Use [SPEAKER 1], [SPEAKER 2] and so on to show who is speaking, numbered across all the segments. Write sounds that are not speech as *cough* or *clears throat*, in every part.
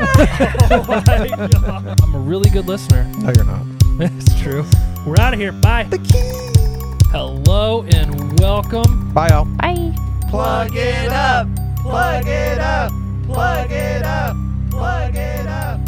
[SPEAKER 1] *laughs* oh my God. I'm a really
[SPEAKER 2] *laughs*
[SPEAKER 1] good listener.
[SPEAKER 3] *laughs* No, you're not.
[SPEAKER 1] That's true. We're out of here. Bye. Hello and welcome.
[SPEAKER 3] Bye, y'all.
[SPEAKER 4] Bye.
[SPEAKER 3] Plug it up. Plug it up. Plug it up. Plug it up. Plug it up.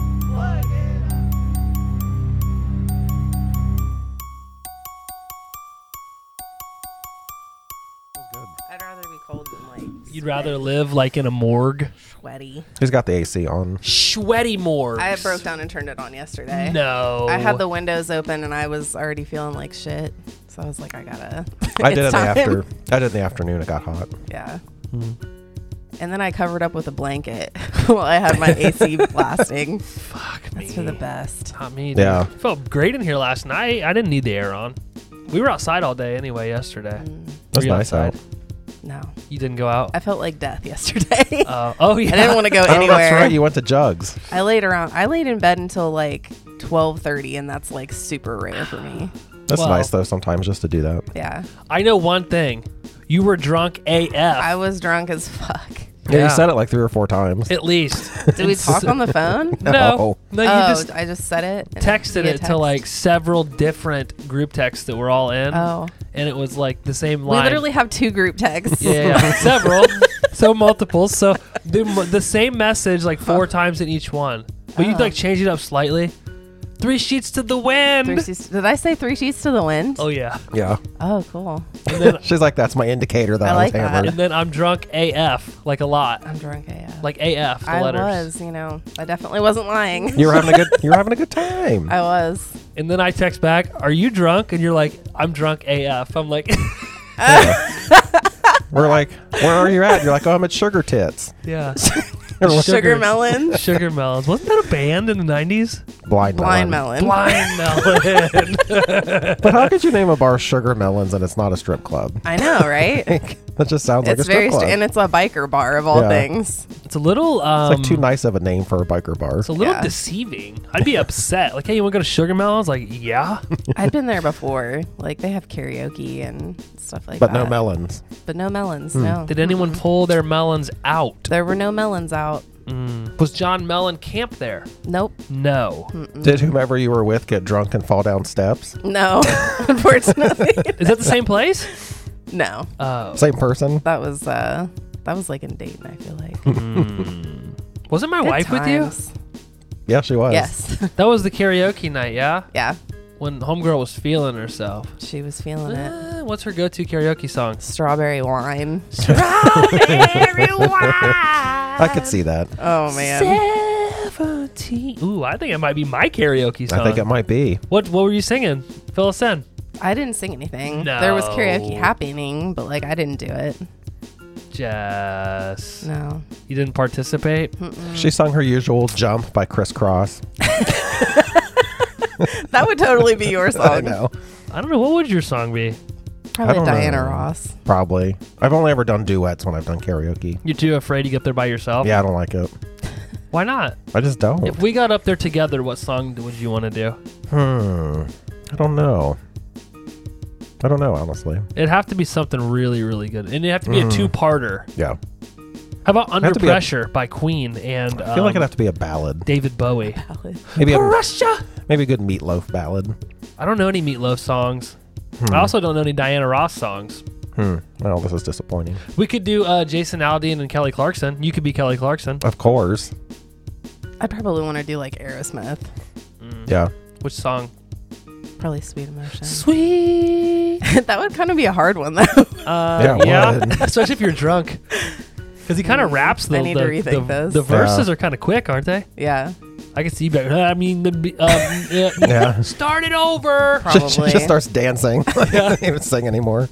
[SPEAKER 5] I'd rather be cold than like
[SPEAKER 1] You'd rather live like in a morgue?
[SPEAKER 5] sweaty.
[SPEAKER 3] He's got the AC on.
[SPEAKER 1] Sweaty morgue.
[SPEAKER 5] I broke down and turned it on yesterday.
[SPEAKER 1] No.
[SPEAKER 5] I had the windows open and I was already feeling like shit. So I was like, I gotta. *laughs*
[SPEAKER 3] *laughs* I
[SPEAKER 5] it's
[SPEAKER 3] did it in the
[SPEAKER 5] time.
[SPEAKER 3] after. I did it in the afternoon. It got hot.
[SPEAKER 5] *laughs* Yeah.
[SPEAKER 1] Hmm.
[SPEAKER 5] And then I covered up with a blanket *laughs* while I
[SPEAKER 1] *laughs*
[SPEAKER 5] had my AC blasting.
[SPEAKER 1] Fuck me.
[SPEAKER 5] That's for the best.
[SPEAKER 1] Not me.
[SPEAKER 3] Yeah.
[SPEAKER 1] dude. Felt great in here last night. I didn't need the air on. We were outside all day anyway yesterday.
[SPEAKER 3] That's
[SPEAKER 1] Were you
[SPEAKER 3] nice
[SPEAKER 1] outside?
[SPEAKER 3] out.
[SPEAKER 5] No,
[SPEAKER 1] You didn't go out.
[SPEAKER 5] Mm. I felt like death *laughs* yesterday.
[SPEAKER 1] Uh, oh yeah.
[SPEAKER 5] I
[SPEAKER 1] *laughs*
[SPEAKER 5] didn't want to go
[SPEAKER 3] Oh,
[SPEAKER 5] anywhere.
[SPEAKER 3] that's right. You went to Jugs.
[SPEAKER 5] I laid around. I laid in bed until like twelve thirty, and that's like super rare
[SPEAKER 1] *sighs*
[SPEAKER 5] for me.
[SPEAKER 3] That's
[SPEAKER 1] Well-
[SPEAKER 3] nice though. Sometimes just to do that.
[SPEAKER 5] Yeah,
[SPEAKER 1] I know one thing. You were drunk AF
[SPEAKER 5] I was drunk as fuck.
[SPEAKER 3] Yeah,
[SPEAKER 1] Yeah.
[SPEAKER 3] you said it like three or four
[SPEAKER 5] *laughs*
[SPEAKER 3] times.
[SPEAKER 1] at least.
[SPEAKER 5] Did *laughs* we talk on the phone?
[SPEAKER 1] *laughs* no. No, you
[SPEAKER 5] oh,
[SPEAKER 1] just
[SPEAKER 5] I just said it. and-
[SPEAKER 1] texted
[SPEAKER 5] via
[SPEAKER 1] it to
[SPEAKER 5] text.
[SPEAKER 1] like several different group texts that we're all in.
[SPEAKER 5] Oh,
[SPEAKER 1] And it was like the same
[SPEAKER 5] we
[SPEAKER 1] line.
[SPEAKER 5] literally have two group texts.
[SPEAKER 1] yeah, yeah, yeah. several, so multiple, so the, the same message like four times in each one, but you
[SPEAKER 5] Oh.
[SPEAKER 1] like change it up slightly. Three sheets to the wind.
[SPEAKER 5] *laughs* Three sheets, did I say three sheets to the wind?
[SPEAKER 1] Oh yeah.
[SPEAKER 3] Yeah.
[SPEAKER 5] Oh, cool.
[SPEAKER 3] She's like, that's my indicator that
[SPEAKER 5] I
[SPEAKER 3] I,
[SPEAKER 5] like
[SPEAKER 3] was
[SPEAKER 5] that.
[SPEAKER 3] hammered.
[SPEAKER 1] And then I'm drunk AF, like a lot,
[SPEAKER 5] I'm drunk AF.
[SPEAKER 1] like AF. The
[SPEAKER 5] I
[SPEAKER 1] letters.
[SPEAKER 5] was, you know, I definitely wasn't lying.
[SPEAKER 3] You were having a good. You were having a good time.
[SPEAKER 5] *laughs* I was.
[SPEAKER 1] And then I text back, "Are you drunk?" And you're like, "I'm drunk AF." I'm like, *laughs*
[SPEAKER 3] We're like, where are you at? You're like, oh, I'm at Sugar Tits.
[SPEAKER 1] *laughs* "Yeah,
[SPEAKER 3] Everyone's
[SPEAKER 1] Sugar- *laughs*
[SPEAKER 5] Sugar melon,
[SPEAKER 1] Sugar Melons." Wasn't that a band in the '90s?
[SPEAKER 5] *laughs*
[SPEAKER 3] blind,
[SPEAKER 5] blind melon.
[SPEAKER 1] Blind Melon.
[SPEAKER 3] But how could you name a bar Sugar Melons and it's not a strip club? *laughs*
[SPEAKER 5] I
[SPEAKER 1] *laughs*
[SPEAKER 5] know, right?
[SPEAKER 3] That just sounds like a
[SPEAKER 5] it's
[SPEAKER 3] strip
[SPEAKER 5] very
[SPEAKER 3] club.
[SPEAKER 5] str- and it's a biker bar of all
[SPEAKER 3] Yeah.
[SPEAKER 5] things.
[SPEAKER 1] *laughs* it's a little, um,
[SPEAKER 3] it's like too nice of a name for a biker bar.
[SPEAKER 1] it's a little
[SPEAKER 5] Yeah.
[SPEAKER 1] deceiving. I'd be upset. Like, hey, you want to go to Sugar Melons? Like, yeah.
[SPEAKER 5] I've been there before. Like they have karaoke and stuff like
[SPEAKER 3] but
[SPEAKER 5] that.
[SPEAKER 3] no Hmm. melons.
[SPEAKER 5] But no melons. No.
[SPEAKER 1] Did anyone pull their melons out?
[SPEAKER 5] there were no melons out.
[SPEAKER 1] Was John Mellon camp there?
[SPEAKER 5] Nope.
[SPEAKER 1] No.
[SPEAKER 5] mm.
[SPEAKER 3] Did whomever you were with get drunk and fall down steps?
[SPEAKER 5] No. *laughs* Unfortunately. *laughs*
[SPEAKER 1] Is that the same place?
[SPEAKER 5] no.
[SPEAKER 1] Oh,
[SPEAKER 3] Same person?
[SPEAKER 5] That was uh that was like in Dayton, I feel like.
[SPEAKER 1] wasn't my wife with
[SPEAKER 5] with
[SPEAKER 3] Yeah, she was.
[SPEAKER 5] Yes. *laughs*
[SPEAKER 1] you? That was the karaoke night, yeah.
[SPEAKER 5] yeah.
[SPEAKER 1] When homegirl was feeling herself.
[SPEAKER 5] She was feeling it.
[SPEAKER 1] Uh, what's her go-to karaoke song?
[SPEAKER 5] Strawberry wine.
[SPEAKER 1] *laughs*
[SPEAKER 3] I could see that.
[SPEAKER 5] Oh man.
[SPEAKER 1] Seventeen. Ooh, I think it might be my karaoke song.
[SPEAKER 3] I think it might be.
[SPEAKER 1] what What were you singing? Fill us in.
[SPEAKER 5] I didn't sing anything. There was karaoke
[SPEAKER 1] No.
[SPEAKER 5] happening, but like I didn't do it.
[SPEAKER 1] Jess,
[SPEAKER 5] No.
[SPEAKER 1] you didn't participate.
[SPEAKER 5] Mm.
[SPEAKER 3] She sung her usual jump by Criss Cross.
[SPEAKER 5] *laughs*
[SPEAKER 3] *laughs*
[SPEAKER 5] That would totally be your song.
[SPEAKER 3] I know.
[SPEAKER 1] I don't know what would your song be.
[SPEAKER 3] I
[SPEAKER 5] Probably
[SPEAKER 3] don't
[SPEAKER 5] Diana
[SPEAKER 3] know.
[SPEAKER 5] Ross.
[SPEAKER 3] Probably. I've only ever done duets when I've done karaoke.
[SPEAKER 1] You're too afraid to get there by yourself.
[SPEAKER 3] Yeah, Oh. I don't like it.
[SPEAKER 1] Why not?
[SPEAKER 3] I just don't.
[SPEAKER 1] If we got up there together, what song would you want to do?
[SPEAKER 3] Hmm. I don't know. I don't know, honestly.
[SPEAKER 1] It'd have to be something really, really good, and it'd have to be a two-parter.
[SPEAKER 3] Yeah.
[SPEAKER 1] How about Under
[SPEAKER 3] Mm. have to be a-
[SPEAKER 1] Pressure by Queen and
[SPEAKER 3] I feel like
[SPEAKER 1] um,
[SPEAKER 3] it'd have to be a ballad.
[SPEAKER 1] David Bowie?
[SPEAKER 3] Maybe
[SPEAKER 1] *laughs*
[SPEAKER 3] a,
[SPEAKER 1] Pressure.
[SPEAKER 3] maybe a good meatloaf ballad.
[SPEAKER 1] I don't know any Meatloaf songs. I also don't know any Diana Ross songs.
[SPEAKER 3] Hmm. Well, this is disappointing.
[SPEAKER 1] We could do uh, Jason Aldean and Kelly Clarkson. You could be Kelly Clarkson.
[SPEAKER 3] Of course.
[SPEAKER 5] I'd probably want to do like Aerosmith.
[SPEAKER 1] Mm-hmm.
[SPEAKER 3] Yeah. *laughs*
[SPEAKER 1] Which song?
[SPEAKER 5] Probably Sweet Emotion.
[SPEAKER 1] Sweet.
[SPEAKER 5] *laughs* that would kind of be a hard one though. *laughs*
[SPEAKER 1] Uh,
[SPEAKER 3] Yeah,
[SPEAKER 1] yeah,
[SPEAKER 3] *laughs*
[SPEAKER 1] *laughs*
[SPEAKER 3] what?
[SPEAKER 1] especially if you're drunk, because he kind of raps the
[SPEAKER 5] I need
[SPEAKER 1] the, the,
[SPEAKER 5] to rethink this.
[SPEAKER 1] the
[SPEAKER 5] Yeah.
[SPEAKER 1] verses are kind of quick, aren't they?
[SPEAKER 5] yeah.
[SPEAKER 1] I can see you. Better. *laughs* I mean, the b- um, *laughs* yeah.
[SPEAKER 3] Yeah.
[SPEAKER 1] start it over.
[SPEAKER 3] She-
[SPEAKER 5] Probably.
[SPEAKER 3] She, just starts dancing. *laughs* I don't even sing anymore.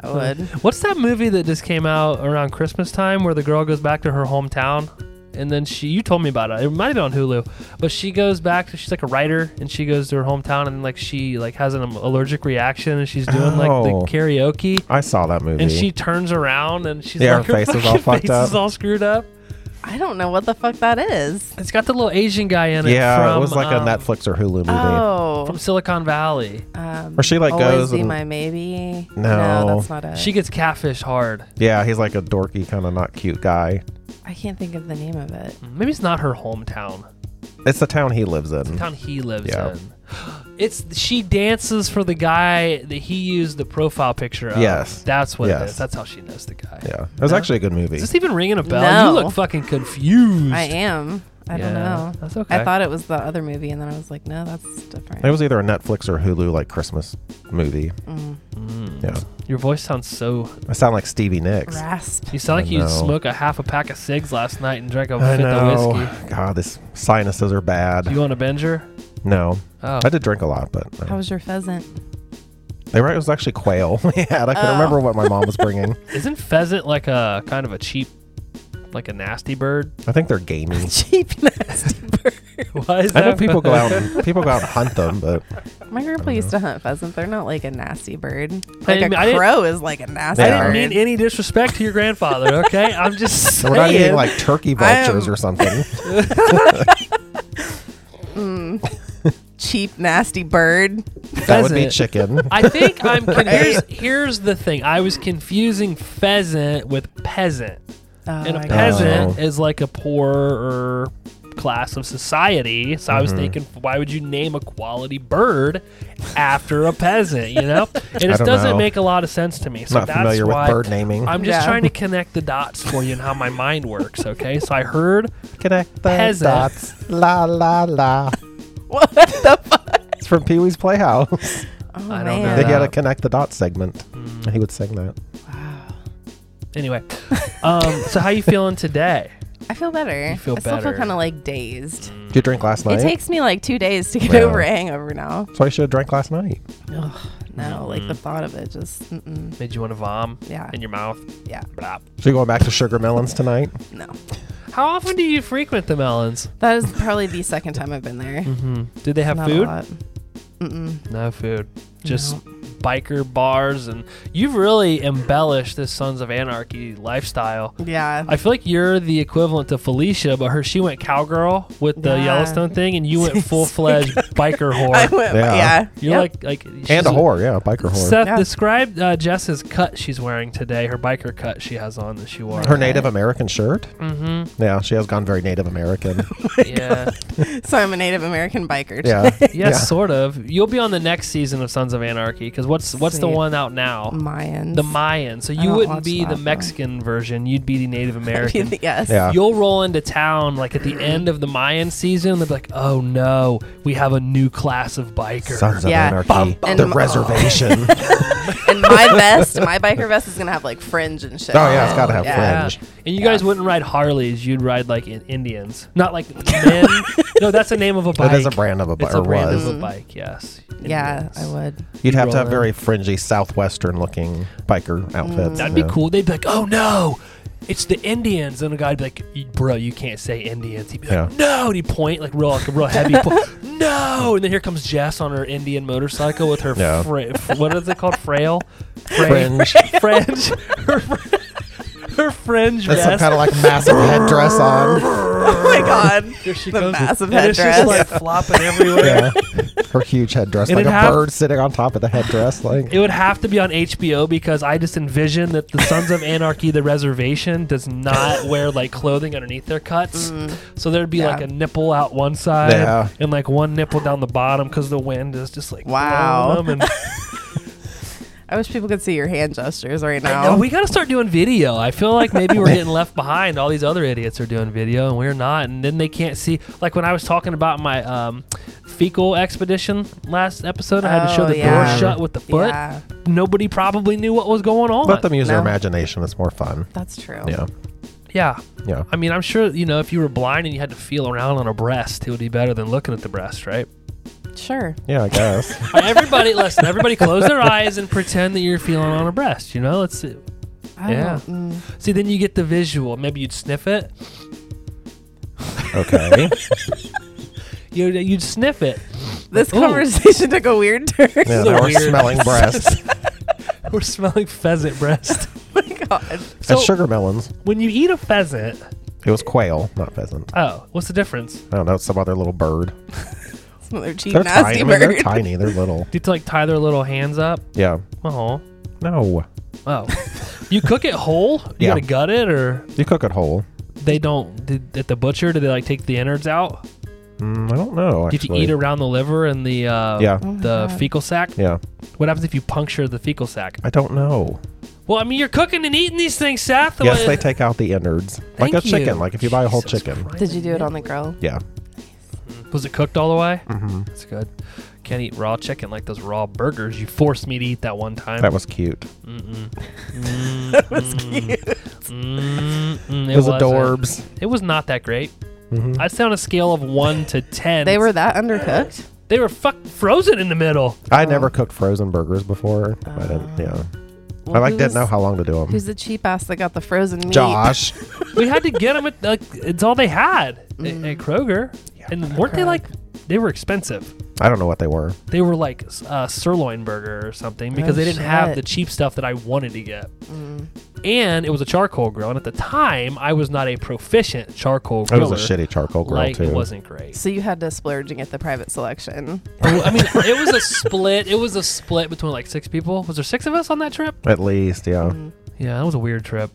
[SPEAKER 5] I would.
[SPEAKER 1] What's that movie that just came out around Christmas time where the girl goes back to her hometown? and then she you told me about it. It might have been on Hulu, but she goes back. to She's like a writer, and she goes to her hometown, and like she like has an allergic reaction, and she's doing
[SPEAKER 3] Oh.
[SPEAKER 1] like the karaoke,
[SPEAKER 3] I saw that movie.
[SPEAKER 1] and she turns around, and she's
[SPEAKER 3] Yeah,
[SPEAKER 1] like
[SPEAKER 3] her face is all
[SPEAKER 1] fucking
[SPEAKER 3] fucked
[SPEAKER 1] face
[SPEAKER 3] up.
[SPEAKER 1] is all screwed up.
[SPEAKER 5] I don't know what the fuck that is.
[SPEAKER 1] It's got the little Asian guy in it.
[SPEAKER 3] yeah,
[SPEAKER 1] from,
[SPEAKER 3] it was like
[SPEAKER 1] um,
[SPEAKER 3] a Netflix or Hulu movie.
[SPEAKER 1] from
[SPEAKER 5] Oh,
[SPEAKER 1] Silicon Valley.
[SPEAKER 5] um,
[SPEAKER 3] Where she, like,
[SPEAKER 5] always
[SPEAKER 3] goes
[SPEAKER 5] be
[SPEAKER 3] and-
[SPEAKER 5] my maybe.
[SPEAKER 3] No.
[SPEAKER 5] that's not it.
[SPEAKER 1] She gets catfished hard.
[SPEAKER 3] Yeah, he's like a dorky, kind of not cute guy.
[SPEAKER 5] I can't think of the name of it.
[SPEAKER 1] Maybe it's not her hometown.
[SPEAKER 3] It's the town he lives in.
[SPEAKER 1] town he lives
[SPEAKER 3] Yeah.
[SPEAKER 1] in. *gasps* It's she dances for the guy that he used the profile picture of.
[SPEAKER 3] Yes.
[SPEAKER 1] that's what it
[SPEAKER 3] Yes.
[SPEAKER 1] is. That's how she knows the guy.
[SPEAKER 3] Yeah, it was
[SPEAKER 1] No?
[SPEAKER 3] actually a good movie.
[SPEAKER 1] Is this even ringing a bell? You
[SPEAKER 5] No.
[SPEAKER 1] look fucking confused.
[SPEAKER 5] I am. I
[SPEAKER 1] Yeah,
[SPEAKER 5] don't know.
[SPEAKER 1] That's okay.
[SPEAKER 5] I thought it was the other movie, and then I was like, no, that's different.
[SPEAKER 3] It was either a Netflix or Hulu like Christmas movie.
[SPEAKER 5] Mm,
[SPEAKER 1] Mm.
[SPEAKER 3] Yeah,
[SPEAKER 1] Your voice sounds so.
[SPEAKER 3] I sound like Stevie Nicks.
[SPEAKER 5] rasp.
[SPEAKER 1] You sound like
[SPEAKER 3] I
[SPEAKER 1] you
[SPEAKER 3] know.
[SPEAKER 1] smoked a half a pack of cigs last night and drank a
[SPEAKER 3] I
[SPEAKER 1] fifth of
[SPEAKER 3] know. *laughs*
[SPEAKER 1] whiskey.
[SPEAKER 3] God, this sinuses are bad.
[SPEAKER 1] You on a binger?
[SPEAKER 3] no,
[SPEAKER 1] Oh,
[SPEAKER 3] I did drink a lot, but
[SPEAKER 5] How
[SPEAKER 3] no.
[SPEAKER 5] was your pheasant?
[SPEAKER 3] they were. It was actually quail. *laughs* yeah, I can
[SPEAKER 5] Oh.
[SPEAKER 3] remember what my mom was
[SPEAKER 5] *laughs*
[SPEAKER 3] bringing.
[SPEAKER 1] isn't pheasant like a kind of a cheap, like a nasty bird? *laughs*
[SPEAKER 3] I think they're gamey.
[SPEAKER 5] Cheap *laughs* nasty bird.
[SPEAKER 1] Why is
[SPEAKER 3] I
[SPEAKER 1] that?
[SPEAKER 3] know people go out
[SPEAKER 1] *laughs*
[SPEAKER 3] and people go out and hunt them, but
[SPEAKER 5] My grandpa used to hunt pheasant. They're not like a nasty bird. Like
[SPEAKER 1] didn't- I
[SPEAKER 5] a
[SPEAKER 1] didn't-
[SPEAKER 5] crow is like a nasty
[SPEAKER 1] I
[SPEAKER 3] They
[SPEAKER 1] didn't
[SPEAKER 3] are.
[SPEAKER 5] bird.
[SPEAKER 1] mean any disrespect to your grandfather. Okay, I'm just.
[SPEAKER 3] *laughs* we're not
[SPEAKER 1] saying.
[SPEAKER 3] eating like turkey vultures
[SPEAKER 5] am-
[SPEAKER 3] or something.
[SPEAKER 5] Cheap nasty bird.
[SPEAKER 3] that would be
[SPEAKER 1] Pheasant. *laughs*
[SPEAKER 3] chicken.
[SPEAKER 1] I think
[SPEAKER 3] *laughs*
[SPEAKER 1] I'm. con- Here's, here's the thing. I was confusing pheasant with peasant,
[SPEAKER 5] Oh,
[SPEAKER 1] and a
[SPEAKER 5] I got you.
[SPEAKER 1] peasant is like a poorer class of society. So I
[SPEAKER 3] Mm-hmm.
[SPEAKER 1] was thinking, why would you name a quality bird after a peasant? You
[SPEAKER 3] *laughs*
[SPEAKER 1] know, and it
[SPEAKER 3] don't
[SPEAKER 1] doesn't
[SPEAKER 3] know.
[SPEAKER 1] make a lot of sense to me. So
[SPEAKER 3] not
[SPEAKER 1] that's
[SPEAKER 3] familiar with
[SPEAKER 1] why
[SPEAKER 3] bird naming.
[SPEAKER 1] I'm just
[SPEAKER 5] Yeah.
[SPEAKER 1] trying to connect the dots for you and how my mind works. Okay, so I *laughs* heard
[SPEAKER 3] Connect the
[SPEAKER 1] Peasant.
[SPEAKER 3] dots. La la la.
[SPEAKER 1] *laughs*
[SPEAKER 5] What the fuck?
[SPEAKER 3] It's from Pee Wee's Playhouse.
[SPEAKER 5] Oh,
[SPEAKER 1] I don't
[SPEAKER 5] man.
[SPEAKER 3] They had
[SPEAKER 1] Yeah.
[SPEAKER 3] a connect the dots segment.
[SPEAKER 1] Mm.
[SPEAKER 3] and He would sing that.
[SPEAKER 1] anyway. Um, so how you feeling today?
[SPEAKER 5] I feel better.
[SPEAKER 1] You feel
[SPEAKER 5] I still
[SPEAKER 1] better.
[SPEAKER 5] feel kind of like dazed.
[SPEAKER 3] Did you drink last night?
[SPEAKER 5] It takes me like two days to get
[SPEAKER 3] Wow.
[SPEAKER 5] over a hangover now.
[SPEAKER 3] so I should have drank last night.
[SPEAKER 5] Ugh, no, like the thought of it just, mm-mm,
[SPEAKER 1] Made you want to vom
[SPEAKER 5] Yeah.
[SPEAKER 1] in your mouth?
[SPEAKER 5] yeah,
[SPEAKER 1] Blah.
[SPEAKER 3] So you going back to Sugar Melons tonight?
[SPEAKER 5] no.
[SPEAKER 1] How often do you frequent the melons?
[SPEAKER 5] That is probably the second time I've been there.
[SPEAKER 1] Mm-hmm. Did they have
[SPEAKER 5] Not a
[SPEAKER 1] food?
[SPEAKER 5] lot. Mm-mm.
[SPEAKER 1] No food. Just biker bars, and you've really embellished this Sons of Anarchy lifestyle.
[SPEAKER 5] Yeah.
[SPEAKER 1] I feel like you're the equivalent to Felicia, but her she went cowgirl with the
[SPEAKER 5] Yeah.
[SPEAKER 1] Yellowstone thing, and you went
[SPEAKER 5] *laughs*
[SPEAKER 1] full fledged biker
[SPEAKER 5] *laughs* I
[SPEAKER 1] whore.
[SPEAKER 5] went,
[SPEAKER 3] Yeah.
[SPEAKER 5] yeah.
[SPEAKER 1] You're like
[SPEAKER 5] Yep.
[SPEAKER 1] like she's
[SPEAKER 3] And a whore, yeah, a biker whore.
[SPEAKER 1] Seth,
[SPEAKER 5] Yeah.
[SPEAKER 1] describe uh, Jess's cut she's wearing today. Her biker cut she has on that she wore.
[SPEAKER 3] Her Native American shirt?
[SPEAKER 1] Mm-hmm.
[SPEAKER 3] Yeah, she has gone very
[SPEAKER 1] *laughs*
[SPEAKER 3] Native American.
[SPEAKER 1] Yeah.
[SPEAKER 5] so I'm a Native American biker.
[SPEAKER 3] yeah.
[SPEAKER 1] Yes,
[SPEAKER 3] Yeah.
[SPEAKER 1] sort of. You'll be on the next season of Sons of Anarchy because what's what's the
[SPEAKER 5] Sweet.
[SPEAKER 1] one out now?
[SPEAKER 5] Mayans.
[SPEAKER 1] The Mayan. So
[SPEAKER 5] I
[SPEAKER 1] you
[SPEAKER 5] don't
[SPEAKER 1] wouldn't
[SPEAKER 5] watch
[SPEAKER 1] be
[SPEAKER 5] that
[SPEAKER 1] the
[SPEAKER 5] one.
[SPEAKER 1] Mexican version. You'd be the
[SPEAKER 5] *laughs*
[SPEAKER 1] Native American.
[SPEAKER 5] yes.
[SPEAKER 3] Yeah.
[SPEAKER 1] You'll roll into town like at
[SPEAKER 5] *clears throat*
[SPEAKER 1] the end of the Mayan season. and They'll be like, "Oh no, we have a new class of biker."
[SPEAKER 3] Sons of
[SPEAKER 5] Yeah.
[SPEAKER 3] Anarchy.
[SPEAKER 1] Bum,
[SPEAKER 5] bum,
[SPEAKER 3] the
[SPEAKER 1] *laughs*
[SPEAKER 5] bum.
[SPEAKER 3] reservation. oh,
[SPEAKER 5] And my vest, my biker vest is going to have like fringe and shit.
[SPEAKER 3] Oh, yeah, it's got to have
[SPEAKER 5] Yeah.
[SPEAKER 1] Yeah.
[SPEAKER 3] fringe.
[SPEAKER 1] And you guys wouldn't ride Harleys. You'd ride like in Indians, not
[SPEAKER 5] *laughs*
[SPEAKER 1] like men. no, that's the name of a bike.
[SPEAKER 3] It is a brand of a
[SPEAKER 1] It's
[SPEAKER 3] bike.
[SPEAKER 1] a
[SPEAKER 3] Or
[SPEAKER 1] brand
[SPEAKER 3] was.
[SPEAKER 1] of a bike. Yes.
[SPEAKER 5] Yeah,
[SPEAKER 1] Indians.
[SPEAKER 5] I would.
[SPEAKER 3] You'd have to have
[SPEAKER 1] Roll
[SPEAKER 3] very fringy Southwestern looking biker outfits.
[SPEAKER 1] Mm, That'd
[SPEAKER 3] yeah.
[SPEAKER 1] be cool. They'd be like, "Oh no, it's the Indians," and a guy'd be like, "Y- "Bro, you can't say Indians." He'd be like,
[SPEAKER 3] Yeah.
[SPEAKER 1] "No," and he'd point like real, like a real heavy point. *laughs* No, and then here comes Jess on her Indian motorcycle with her
[SPEAKER 3] Yeah.
[SPEAKER 1] fra- f- what is it called? Frail, Fra-
[SPEAKER 3] Fringe.
[SPEAKER 1] *laughs* fringe, her, fr- *laughs* her fringe
[SPEAKER 3] And some
[SPEAKER 1] vest.
[SPEAKER 3] kind of like massive
[SPEAKER 1] *laughs*
[SPEAKER 3] headdress on.
[SPEAKER 5] Oh *laughs* my God.
[SPEAKER 1] Here she
[SPEAKER 5] the
[SPEAKER 1] comes,
[SPEAKER 5] massive
[SPEAKER 1] and it's just
[SPEAKER 5] headdress.
[SPEAKER 1] like flopping everywhere.
[SPEAKER 3] Yeah. Her huge headdress.
[SPEAKER 1] And
[SPEAKER 3] like
[SPEAKER 1] it
[SPEAKER 3] a
[SPEAKER 1] hap-
[SPEAKER 3] bird sitting on top of the headdress. Like
[SPEAKER 1] It would have to be on HBO because I just envision that the Sons
[SPEAKER 5] *laughs*
[SPEAKER 1] of Anarchy, the reservation, does not wear like clothing underneath their cuts. So there'd be
[SPEAKER 5] Mm-hmm. Yeah.
[SPEAKER 1] like a nipple out one side
[SPEAKER 3] Yeah.
[SPEAKER 1] and like one nipple down the bottom because the wind is just like blowing
[SPEAKER 5] Wow.
[SPEAKER 1] them
[SPEAKER 5] *laughs*
[SPEAKER 1] and-
[SPEAKER 5] I wish people could see your hand gestures right now.
[SPEAKER 1] No, we got to start doing video. I feel like maybe we're getting left behind. All these other idiots are doing video and we're not. And then they can't see. Like when I was talking about my um, fecal expedition last episode, I had to show
[SPEAKER 5] Oh,
[SPEAKER 1] the
[SPEAKER 5] yeah.
[SPEAKER 1] door shut with the foot.
[SPEAKER 5] Yeah,
[SPEAKER 1] Nobody probably knew what was going on.
[SPEAKER 3] let them use their
[SPEAKER 5] No.
[SPEAKER 3] imagination. It's more fun.
[SPEAKER 5] that's true.
[SPEAKER 3] Yeah.
[SPEAKER 1] yeah.
[SPEAKER 3] Yeah.
[SPEAKER 1] I mean, I'm sure you know if you were blind and you had to feel around on a breast, it would be better than looking at the breast, *laughs* right?
[SPEAKER 5] Sure.
[SPEAKER 3] Yeah, I guess.
[SPEAKER 1] *laughs* everybody, listen. Everybody, close their eyes and pretend that you're feeling on a breast. You know, let's see.
[SPEAKER 5] I
[SPEAKER 1] Yeah.
[SPEAKER 5] don't- mm.
[SPEAKER 1] See, then you get the visual. Maybe you'd sniff it.
[SPEAKER 3] Okay.
[SPEAKER 1] You you'd sniff it. *laughs*
[SPEAKER 5] This
[SPEAKER 1] Ooh.
[SPEAKER 5] conversation took a weird turn. *laughs*
[SPEAKER 3] Yeah,
[SPEAKER 1] So
[SPEAKER 3] now we're
[SPEAKER 1] weird.
[SPEAKER 3] smelling breasts
[SPEAKER 1] We're smelling pheasant breast. *laughs*
[SPEAKER 5] Oh my God.
[SPEAKER 1] So
[SPEAKER 3] and sugar melons.
[SPEAKER 1] when you eat a pheasant,
[SPEAKER 3] It was quail, not pheasant.
[SPEAKER 1] oh, what's the difference? Do
[SPEAKER 3] I don't know. It's some other little bird.
[SPEAKER 5] Some other cheap,
[SPEAKER 3] They're
[SPEAKER 5] nasty
[SPEAKER 3] tiny. I mean, they're
[SPEAKER 5] bird.
[SPEAKER 3] tiny.
[SPEAKER 1] *laughs*
[SPEAKER 3] They're little.
[SPEAKER 1] you have to like tie their little hands up?
[SPEAKER 3] Yeah.
[SPEAKER 1] Oh,
[SPEAKER 3] No.
[SPEAKER 1] oh. you cook it whole? You
[SPEAKER 3] Yeah.
[SPEAKER 1] gotta gut it, or
[SPEAKER 3] You cook it whole.
[SPEAKER 1] they don't? Did, at the butcher, do they like take the innards out?
[SPEAKER 3] Mm, I don't know.
[SPEAKER 1] Did
[SPEAKER 3] Actually.
[SPEAKER 1] you eat around the liver and the uh,
[SPEAKER 3] Yeah.
[SPEAKER 5] Oh
[SPEAKER 1] the fecal sac?
[SPEAKER 3] Yeah.
[SPEAKER 1] What happens if you puncture the fecal sac?
[SPEAKER 3] I don't know.
[SPEAKER 1] Well, I mean, you're cooking and eating these things, Seth.
[SPEAKER 3] Yes,
[SPEAKER 1] What-
[SPEAKER 3] they take out the innards. Like
[SPEAKER 1] Thank
[SPEAKER 3] a
[SPEAKER 1] you.
[SPEAKER 3] chicken. Like if you buy a whole
[SPEAKER 1] Jesus
[SPEAKER 3] chicken.
[SPEAKER 1] Christ.
[SPEAKER 5] Did you do it on the
[SPEAKER 1] *laughs*
[SPEAKER 5] grill?
[SPEAKER 3] Yeah.
[SPEAKER 1] Was it cooked all the way?
[SPEAKER 3] hmm
[SPEAKER 1] It's good. Can't eat raw chicken like those raw burgers. You forced me to eat that one time.
[SPEAKER 3] That was cute.
[SPEAKER 1] Mm-mm. that was cute.
[SPEAKER 3] Mm.
[SPEAKER 1] Mm-mm. It,
[SPEAKER 3] It was
[SPEAKER 1] wasn't.
[SPEAKER 3] adorbs.
[SPEAKER 1] It was not that great.
[SPEAKER 3] Mhm.
[SPEAKER 1] I'd say on a scale of one
[SPEAKER 5] *laughs*
[SPEAKER 1] to ten,
[SPEAKER 5] They were that undercooked.
[SPEAKER 1] they were fuck frozen in the middle.
[SPEAKER 3] I never cooked frozen burgers before. I didn't.
[SPEAKER 1] Uh,
[SPEAKER 3] Yeah. I like didn't know how long to do them.
[SPEAKER 5] Who's the cheap ass that got the frozen
[SPEAKER 1] *laughs*
[SPEAKER 5] meat?
[SPEAKER 3] Josh.
[SPEAKER 1] we had to get them at like it's all they had at-
[SPEAKER 5] Mm.
[SPEAKER 1] at Kroger, and weren't they
[SPEAKER 5] Krog.
[SPEAKER 1] like they were expensive?
[SPEAKER 3] I don't know what they were.
[SPEAKER 1] They were like s- uh, sirloin burger or something because they didn't have
[SPEAKER 5] shit.
[SPEAKER 1] the cheap stuff that I wanted to get. And it was a charcoal grill, and at the time I was not a proficient charcoal
[SPEAKER 3] It
[SPEAKER 1] griller.
[SPEAKER 3] was a shitty charcoal grill
[SPEAKER 1] like
[SPEAKER 3] too.
[SPEAKER 1] it wasn't great.
[SPEAKER 5] So you had to splurge and get the private selection.
[SPEAKER 1] Well, I mean, it was a split. It was a split between like six people. Was there six of us on that trip?
[SPEAKER 3] At least, yeah.
[SPEAKER 1] Mm-hmm. Yeah, that was a weird trip.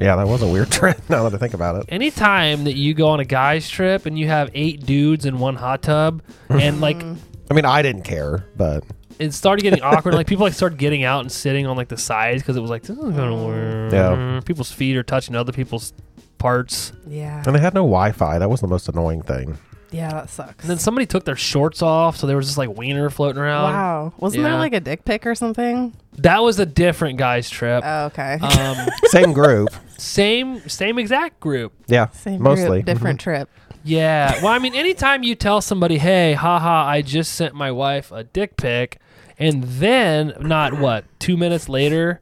[SPEAKER 3] Yeah, that was a weird *laughs* trend now that I think about it.
[SPEAKER 1] Anytime that you go on a guy's trip and you have eight dudes in one hot tub, and like
[SPEAKER 3] I mean, I didn't care, but
[SPEAKER 1] it started getting awkward. Like people like started getting out and sitting on like the sides because it was like this is gonna work.
[SPEAKER 5] Mm-hmm.
[SPEAKER 3] Yeah.
[SPEAKER 1] People's feet are touching other people's parts.
[SPEAKER 5] Yeah.
[SPEAKER 3] and they had no Wi Fi. That was the most annoying thing.
[SPEAKER 5] Yeah, that sucks.
[SPEAKER 1] And then somebody took their shorts off, so there was just like wiener floating around.
[SPEAKER 5] wow. Wasn't
[SPEAKER 1] yeah.
[SPEAKER 5] there like a dick pic or something?
[SPEAKER 1] That was a different guy's trip.
[SPEAKER 5] Oh, okay.
[SPEAKER 3] Uh,
[SPEAKER 1] um, *laughs*
[SPEAKER 3] Same group.
[SPEAKER 1] same same exact group.
[SPEAKER 3] Yeah.
[SPEAKER 5] *laughs* Same
[SPEAKER 3] mostly. Mm-hmm.
[SPEAKER 5] group, different trip.
[SPEAKER 1] Yeah. Well, I mean, anytime you tell somebody, hey, haha, I just sent my wife a dick pic, and then not what, two minutes later,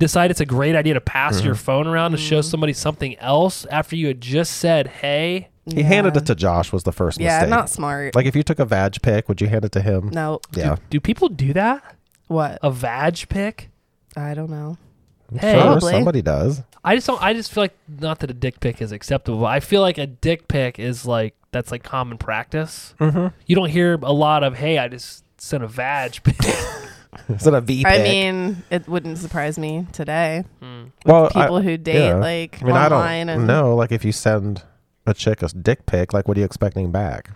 [SPEAKER 1] decide it's a great idea to pass your phone around to show somebody something else after you had just said, hey.
[SPEAKER 3] He handed it to Josh was the first
[SPEAKER 5] Yeah,
[SPEAKER 3] mistake.
[SPEAKER 5] not smart.
[SPEAKER 3] like if you took a vag pic, would you hand it to him?
[SPEAKER 5] no.
[SPEAKER 3] Yeah.
[SPEAKER 1] Do people do that?
[SPEAKER 5] What?
[SPEAKER 1] A vag pic?
[SPEAKER 5] I don't know.
[SPEAKER 1] Hey,
[SPEAKER 3] Sure,
[SPEAKER 5] Probably.
[SPEAKER 3] somebody does.
[SPEAKER 1] I just don't. I just feel like not that a dick pic is acceptable. I feel like a dick pic is like that's like common practice. Mm-hmm. You don't hear a lot of "Hey, I just sent a vag pic."
[SPEAKER 3] *laughs* Is it a V pic?
[SPEAKER 5] I mean, it wouldn't surprise me today.
[SPEAKER 3] well,
[SPEAKER 5] People who date
[SPEAKER 3] yeah.
[SPEAKER 5] like
[SPEAKER 3] I mean, I
[SPEAKER 5] online
[SPEAKER 3] don't
[SPEAKER 5] and
[SPEAKER 3] know. Like if you send a chick a dick pic, like what are you expecting back?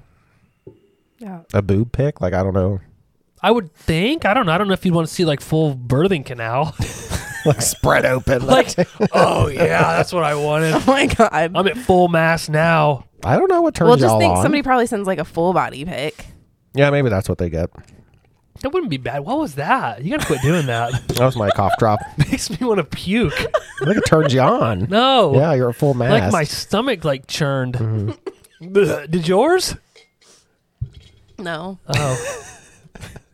[SPEAKER 5] Yeah. *laughs*
[SPEAKER 3] A boob pic? Like I don't know. *laughs*
[SPEAKER 1] I would think. I don't know. I don't know if you'd want to see like full birthing canal. *laughs*
[SPEAKER 3] Like spread open.
[SPEAKER 1] like, oh yeah, that's what I wanted.
[SPEAKER 5] Oh my god.
[SPEAKER 1] I'm at full mass now.
[SPEAKER 3] I don't know what turns
[SPEAKER 5] well, just
[SPEAKER 3] y'all
[SPEAKER 5] think
[SPEAKER 3] on.
[SPEAKER 5] somebody probably sends like a full body pic.
[SPEAKER 3] yeah, maybe that's what they get.
[SPEAKER 1] That wouldn't be bad. What was that? You gotta quit doing that. *laughs*
[SPEAKER 3] That was my cough drop.
[SPEAKER 1] Makes me want to puke.
[SPEAKER 3] *laughs* I think it turns you on.
[SPEAKER 1] *laughs* No.
[SPEAKER 3] Yeah, you're a full mass.
[SPEAKER 1] Like my stomach like churned.
[SPEAKER 3] Mm-hmm.
[SPEAKER 1] Blech. Did yours?
[SPEAKER 5] No,
[SPEAKER 3] *laughs*
[SPEAKER 1] Oh.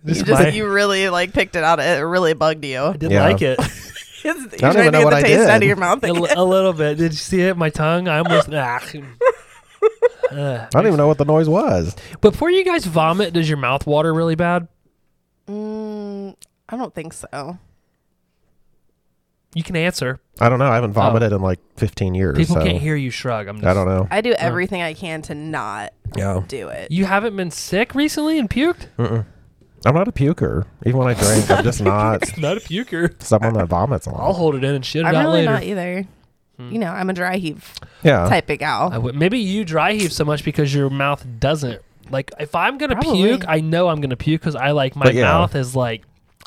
[SPEAKER 5] you
[SPEAKER 1] Just
[SPEAKER 5] just
[SPEAKER 1] my-
[SPEAKER 5] you really like picked it out. It really bugged you.
[SPEAKER 1] I didn't
[SPEAKER 3] Yeah.
[SPEAKER 1] like it
[SPEAKER 5] *laughs* It's, I
[SPEAKER 3] even know what
[SPEAKER 5] the
[SPEAKER 3] I
[SPEAKER 5] taste
[SPEAKER 3] did.
[SPEAKER 5] out of your mouth.
[SPEAKER 1] a, li- a little bit. Did you see it? My tongue. I *laughs* almost. ah. Ugh.
[SPEAKER 3] I don't even know what the noise was.
[SPEAKER 1] Before you guys vomit, does your mouth water really bad?
[SPEAKER 5] *laughs* Mm, I don't think so.
[SPEAKER 1] You can answer.
[SPEAKER 3] I don't know. I haven't vomited in like 15 years.
[SPEAKER 1] Oh. People
[SPEAKER 3] so
[SPEAKER 1] can't hear you shrug. I'm just,
[SPEAKER 3] I don't know.
[SPEAKER 5] I do everything I can to not
[SPEAKER 3] yeah.
[SPEAKER 5] do it.
[SPEAKER 1] You haven't been sick recently and puked?
[SPEAKER 3] I'm not a puker. Even when I drink, I'm just not
[SPEAKER 1] *laughs* Not a puker.
[SPEAKER 3] someone that vomits a
[SPEAKER 1] I'll
[SPEAKER 3] lot.
[SPEAKER 1] hold it in and shit it
[SPEAKER 5] I'm
[SPEAKER 1] out
[SPEAKER 5] really
[SPEAKER 1] later. Hmm.
[SPEAKER 5] not either. You know, I'm a dry heave
[SPEAKER 3] Yeah.
[SPEAKER 5] type of gal.
[SPEAKER 1] I would- maybe you dry heave so much because your mouth doesn't. Like if I'm gonna
[SPEAKER 5] Probably.
[SPEAKER 1] puke, I know I'm gonna puke because I like my
[SPEAKER 3] But yeah.
[SPEAKER 1] mouth is like,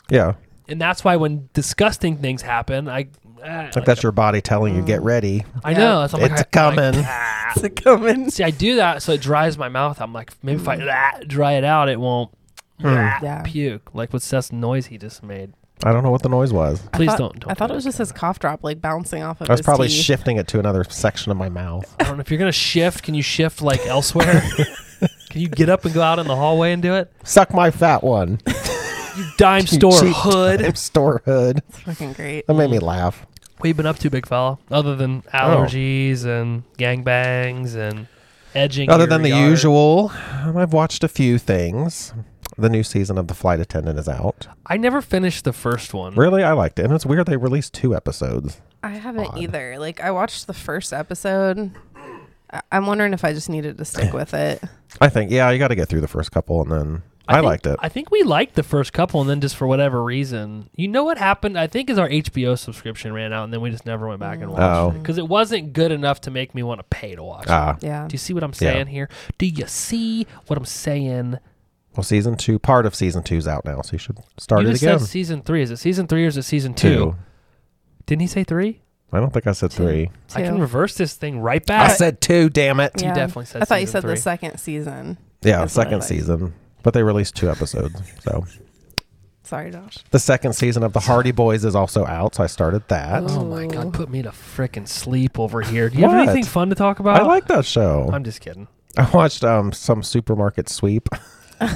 [SPEAKER 3] Yeah.
[SPEAKER 1] and that's why when disgusting things happen, I. ah,
[SPEAKER 3] Like that's your body telling you, get ready.
[SPEAKER 1] I
[SPEAKER 5] Yeah.
[SPEAKER 1] know. That's, I'm like,
[SPEAKER 3] It's
[SPEAKER 1] I-
[SPEAKER 3] coming.
[SPEAKER 1] like, ah.
[SPEAKER 5] It's a coming.
[SPEAKER 1] See, I do that so it dries my mouth. I'm like, maybe if I ah, dry it out, it won't ah,
[SPEAKER 5] Mm. Hmm. Yeah.
[SPEAKER 1] puke. Like with Seth's noise he just made.
[SPEAKER 3] Hmm. I don't know what the noise was.
[SPEAKER 1] Please
[SPEAKER 5] I thought,
[SPEAKER 1] don't. don't
[SPEAKER 5] I
[SPEAKER 1] do
[SPEAKER 5] thought
[SPEAKER 1] that.
[SPEAKER 5] it was just his cough drop like bouncing off of
[SPEAKER 3] I was
[SPEAKER 5] his
[SPEAKER 3] probably
[SPEAKER 5] teeth.
[SPEAKER 3] shifting it to another section of my mouth.
[SPEAKER 1] I don't know if you're gonna shift. Can you shift like
[SPEAKER 5] *laughs*
[SPEAKER 1] elsewhere? can you get up and go out in the hallway and do it?
[SPEAKER 3] Suck my
[SPEAKER 1] *laughs*
[SPEAKER 3] fat one.
[SPEAKER 1] Dime store
[SPEAKER 3] Cheap
[SPEAKER 1] hood.
[SPEAKER 5] *laughs*
[SPEAKER 3] Store hood.
[SPEAKER 5] It's fucking great.
[SPEAKER 1] Mm.
[SPEAKER 3] That made me laugh.
[SPEAKER 1] What you been up to, big fella? Other than
[SPEAKER 5] Oh.
[SPEAKER 1] allergies and gangbangs and edging.
[SPEAKER 3] Other
[SPEAKER 1] your
[SPEAKER 3] than the
[SPEAKER 1] yard.
[SPEAKER 3] usual, um, I've watched a few things. The new season of The Flight Attendant is out.
[SPEAKER 1] I never finished the first one.
[SPEAKER 3] Really, I liked it, and it's weird they released two episodes.
[SPEAKER 5] I haven't
[SPEAKER 3] Odd.
[SPEAKER 5] either. Like I watched the first episode. I- I'm wondering if I just needed to stick with it.
[SPEAKER 3] I think, yeah, you got to get through the first couple, and then I,
[SPEAKER 1] think-
[SPEAKER 3] liked it.
[SPEAKER 1] I think we liked the first couple, and then just for whatever reason, you know what happened? I think is our HBO subscription ran out, and then we just never went back and watched it.
[SPEAKER 3] Oh.
[SPEAKER 1] 'Cause it because it wasn't good enough to make me want to pay to watch.
[SPEAKER 3] Ah,
[SPEAKER 5] *laughs* Yeah.
[SPEAKER 1] it. Do you see what I'm saying here? Do you see what I'm saying?
[SPEAKER 3] well, season two, part of season two's out now, so you should start
[SPEAKER 1] you
[SPEAKER 3] it
[SPEAKER 1] just
[SPEAKER 3] again.
[SPEAKER 1] said season three. Is it season three or is it season 2 Didn't he say three?
[SPEAKER 3] I don't think I said
[SPEAKER 5] Two.
[SPEAKER 3] three.
[SPEAKER 1] I can
[SPEAKER 5] Two.
[SPEAKER 1] reverse this thing right
[SPEAKER 3] I
[SPEAKER 1] back.
[SPEAKER 3] said two. Damn it!
[SPEAKER 1] you definitely said
[SPEAKER 5] I thought you
[SPEAKER 1] season
[SPEAKER 5] said
[SPEAKER 1] three.
[SPEAKER 5] the second season.
[SPEAKER 3] Yeah,
[SPEAKER 5] That's what I
[SPEAKER 3] second
[SPEAKER 5] thought.
[SPEAKER 3] season, but they released two episodes. So
[SPEAKER 5] Sorry, Josh.
[SPEAKER 3] the second season of The Hardy Boys is also out, so I started that.
[SPEAKER 1] Oh my god, put me to frickin' sleep over here. Do you have
[SPEAKER 3] What?
[SPEAKER 1] anything fun to talk about?
[SPEAKER 3] I like that show.
[SPEAKER 1] I'm just kidding.
[SPEAKER 3] I watched um some supermarket sweep. *laughs*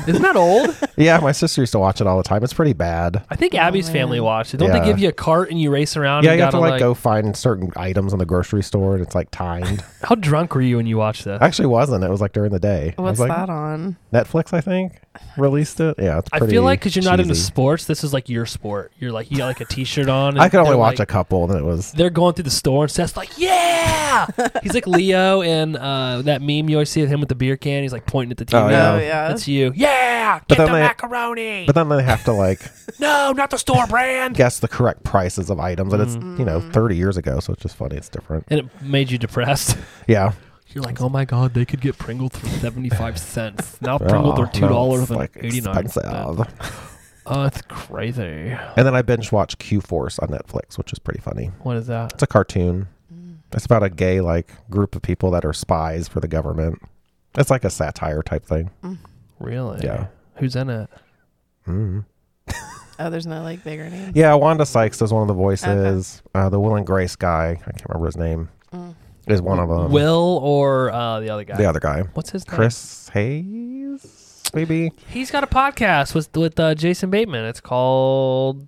[SPEAKER 1] Isn't that old?
[SPEAKER 3] yeah, my sister used to watch it all the time. It's pretty bad.
[SPEAKER 1] I
[SPEAKER 5] Oh,
[SPEAKER 1] think Abby's family watched it. Don't
[SPEAKER 3] Yeah.
[SPEAKER 1] they give you a cart and you race around?
[SPEAKER 3] yeah,
[SPEAKER 1] and
[SPEAKER 3] you have to
[SPEAKER 1] gotta,
[SPEAKER 3] like, go find certain items in the grocery store, and it's like timed.
[SPEAKER 1] How drunk were you when you watched that?
[SPEAKER 3] Actually, wasn't it was like during the day. I
[SPEAKER 5] What's
[SPEAKER 3] was like,
[SPEAKER 5] that on?
[SPEAKER 3] Netflix, I think, released it. Yeah, it's
[SPEAKER 1] I
[SPEAKER 3] pretty
[SPEAKER 1] feel like because you're not into
[SPEAKER 3] cheesy.
[SPEAKER 1] sports, this is like your sport. You're like you got like a T-shirt on. And
[SPEAKER 3] I could only
[SPEAKER 1] they're,
[SPEAKER 3] watch a
[SPEAKER 1] like,
[SPEAKER 3] couple, and it was
[SPEAKER 1] They're going through the store and Seth's like,
[SPEAKER 5] *laughs*
[SPEAKER 1] "Yeah!" He's like Leo and uh, that meme you always see of him with the beer can. He's like pointing at the TV.
[SPEAKER 3] Oh,
[SPEAKER 5] Oh
[SPEAKER 3] Yeah.
[SPEAKER 5] yeah.
[SPEAKER 1] That's you. Yeah,
[SPEAKER 3] But
[SPEAKER 1] get the
[SPEAKER 3] then they-
[SPEAKER 1] macaroni.
[SPEAKER 3] But then they have
[SPEAKER 1] *laughs*
[SPEAKER 3] to like
[SPEAKER 1] no, not the store brand.
[SPEAKER 3] guess the correct prices of items, and it's
[SPEAKER 1] Mm.
[SPEAKER 3] you know 30 years ago, so it's just funny. It's different.
[SPEAKER 1] And it made you depressed. *laughs*
[SPEAKER 3] Yeah,
[SPEAKER 1] You're like, oh my god, they could get Pringles for seventy five cents.
[SPEAKER 3] *laughs*
[SPEAKER 1] Now Pringles are
[SPEAKER 3] Oh,
[SPEAKER 1] two
[SPEAKER 3] no,
[SPEAKER 1] dollars
[SPEAKER 3] it's,
[SPEAKER 1] and
[SPEAKER 3] like,
[SPEAKER 1] eighty nine.
[SPEAKER 3] expensive.
[SPEAKER 1] Oh, it's crazy.
[SPEAKER 3] And then I binge watched Q Force on Netflix, which is pretty funny.
[SPEAKER 1] What is that?
[SPEAKER 3] It's a cartoon.
[SPEAKER 1] Mm.
[SPEAKER 3] It's about a gay like group of people that are spies for the government. It's like a satire type thing.
[SPEAKER 1] Really?
[SPEAKER 3] Yeah. Mm-hmm.
[SPEAKER 1] Who's in it?
[SPEAKER 5] Oh, there's no like bigger name.
[SPEAKER 3] Yeah, Wanda Sykes is one of the voices. Uh, the Will and Grace guy, I can't remember his name,
[SPEAKER 5] Mm.
[SPEAKER 3] is one of them.
[SPEAKER 1] Will or uh, the other guy?
[SPEAKER 3] the other guy,
[SPEAKER 1] What's his name?
[SPEAKER 3] Um, Chris Hayes, maybe.
[SPEAKER 1] He's got a podcast with with uh, Jason Bateman. It's called.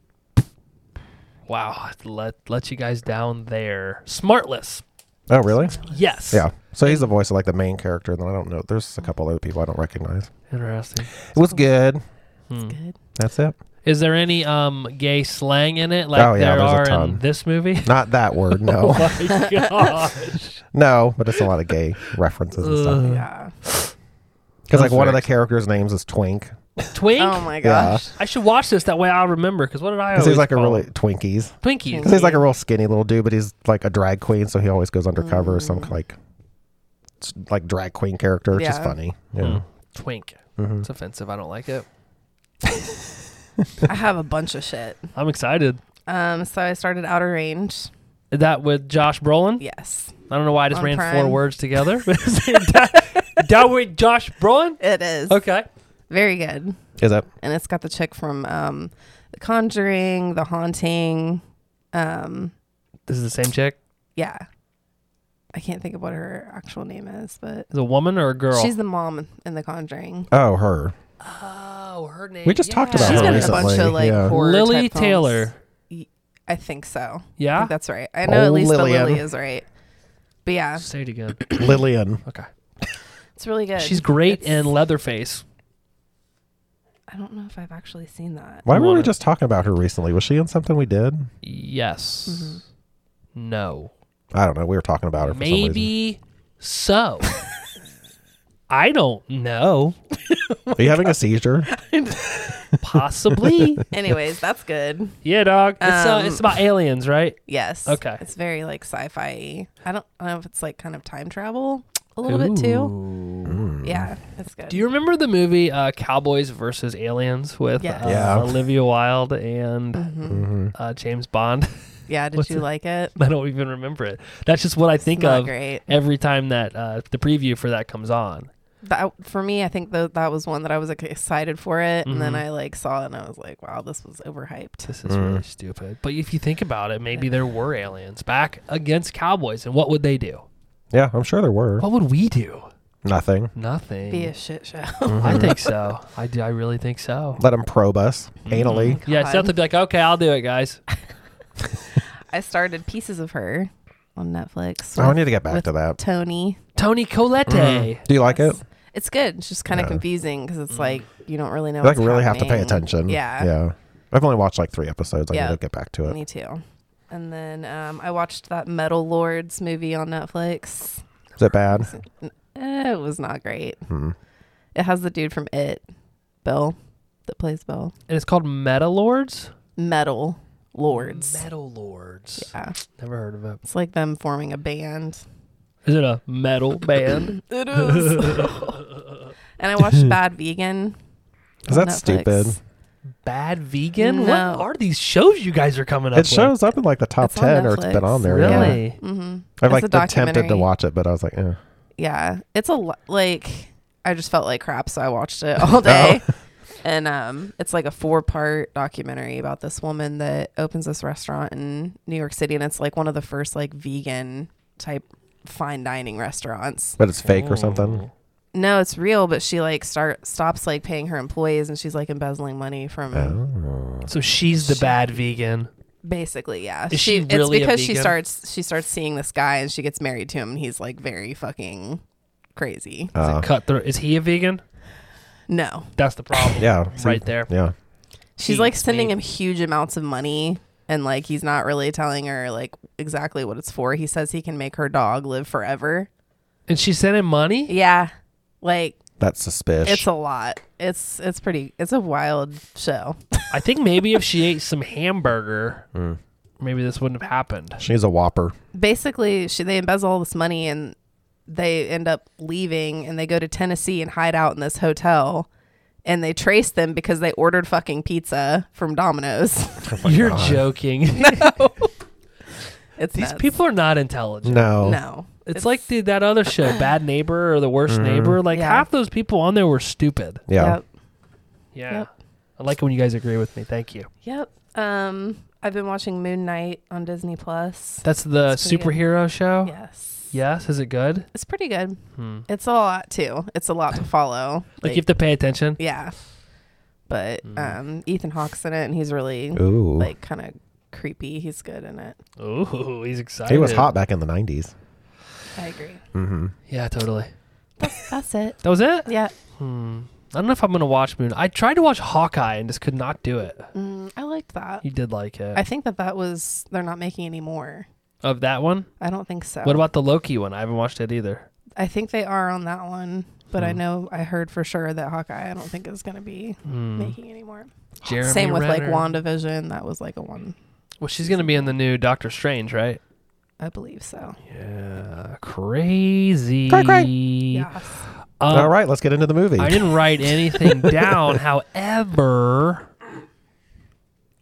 [SPEAKER 1] Wow, I let let you guys down there. Smartless.
[SPEAKER 3] Oh, really?
[SPEAKER 1] Yes.
[SPEAKER 3] Yeah. So he's the voice of like the main character. And then I don't know. There's a couple other people I don't recognize.
[SPEAKER 1] Interesting. Hmm.
[SPEAKER 3] It was good.
[SPEAKER 5] Good.
[SPEAKER 3] That's it.
[SPEAKER 1] Is there any um gay slang in it like
[SPEAKER 3] Oh, yeah,
[SPEAKER 1] there
[SPEAKER 3] there's a
[SPEAKER 1] are in
[SPEAKER 3] ton.
[SPEAKER 1] this
[SPEAKER 3] *laughs*
[SPEAKER 1] movie? *laughs*
[SPEAKER 3] Not that word. No.
[SPEAKER 5] *laughs*
[SPEAKER 1] my gosh.
[SPEAKER 3] no. But it's a lot of gay references and stuff.
[SPEAKER 5] Yeah.
[SPEAKER 3] Because like
[SPEAKER 1] Those
[SPEAKER 3] one of the
[SPEAKER 1] words.
[SPEAKER 3] characters' names is Twink.
[SPEAKER 1] Twink?
[SPEAKER 5] Oh my gosh.
[SPEAKER 1] I should watch this. That way I'll remember. Because what did I
[SPEAKER 3] Because
[SPEAKER 1] always
[SPEAKER 3] he's like a
[SPEAKER 1] call
[SPEAKER 3] really
[SPEAKER 1] him?
[SPEAKER 3] Twinkies.
[SPEAKER 1] Twinkies.
[SPEAKER 3] Because he's like a real skinny little dude, but he's like a drag queen, so he always goes undercover as some like s- like drag queen character, which is
[SPEAKER 5] Mm. Yeah.
[SPEAKER 3] funny. Yeah.
[SPEAKER 1] Mm. Twink. It's offensive. I don't like it.
[SPEAKER 5] I have a bunch of shit.
[SPEAKER 1] I'm excited.
[SPEAKER 5] Um, so I started Outer Range.
[SPEAKER 1] That with Josh Brolin.
[SPEAKER 5] Yes,
[SPEAKER 1] I don't know why I just
[SPEAKER 5] On
[SPEAKER 1] ran four
[SPEAKER 5] Prime.
[SPEAKER 1] words *laughs* together. that, that with Josh Brolin.
[SPEAKER 5] it is
[SPEAKER 1] Okay.
[SPEAKER 5] very good,
[SPEAKER 3] Is that
[SPEAKER 5] and it's got the chick from um, The Conjuring, The Haunting. Um,
[SPEAKER 1] This is the same chick.
[SPEAKER 5] yeah, I can't think of what her actual name is, but
[SPEAKER 1] Is it a woman or a girl?
[SPEAKER 5] she's the mom in The Conjuring.
[SPEAKER 3] oh
[SPEAKER 5] *clears throat*
[SPEAKER 3] her?
[SPEAKER 1] oh, her name.
[SPEAKER 3] We just talked about
[SPEAKER 5] She's
[SPEAKER 3] her
[SPEAKER 5] been in a
[SPEAKER 3] recently.
[SPEAKER 5] bunch of like
[SPEAKER 3] yeah.
[SPEAKER 5] horror
[SPEAKER 1] Lily
[SPEAKER 5] type films.
[SPEAKER 1] Taylor.
[SPEAKER 5] I think so. I
[SPEAKER 1] Yeah.
[SPEAKER 5] think that's right. I know at
[SPEAKER 3] Oh,
[SPEAKER 5] least
[SPEAKER 3] Lillian.
[SPEAKER 5] the Lily is right. But yeah,
[SPEAKER 1] Say it *coughs* again.
[SPEAKER 3] Lillian.
[SPEAKER 1] Okay.
[SPEAKER 5] it's really good.
[SPEAKER 1] She's great
[SPEAKER 5] It's-
[SPEAKER 1] in Leatherface.
[SPEAKER 5] I don't know if I've actually seen that.
[SPEAKER 3] Why were we
[SPEAKER 1] wanna-
[SPEAKER 3] just talking about her recently? Was she in something we did?
[SPEAKER 1] Yes. No.
[SPEAKER 3] I don't know. We were talking about her. For some reason.
[SPEAKER 1] Maybe so. *laughs* I don't know.
[SPEAKER 3] Are you having a seizure?
[SPEAKER 1] *laughs* Possibly.
[SPEAKER 5] Anyways, that's good.
[SPEAKER 1] yeah, dog. It's, uh,
[SPEAKER 5] Um,
[SPEAKER 1] it's about aliens, right?
[SPEAKER 5] Yes.
[SPEAKER 1] Okay.
[SPEAKER 5] It's very like sci-fi. I don't know if it's like kind of time travel a little bit too. *laughs*
[SPEAKER 3] Mm.
[SPEAKER 5] Yeah, that's good.
[SPEAKER 1] Do you remember the movie uh, Cowboys versus Aliens with
[SPEAKER 5] Yes. Uh-huh.
[SPEAKER 1] uh,
[SPEAKER 3] Yeah.
[SPEAKER 1] Olivia Wilde and
[SPEAKER 3] Mm-hmm.
[SPEAKER 1] uh, James Bond? *laughs*
[SPEAKER 5] yeah, did
[SPEAKER 1] what's
[SPEAKER 5] you
[SPEAKER 1] it?
[SPEAKER 5] like it?
[SPEAKER 1] I don't even remember it. That's just what I think
[SPEAKER 5] not
[SPEAKER 1] of
[SPEAKER 5] great.
[SPEAKER 1] every time that uh, the preview for that comes on.
[SPEAKER 5] That for me, I think that that was one that I was like, excited for it, and then
[SPEAKER 3] Mm-hmm.
[SPEAKER 5] I like saw it and I was like, wow, this was overhyped.
[SPEAKER 1] This is really stupid. But if you think about it, maybe there were aliens back against cowboys, and what would they do?
[SPEAKER 3] yeah, I'm sure there were.
[SPEAKER 5] Oh.
[SPEAKER 1] What would we do?
[SPEAKER 3] Nothing.
[SPEAKER 1] Nothing.
[SPEAKER 5] Be a shit show. *laughs*
[SPEAKER 1] I think so. I do. I really think so.
[SPEAKER 3] *laughs*
[SPEAKER 5] Mm-hmm.
[SPEAKER 1] Mm-hmm.
[SPEAKER 3] Let him probe us anally.
[SPEAKER 1] Yeah, Seth
[SPEAKER 5] God.
[SPEAKER 1] would be like, "Okay, I'll do it, guys."
[SPEAKER 5] I started Pieces of Her on Netflix.
[SPEAKER 3] Oh, I
[SPEAKER 5] with
[SPEAKER 3] need to get back
[SPEAKER 5] with
[SPEAKER 3] to that. Mm-hmm.
[SPEAKER 5] Tony.
[SPEAKER 1] Tony Colette.
[SPEAKER 3] Do you like it?
[SPEAKER 5] It's good. It's just kind of 'cause confusing because it's like you don't really know.
[SPEAKER 3] Mm. Like
[SPEAKER 5] what's
[SPEAKER 3] really have to pay
[SPEAKER 5] happening.
[SPEAKER 3] attention.
[SPEAKER 5] Yeah.
[SPEAKER 3] Yeah. I've only watched like three episodes. I
[SPEAKER 5] Yeah.
[SPEAKER 3] need to get back to it.
[SPEAKER 5] Me too. And then um, I watched that Metal Lords movie on
[SPEAKER 3] *laughs*
[SPEAKER 5] Netflix.
[SPEAKER 3] Is it bad?
[SPEAKER 5] Eh, it was not great.
[SPEAKER 3] Hmm.
[SPEAKER 5] It has the dude from It, Bill, that plays Bill.
[SPEAKER 1] And it's called Metal Lords.
[SPEAKER 5] Metal Lords.
[SPEAKER 1] Metal Lords.
[SPEAKER 5] Yeah.
[SPEAKER 1] Never heard of it.
[SPEAKER 5] It's like them forming a band.
[SPEAKER 1] Is it a *laughs* metal band?
[SPEAKER 5] *laughs* It is. and I
[SPEAKER 3] *laughs*
[SPEAKER 5] watched Bad Vegan.
[SPEAKER 3] Is
[SPEAKER 5] on
[SPEAKER 3] that
[SPEAKER 5] Netflix.
[SPEAKER 3] stupid?
[SPEAKER 1] Bad vegan? What
[SPEAKER 5] No.
[SPEAKER 1] are these shows you guys are coming up
[SPEAKER 3] It shows up in like the top
[SPEAKER 5] It's on
[SPEAKER 3] ten, or it's been
[SPEAKER 5] Netflix.
[SPEAKER 3] on there.
[SPEAKER 1] with?
[SPEAKER 3] Yeah.
[SPEAKER 1] Really?
[SPEAKER 5] Mm-hmm.
[SPEAKER 3] I've like
[SPEAKER 5] It's a
[SPEAKER 3] attempted to
[SPEAKER 5] documentary.
[SPEAKER 3] watch it, but I was like, eh.
[SPEAKER 5] Yeah, it's a lo- like I just felt like crap, so I watched it *laughs* all day.
[SPEAKER 3] Oh.
[SPEAKER 5] And um, it's like a four-part documentary about this woman that opens this restaurant in New York City, and it's like one of the first like vegan type fine dining restaurants.
[SPEAKER 3] but it's fake or
[SPEAKER 1] Oh.
[SPEAKER 3] something.
[SPEAKER 5] No, it's real, but she like start stops like paying her employees, and she's like embezzling money from
[SPEAKER 3] Oh.
[SPEAKER 1] So she's the bad vegan.
[SPEAKER 5] basically yeah.
[SPEAKER 1] Is she really a
[SPEAKER 5] it's because she
[SPEAKER 1] vegan?
[SPEAKER 5] starts she starts seeing this guy, and she gets married to him, and he's like very fucking crazy.
[SPEAKER 3] Uh,
[SPEAKER 1] Cutthroat. Is he a vegan?
[SPEAKER 5] No,
[SPEAKER 1] That's the problem.
[SPEAKER 3] yeah. see?
[SPEAKER 1] Right there.
[SPEAKER 3] Yeah.
[SPEAKER 5] She's
[SPEAKER 1] He
[SPEAKER 5] like
[SPEAKER 1] eats
[SPEAKER 5] sending
[SPEAKER 1] meat.
[SPEAKER 5] him huge amounts of money and like he's not really telling her like exactly what it's for. He says he can make her dog live forever.
[SPEAKER 1] And she sent him money?
[SPEAKER 5] Yeah. Like
[SPEAKER 3] That's suspicious.
[SPEAKER 5] it's a lot. It's it's pretty it's a wild show.
[SPEAKER 1] I think maybe if she ate some hamburger,
[SPEAKER 3] Hmm.
[SPEAKER 1] maybe this wouldn't have happened.
[SPEAKER 3] She's a whopper.
[SPEAKER 5] Basically, she they embezzle all this money and they end up leaving and they go to Tennessee and hide out in this hotel and they trace them because they ordered fucking pizza from Domino's. *laughs*
[SPEAKER 3] Oh
[SPEAKER 1] You're joking. *laughs*
[SPEAKER 5] it's
[SPEAKER 1] These
[SPEAKER 5] nuts.
[SPEAKER 1] people are not intelligent.
[SPEAKER 3] No.
[SPEAKER 5] no.
[SPEAKER 1] It's, like the, that other show, Bad Neighbor or The Worst
[SPEAKER 3] Mm-hmm.
[SPEAKER 1] Neighbor. Like
[SPEAKER 5] Yeah.
[SPEAKER 1] half those people on there were stupid.
[SPEAKER 3] Yeah.
[SPEAKER 5] Yep.
[SPEAKER 1] Yeah.
[SPEAKER 5] Yep.
[SPEAKER 1] I like it when you guys agree with me. Thank you.
[SPEAKER 5] Yep. Um, I've been watching Moon Knight on Disney Plus.
[SPEAKER 1] That's the
[SPEAKER 5] It's pretty good.
[SPEAKER 1] superhero show.
[SPEAKER 5] yes.
[SPEAKER 1] Yes. Is it good?
[SPEAKER 5] It's pretty good.
[SPEAKER 1] Hmm.
[SPEAKER 5] It's a lot too. It's a lot to follow.
[SPEAKER 1] *laughs* Like, Mm. you have to pay attention.
[SPEAKER 5] yeah. But um, Ethan Hawke's in it, and he's really
[SPEAKER 3] Ooh.
[SPEAKER 5] like kind of creepy. He's good in it.
[SPEAKER 1] Ooh, *laughs* he's excited.
[SPEAKER 3] he was hot back in the nineties.
[SPEAKER 5] I agree.
[SPEAKER 3] Mm-hmm.
[SPEAKER 1] Yeah, totally.
[SPEAKER 5] That's it.
[SPEAKER 1] That was it.
[SPEAKER 5] Yeah.
[SPEAKER 1] Hmm. I don't know if I'm gonna watch Moon. I tried to watch Hawkeye and just could not do it.
[SPEAKER 5] Mm, I liked that.
[SPEAKER 1] You did like it.
[SPEAKER 5] I think that that was they're not making any more.
[SPEAKER 1] of that one.
[SPEAKER 5] I don't think so.
[SPEAKER 1] What about the Loki one? I haven't watched it either.
[SPEAKER 5] I think they are on that one, but I
[SPEAKER 1] Hmm.
[SPEAKER 5] know I heard for sure that Hawkeye. I don't think is going to be
[SPEAKER 1] Hmm.
[SPEAKER 5] making any more.
[SPEAKER 1] Jeremy
[SPEAKER 5] Same with
[SPEAKER 1] Renner.
[SPEAKER 5] like WandaVision. That was like a one,
[SPEAKER 1] Well, she's gonna be in the new Doctor Strange, right?
[SPEAKER 5] I believe so.
[SPEAKER 1] Yeah. Crazy.
[SPEAKER 3] Cray, cray.
[SPEAKER 5] Yes.
[SPEAKER 1] Um,
[SPEAKER 3] All right, let's get into the movie.
[SPEAKER 1] I didn't write
[SPEAKER 3] *laughs*
[SPEAKER 1] anything down. However,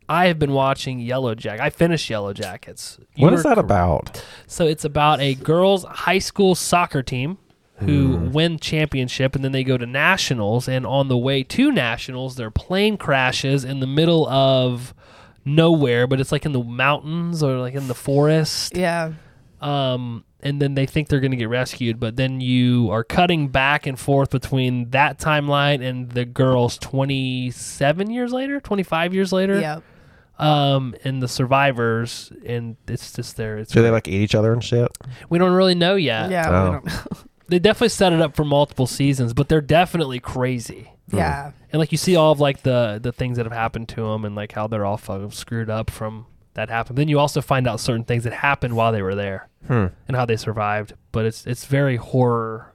[SPEAKER 1] I have been watching Yellow Jack. I finished Yellow Jackets. You
[SPEAKER 3] What is
[SPEAKER 1] were
[SPEAKER 3] that
[SPEAKER 1] correct.
[SPEAKER 3] about?
[SPEAKER 1] So it's about a girls' high school soccer team who
[SPEAKER 3] Hmm.
[SPEAKER 1] win championship and then they go to nationals. And on the way to nationals, their plane crashes in the middle of nowhere, but it's like in the mountains or like in the forest
[SPEAKER 5] Yeah.
[SPEAKER 1] um, and then they think they're going to get rescued, but then you are cutting back and forth between that timeline and the girls 27 years later, 25 years later,
[SPEAKER 5] Yep.
[SPEAKER 1] um, and the survivors, and it's just there. It's
[SPEAKER 3] Do they like eat each other and shit?
[SPEAKER 1] we don't really know yet.
[SPEAKER 5] Yeah.
[SPEAKER 3] Oh.
[SPEAKER 5] We don't know.
[SPEAKER 1] They definitely set it up for multiple seasons, but they're definitely crazy.
[SPEAKER 5] yeah.
[SPEAKER 1] And like you see all of like the the things that have happened to them, and like how they're all fucking screwed up from that happened. Then you also find out certain things that happened while they were there.
[SPEAKER 3] Hmm.
[SPEAKER 1] and how they survived, but it's it's very horror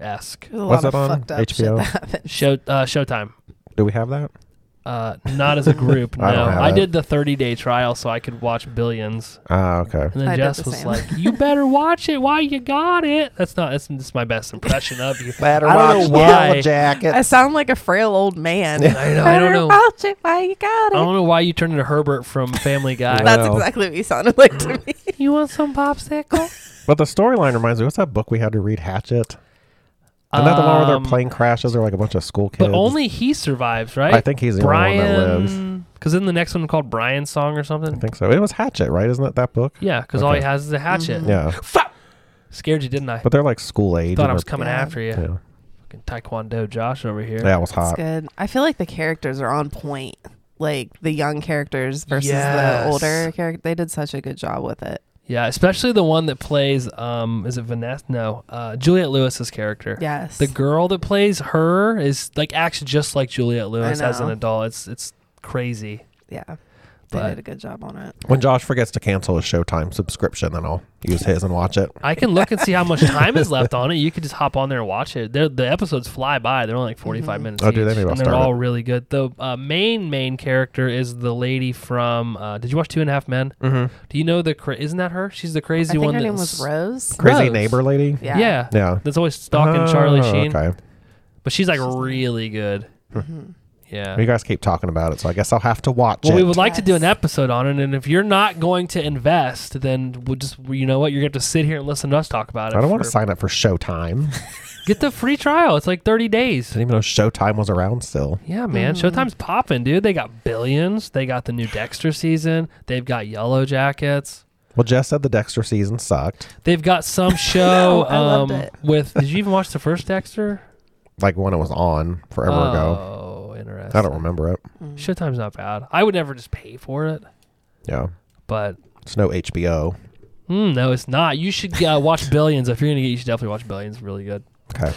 [SPEAKER 1] esque.
[SPEAKER 5] There's a
[SPEAKER 3] What's
[SPEAKER 5] lot of
[SPEAKER 3] that on
[SPEAKER 5] fucked up shit
[SPEAKER 3] HBO?
[SPEAKER 5] that
[SPEAKER 1] *laughs*
[SPEAKER 5] happened.
[SPEAKER 1] Show uh, Showtime,
[SPEAKER 3] Do we have that?
[SPEAKER 1] uh, not as a group. no,
[SPEAKER 3] *laughs* I don't have
[SPEAKER 1] I
[SPEAKER 3] it.
[SPEAKER 1] did the thirty day trial so I could watch Billions,
[SPEAKER 3] Ah, okay.
[SPEAKER 1] and then
[SPEAKER 5] I did
[SPEAKER 1] Jess
[SPEAKER 5] the
[SPEAKER 1] was
[SPEAKER 5] same.
[SPEAKER 1] like, "You better watch it while you got it." That's not that's, that's my best impression of you.
[SPEAKER 3] *laughs* Better
[SPEAKER 1] I don't know why.
[SPEAKER 5] I
[SPEAKER 3] Jacket.
[SPEAKER 5] sound like a frail old man.
[SPEAKER 1] I, know, I don't know. I
[SPEAKER 5] Watch it while you got it.
[SPEAKER 1] don't know why you turned into Herbert from
[SPEAKER 3] *laughs*
[SPEAKER 1] Family Guy.
[SPEAKER 5] That's
[SPEAKER 3] Wow.
[SPEAKER 5] exactly what you sounded like to me.
[SPEAKER 1] you want some popsicle?
[SPEAKER 3] But the storyline reminds me. What's that book we had to read? Hatchet. Isn't that the one where
[SPEAKER 1] Um,
[SPEAKER 3] their plane crashes or like a bunch of school kids?
[SPEAKER 1] But only he survives, right?
[SPEAKER 3] I think he's the only one that lives.
[SPEAKER 1] Brian, because in the next one called Brian's song or
[SPEAKER 3] I
[SPEAKER 1] something.
[SPEAKER 3] think so. It was Hatchet, right? Isn't it that book?
[SPEAKER 1] Yeah, because all he
[SPEAKER 3] Okay. Mm-hmm.
[SPEAKER 1] has is a hatchet.
[SPEAKER 3] Yeah.
[SPEAKER 1] Fuck! Scared you, didn't I?
[SPEAKER 3] But they're like school age.
[SPEAKER 1] Mm. Thought
[SPEAKER 3] and
[SPEAKER 1] I was
[SPEAKER 3] they're-
[SPEAKER 1] coming
[SPEAKER 5] Yeah.
[SPEAKER 1] after you.
[SPEAKER 3] Yeah.
[SPEAKER 1] Fucking Taekwondo Josh over here.
[SPEAKER 3] That was
[SPEAKER 5] It's
[SPEAKER 3] hot.
[SPEAKER 5] good. I feel like the characters are on point. like the young characters versus
[SPEAKER 1] Yes.
[SPEAKER 5] the older character. They did such a good job with it.
[SPEAKER 1] Yeah, especially the one that plays um is it Vanessa? No, uh, Juliet Lewis's character.
[SPEAKER 5] Yes.
[SPEAKER 1] The girl that plays her is like acts just like Juliet Lewis as an
[SPEAKER 5] know.
[SPEAKER 1] adult. It's it's crazy.
[SPEAKER 5] yeah. They
[SPEAKER 1] But-
[SPEAKER 5] did a good job on it.
[SPEAKER 3] When Josh forgets to cancel his Showtime subscription, then I'll use his and watch it.
[SPEAKER 1] I can look and see how much time is left on it. You could just hop on there and watch it. They're, the episodes fly by. They're
[SPEAKER 5] Mm-hmm.
[SPEAKER 1] only like 45 minutes
[SPEAKER 3] Oh,
[SPEAKER 1] each,
[SPEAKER 3] do they? Maybe I'll
[SPEAKER 1] and they're
[SPEAKER 3] start
[SPEAKER 1] all
[SPEAKER 3] it.
[SPEAKER 1] really good. The uh, main main character is the lady from. Uh, did you watch Two and a Half Men?
[SPEAKER 3] Mm-hmm.
[SPEAKER 1] Do you know the? Cra- isn't that her? She's the crazy
[SPEAKER 5] I think
[SPEAKER 1] one.
[SPEAKER 5] her name
[SPEAKER 1] that's,
[SPEAKER 5] was Rose.
[SPEAKER 3] Crazy
[SPEAKER 1] Rose.
[SPEAKER 3] neighbor lady.
[SPEAKER 1] Yeah.
[SPEAKER 5] Yeah.
[SPEAKER 3] Yeah.
[SPEAKER 1] That's always stalking Charlie
[SPEAKER 3] Oh,
[SPEAKER 1] Sheen.
[SPEAKER 3] Okay. Hmm.
[SPEAKER 1] But she's like really good.
[SPEAKER 5] Mm-hmm.
[SPEAKER 1] Yeah.
[SPEAKER 3] You guys keep talking about it, so I guess I'll have to watch
[SPEAKER 1] Well,
[SPEAKER 3] it.
[SPEAKER 1] we would like to do an
[SPEAKER 5] Yes.
[SPEAKER 1] episode on it, and if you're not going to invest, then we'll just you know what you're going to have to sit here and listen to us talk about it.
[SPEAKER 3] I don't want to
[SPEAKER 1] for-
[SPEAKER 3] sign up for Showtime. *laughs* I
[SPEAKER 1] Get the free trial. It's like 30 days.
[SPEAKER 3] didn't even know Showtime was around still.
[SPEAKER 1] Yeah, man.
[SPEAKER 5] Mm-hmm.
[SPEAKER 1] Showtime's popping, dude. They got billions. They got the new Dexter season. They've got Yellow Jackets.
[SPEAKER 3] Well, Jess said the Dexter season sucked.
[SPEAKER 1] They've got
[SPEAKER 5] *laughs*
[SPEAKER 1] some show
[SPEAKER 5] I loved
[SPEAKER 1] um,
[SPEAKER 5] it.
[SPEAKER 1] with. Did you even watch the first Dexter?
[SPEAKER 3] Like when it was on forever ago.
[SPEAKER 1] Oh, interesting.
[SPEAKER 3] I don't remember it.
[SPEAKER 5] Mm.
[SPEAKER 1] Showtime's not bad. I would never just pay for it,
[SPEAKER 3] Yeah.
[SPEAKER 1] but
[SPEAKER 3] It's no HBO.
[SPEAKER 1] mm, no, it's not. You should uh, watch Billions. If you're gonna get, you should definitely watch Billions. Really good.
[SPEAKER 3] Okay.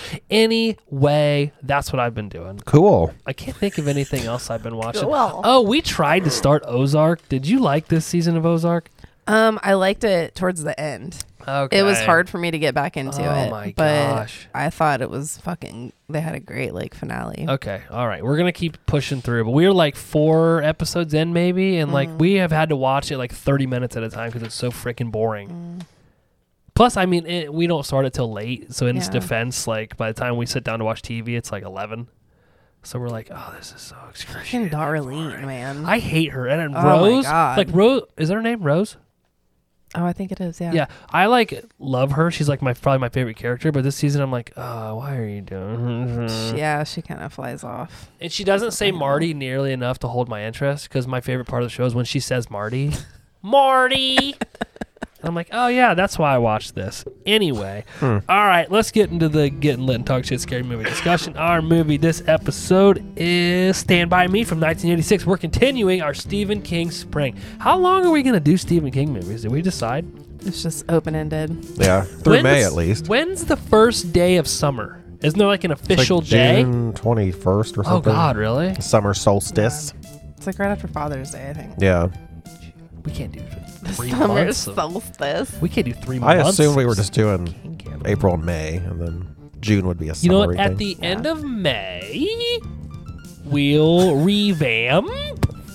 [SPEAKER 1] Anyway, that's what I've been doing.
[SPEAKER 3] Cool.
[SPEAKER 1] I can't think of anything else I've been watching. Oh, we tried to start Ozark. Did you like this season of Ozark?
[SPEAKER 5] Um, I liked it towards the end.
[SPEAKER 1] Okay.
[SPEAKER 5] It was hard for me to get back into
[SPEAKER 1] Oh
[SPEAKER 5] it.
[SPEAKER 1] my
[SPEAKER 5] but
[SPEAKER 1] gosh.
[SPEAKER 5] I thought it was fucking they had a great like finale.
[SPEAKER 1] Okay. All right. We're gonna keep pushing through, but we're like four episodes in, maybe, and
[SPEAKER 5] Mm.
[SPEAKER 1] like we have had to watch it like thirty minutes at a time because it's so freaking boring.
[SPEAKER 5] Mm.
[SPEAKER 1] Plus, I mean, it, we don't start it till late, so in its
[SPEAKER 5] Yeah.
[SPEAKER 1] defense, like by the time we sit down to watch TV, it's like eleven. So we're like, oh, this is so excruciating.
[SPEAKER 5] Fucking Darlene, man.
[SPEAKER 1] I hate her. And then
[SPEAKER 5] Oh my
[SPEAKER 1] Rose,
[SPEAKER 5] God.
[SPEAKER 1] like Rose, is that her name Rose?
[SPEAKER 5] oh, I think it is, yeah.
[SPEAKER 1] Yeah, I like love her. She's like my probably my favorite character. But this season, I'm like, oh, why are you doing?
[SPEAKER 5] She- Yeah, she kind of flies off.
[SPEAKER 1] And she doesn't say Marty nearly enough to hold my interest because my favorite part of the show is when she says Marty. *laughs* Marty. And I'm like, oh yeah, that's why I watched this.
[SPEAKER 3] *laughs*
[SPEAKER 1] Anyway,
[SPEAKER 3] Hmm.
[SPEAKER 1] all right, let's get into the getting lit and talk shit scary movie discussion. Our movie this episode is Stand by Me from 1986. We're continuing our Stephen King spring. How long are we gonna do Stephen King movies? Did we decide?
[SPEAKER 5] It's just open ended.
[SPEAKER 1] *laughs*
[SPEAKER 3] Yeah. Through
[SPEAKER 1] When's-
[SPEAKER 3] May at least.
[SPEAKER 1] When's the first day of summer? Isn't there like an
[SPEAKER 3] It's
[SPEAKER 1] official
[SPEAKER 3] like
[SPEAKER 1] day?
[SPEAKER 3] June 21st or something.
[SPEAKER 1] Oh God, really?
[SPEAKER 3] Summer solstice.
[SPEAKER 5] It's like right after Father's Day, I think.
[SPEAKER 3] Yeah.
[SPEAKER 1] We can't do three
[SPEAKER 5] *laughs* Summer
[SPEAKER 1] months. of-
[SPEAKER 5] solstice.
[SPEAKER 1] We can't do three
[SPEAKER 3] I
[SPEAKER 1] months.
[SPEAKER 3] assumed we were just doing
[SPEAKER 1] Can't-
[SPEAKER 3] April and May, and then June would be a
[SPEAKER 1] You
[SPEAKER 3] summer
[SPEAKER 1] know what? At the
[SPEAKER 3] thing.
[SPEAKER 1] end of May, we'll revamp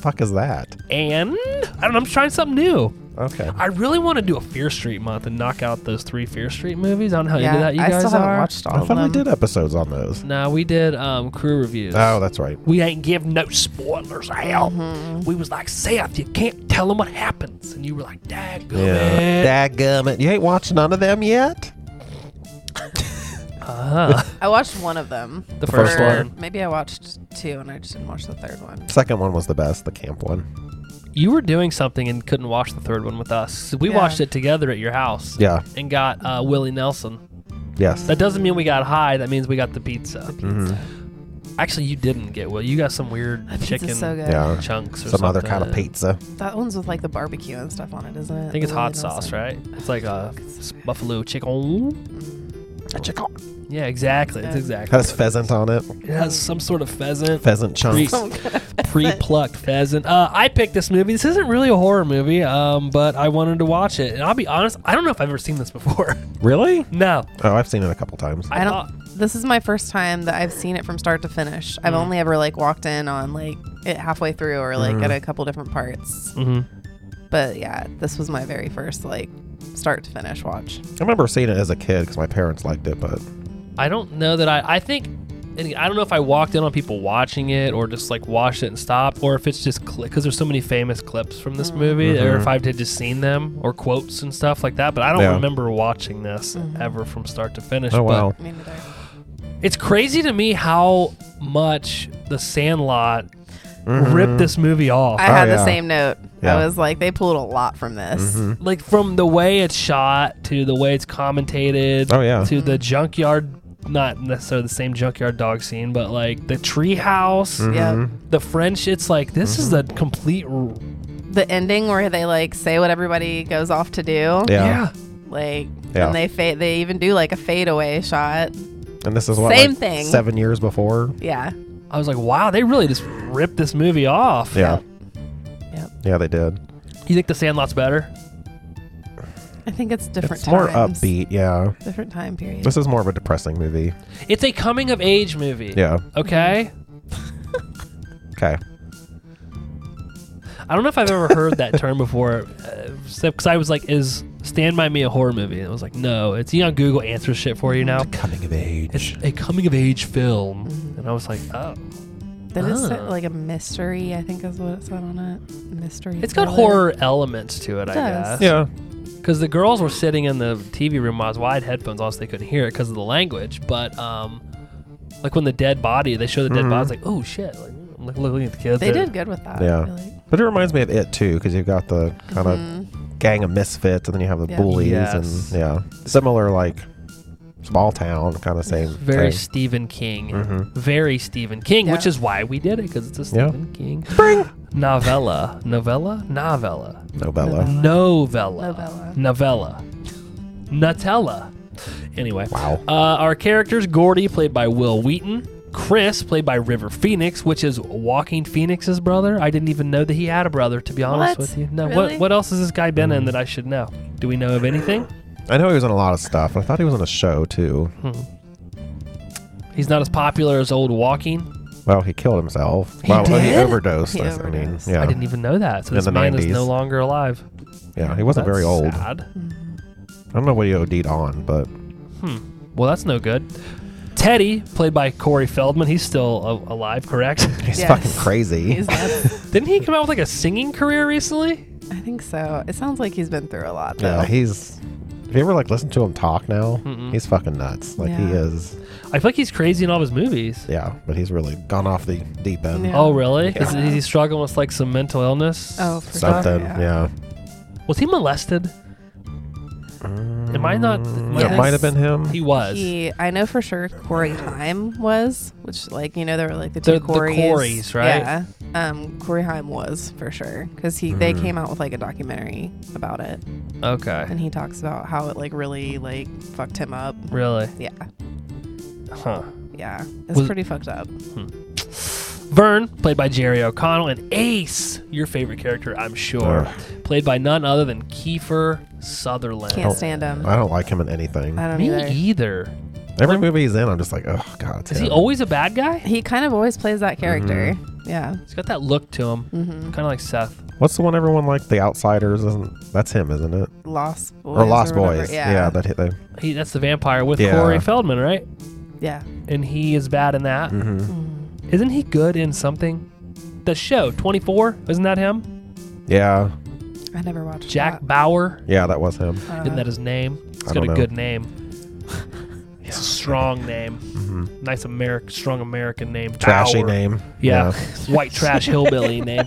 [SPEAKER 3] fuck is that?
[SPEAKER 1] and I don't know, I'm trying something new.
[SPEAKER 3] Okay.
[SPEAKER 1] I really want to do a Fear Street month and knock out those three Fear Street movies. I don't know how into that Oh, you
[SPEAKER 5] I
[SPEAKER 1] guys
[SPEAKER 5] still
[SPEAKER 1] are.
[SPEAKER 5] haven't watched all
[SPEAKER 3] I
[SPEAKER 5] of
[SPEAKER 3] thought
[SPEAKER 5] them.
[SPEAKER 3] we did episodes on those.
[SPEAKER 1] No, we did um, crew reviews.
[SPEAKER 3] Oh, that's right.
[SPEAKER 1] we ain't give no spoilers out.
[SPEAKER 5] Mm-hmm.
[SPEAKER 1] We was like, Seth, you can't tell them what happens. And you were like, daggummit.
[SPEAKER 3] Yeah. Dadgummit. You ain't watched none of them yet? *laughs*
[SPEAKER 1] Uh,
[SPEAKER 5] I watched one of them.
[SPEAKER 1] the first
[SPEAKER 5] Or
[SPEAKER 1] one.
[SPEAKER 5] Maybe I watched two and I just didn't watch the third one.
[SPEAKER 3] Second one was the best, the camp one.
[SPEAKER 1] You were doing something and couldn't watch the third one with us. We
[SPEAKER 5] Yeah.
[SPEAKER 1] watched it together at your house.
[SPEAKER 3] Yeah.
[SPEAKER 1] And got uh, Willie Nelson.
[SPEAKER 3] Yes.
[SPEAKER 1] That doesn't mean we got high. That means we got the pizza.
[SPEAKER 3] Mm-hmm.
[SPEAKER 1] Actually, you didn't get Will. You got some weird chicken
[SPEAKER 5] It's so good.
[SPEAKER 3] Yeah.
[SPEAKER 1] chunks or
[SPEAKER 3] Uh, Some other kind of
[SPEAKER 1] something.
[SPEAKER 3] pizza.
[SPEAKER 5] That one's with like the barbecue and stuff on it, isn't it?
[SPEAKER 1] I think it's hot sauce,
[SPEAKER 5] *laughs*
[SPEAKER 1] right? It's like a buffalo chicken.
[SPEAKER 3] A chicken.
[SPEAKER 1] Yeah, exactly. It's
[SPEAKER 5] Yeah.
[SPEAKER 1] exactly.
[SPEAKER 3] Has pheasant on it.
[SPEAKER 1] It has some sort of pheasant.
[SPEAKER 3] Pheasant chunks.
[SPEAKER 5] Oh,
[SPEAKER 1] pre plucked pheasant. Uh, I picked this movie. This isn't really a horror movie, um, but I wanted to watch it. And I'll be honest, I don't know if I've ever seen this before. *laughs*
[SPEAKER 3] Really?
[SPEAKER 1] no.
[SPEAKER 3] Oh, I've seen it a couple times.
[SPEAKER 5] I
[SPEAKER 1] thought- Mm.
[SPEAKER 5] don't. This is my first time that I've seen it from start to finish. I've only ever like walked in on like it halfway through or like
[SPEAKER 3] Mm.
[SPEAKER 5] at a couple different parts.
[SPEAKER 3] Mm-hmm.
[SPEAKER 5] But yeah, this was my very first like start to finish watch.
[SPEAKER 3] I remember seeing it as a kid because my parents liked it, but
[SPEAKER 1] I don't know that I. I think. and I don't know if I walked in on people watching it or just like watched it and stopped, or if it's just clip because there's so many famous clips from this movie, or if I've had just seen them or quotes and stuff like that. But I don't
[SPEAKER 3] Mm-hmm. Yeah.
[SPEAKER 1] remember watching this ever from start to finish.
[SPEAKER 3] oh
[SPEAKER 1] but
[SPEAKER 3] wow.
[SPEAKER 5] Me neither.
[SPEAKER 1] It's crazy to me how much The Sandlot
[SPEAKER 3] Mm-hmm.
[SPEAKER 1] ripped this movie off.
[SPEAKER 5] I had
[SPEAKER 3] Oh, yeah.
[SPEAKER 5] the same note.
[SPEAKER 3] Yeah. Mm-hmm.
[SPEAKER 5] I was like, they pulled a lot from this.
[SPEAKER 1] like from the way it's shot to the way it's commentated
[SPEAKER 3] Oh, yeah.
[SPEAKER 1] to the junkyard not necessarily the same junkyard dog scene, but like the tree house,
[SPEAKER 3] Mm-hmm.
[SPEAKER 5] Yeah.
[SPEAKER 1] the French. It's like this is a complete. r-
[SPEAKER 5] The ending where they like say what everybody goes off to do.
[SPEAKER 1] Yeah.
[SPEAKER 5] Like
[SPEAKER 3] Yeah.
[SPEAKER 5] and they fade they even do like a fadeaway shot.
[SPEAKER 3] And this is what
[SPEAKER 5] Same
[SPEAKER 3] like,
[SPEAKER 5] thing.
[SPEAKER 3] seven years before.
[SPEAKER 5] Yeah.
[SPEAKER 1] I was like, wow, they really just ripped this movie off.
[SPEAKER 3] Yeah.
[SPEAKER 5] Yep.
[SPEAKER 3] Yeah, they did.
[SPEAKER 1] You think The Sandlot's better?
[SPEAKER 5] I think it's different
[SPEAKER 3] it's more
[SPEAKER 5] times.
[SPEAKER 3] upbeat. Yeah.
[SPEAKER 5] Different time period.
[SPEAKER 3] This is more of a depressing movie.
[SPEAKER 1] It's a coming of age movie.
[SPEAKER 3] Yeah.
[SPEAKER 1] Okay.
[SPEAKER 3] Okay.
[SPEAKER 1] I don't know if I've ever heard that term before, because I was like, "Is Stand by Me a horror movie?" And I was like, "No, it's you know Google answers shit for you now.
[SPEAKER 3] Coming of age.
[SPEAKER 1] It's a coming of age film." And I was like, "Oh,
[SPEAKER 5] That is
[SPEAKER 1] Oh.
[SPEAKER 5] so- uh, like a mystery, I think is what it said on it. Mystery.
[SPEAKER 1] it's got
[SPEAKER 5] thriller.
[SPEAKER 1] horror elements to it, I guess."
[SPEAKER 5] does.
[SPEAKER 3] yeah.
[SPEAKER 1] Because the girls were sitting in the TV room. I was wide headphones on, so they couldn't hear it because of the language. But um, like when the dead body, they show the dead body. It's like, "Oh shit!" Like, I'm like looking at the kids.
[SPEAKER 5] They
[SPEAKER 1] they're-
[SPEAKER 5] did good with that.
[SPEAKER 3] Yeah.
[SPEAKER 5] I feel like.
[SPEAKER 3] But it reminds me of it too, because you've got the kind of gang of misfits, and then you have the
[SPEAKER 5] Mm-hmm. Yeah.
[SPEAKER 3] bullies,
[SPEAKER 1] Yes.
[SPEAKER 3] and yeah, similar like small town kind of same
[SPEAKER 1] Very
[SPEAKER 3] thing.
[SPEAKER 1] Stephen King. Very Stephen King,
[SPEAKER 5] Yeah.
[SPEAKER 1] which is why we did it because it's a
[SPEAKER 3] Yeah.
[SPEAKER 1] Stephen King novella, novella, novella,
[SPEAKER 3] novella.
[SPEAKER 1] novella,
[SPEAKER 5] Novella.
[SPEAKER 1] novella, Nutella. Anyway,
[SPEAKER 3] Wow.
[SPEAKER 1] Uh, our characters: Gordy, played by Will Wheaton. Chris, played by River Phoenix, which is Walking Phoenix's brother. I didn't even know that he had a brother. To be honest
[SPEAKER 5] What?
[SPEAKER 1] with you, no. What
[SPEAKER 5] Really?
[SPEAKER 1] what else has this guy been in that I should know? Do we know of anything?
[SPEAKER 3] I know he was in a lot of stuff. and I thought he was in a show too.
[SPEAKER 1] He's not as popular as old Walking.
[SPEAKER 3] Well, he killed himself. well, well, he
[SPEAKER 5] did?
[SPEAKER 3] overdosed.
[SPEAKER 5] He
[SPEAKER 3] I s- I mean,
[SPEAKER 5] overdosed.
[SPEAKER 3] yeah,
[SPEAKER 1] I didn't even know that. So
[SPEAKER 3] In
[SPEAKER 1] this
[SPEAKER 3] the
[SPEAKER 1] man is
[SPEAKER 3] 90s.
[SPEAKER 1] no longer alive.
[SPEAKER 3] yeah, he wasn't
[SPEAKER 1] That's
[SPEAKER 3] very old.
[SPEAKER 1] sad.
[SPEAKER 3] I don't know what he OD'd on, but
[SPEAKER 1] Well, that's no good. Teddy, played by Corey Feldman, he's still a- alive,
[SPEAKER 3] *laughs*
[SPEAKER 1] correct?
[SPEAKER 3] he's
[SPEAKER 5] Yes.
[SPEAKER 3] fucking
[SPEAKER 5] *laughs*
[SPEAKER 3] crazy.
[SPEAKER 5] He's nuts.
[SPEAKER 1] Didn't he come out with like a singing career recently?
[SPEAKER 5] I think so. It sounds like he's been through a lot though.
[SPEAKER 3] yeah, he's. If you ever like listen to him talk now, he's fucking nuts. Like he
[SPEAKER 5] Yeah.
[SPEAKER 3] is.
[SPEAKER 1] I feel like he's crazy in all of his movies.
[SPEAKER 3] Yeah, but he's really gone off the deep end.
[SPEAKER 5] Yeah.
[SPEAKER 1] Oh, really? Is, is he struggling with like some mental illness?
[SPEAKER 5] Oh, for
[SPEAKER 1] stuff?
[SPEAKER 3] Something.
[SPEAKER 5] Yeah.
[SPEAKER 3] yeah.
[SPEAKER 1] Was he molested? Am I not? am I-
[SPEAKER 3] It Mm. might have been him.
[SPEAKER 1] He was.
[SPEAKER 5] He, I know for sure Corey Heim was, which like you know there were like the
[SPEAKER 1] The-
[SPEAKER 5] two
[SPEAKER 1] the
[SPEAKER 5] Corys,
[SPEAKER 1] Corys, right?
[SPEAKER 5] Yeah, um, Corey Heim was for sure because he
[SPEAKER 1] Mm-hmm.
[SPEAKER 5] they came out with like a documentary about it,
[SPEAKER 1] okay.
[SPEAKER 5] and he talks about how it like really like fucked him up.
[SPEAKER 1] Really?
[SPEAKER 5] Yeah,
[SPEAKER 1] Huh.
[SPEAKER 5] yeah, it's
[SPEAKER 1] Was- Oh.
[SPEAKER 5] pretty fucked up.
[SPEAKER 1] Vern, played by Jerry O'Connell, and Ace, your favorite character, I'm sure,
[SPEAKER 3] Ugh.
[SPEAKER 1] played by none other than Kiefer Sutherland.
[SPEAKER 5] Can't stand him.
[SPEAKER 3] I don't like him in anything.
[SPEAKER 5] I don't
[SPEAKER 1] Me
[SPEAKER 5] either.
[SPEAKER 1] either.
[SPEAKER 3] Every movie he's in, I'm just like, oh god, it's
[SPEAKER 1] Is
[SPEAKER 3] him.
[SPEAKER 1] he always a bad guy?
[SPEAKER 5] He kind of always plays that character.
[SPEAKER 1] Mm-hmm.
[SPEAKER 5] Yeah, Mm-hmm.
[SPEAKER 1] He's got that look to him,
[SPEAKER 5] Mm.
[SPEAKER 1] kind of like Seth.
[SPEAKER 3] What's the one everyone liked? The Outsiders, isn't that's him, isn't it?
[SPEAKER 5] Lost Boys
[SPEAKER 3] or Lost
[SPEAKER 5] whatever.
[SPEAKER 3] Boys?
[SPEAKER 5] Yeah,
[SPEAKER 3] yeah, that hit they.
[SPEAKER 1] He that's the vampire with
[SPEAKER 3] Yeah.
[SPEAKER 1] Corey Feldman, right?
[SPEAKER 5] yeah.
[SPEAKER 1] And he is bad in that.
[SPEAKER 3] mm-hmm.
[SPEAKER 1] not he good in something? The show 24, isn't that him?
[SPEAKER 3] Yeah,
[SPEAKER 5] I never watched
[SPEAKER 1] Jack
[SPEAKER 5] That.
[SPEAKER 1] Bauer,
[SPEAKER 3] yeah, that was him.
[SPEAKER 5] Uh,
[SPEAKER 1] isn't that his name? He's
[SPEAKER 3] Uh, I
[SPEAKER 1] got a
[SPEAKER 3] don't know.
[SPEAKER 1] good name.
[SPEAKER 3] *laughs*
[SPEAKER 1] It's a strong name. Nice American, strong American name.
[SPEAKER 3] Mm-hmm. Trashy
[SPEAKER 1] Bauer.
[SPEAKER 3] name.
[SPEAKER 1] Yeah. *laughs* White trash hillbilly
[SPEAKER 3] *laughs*
[SPEAKER 1] name.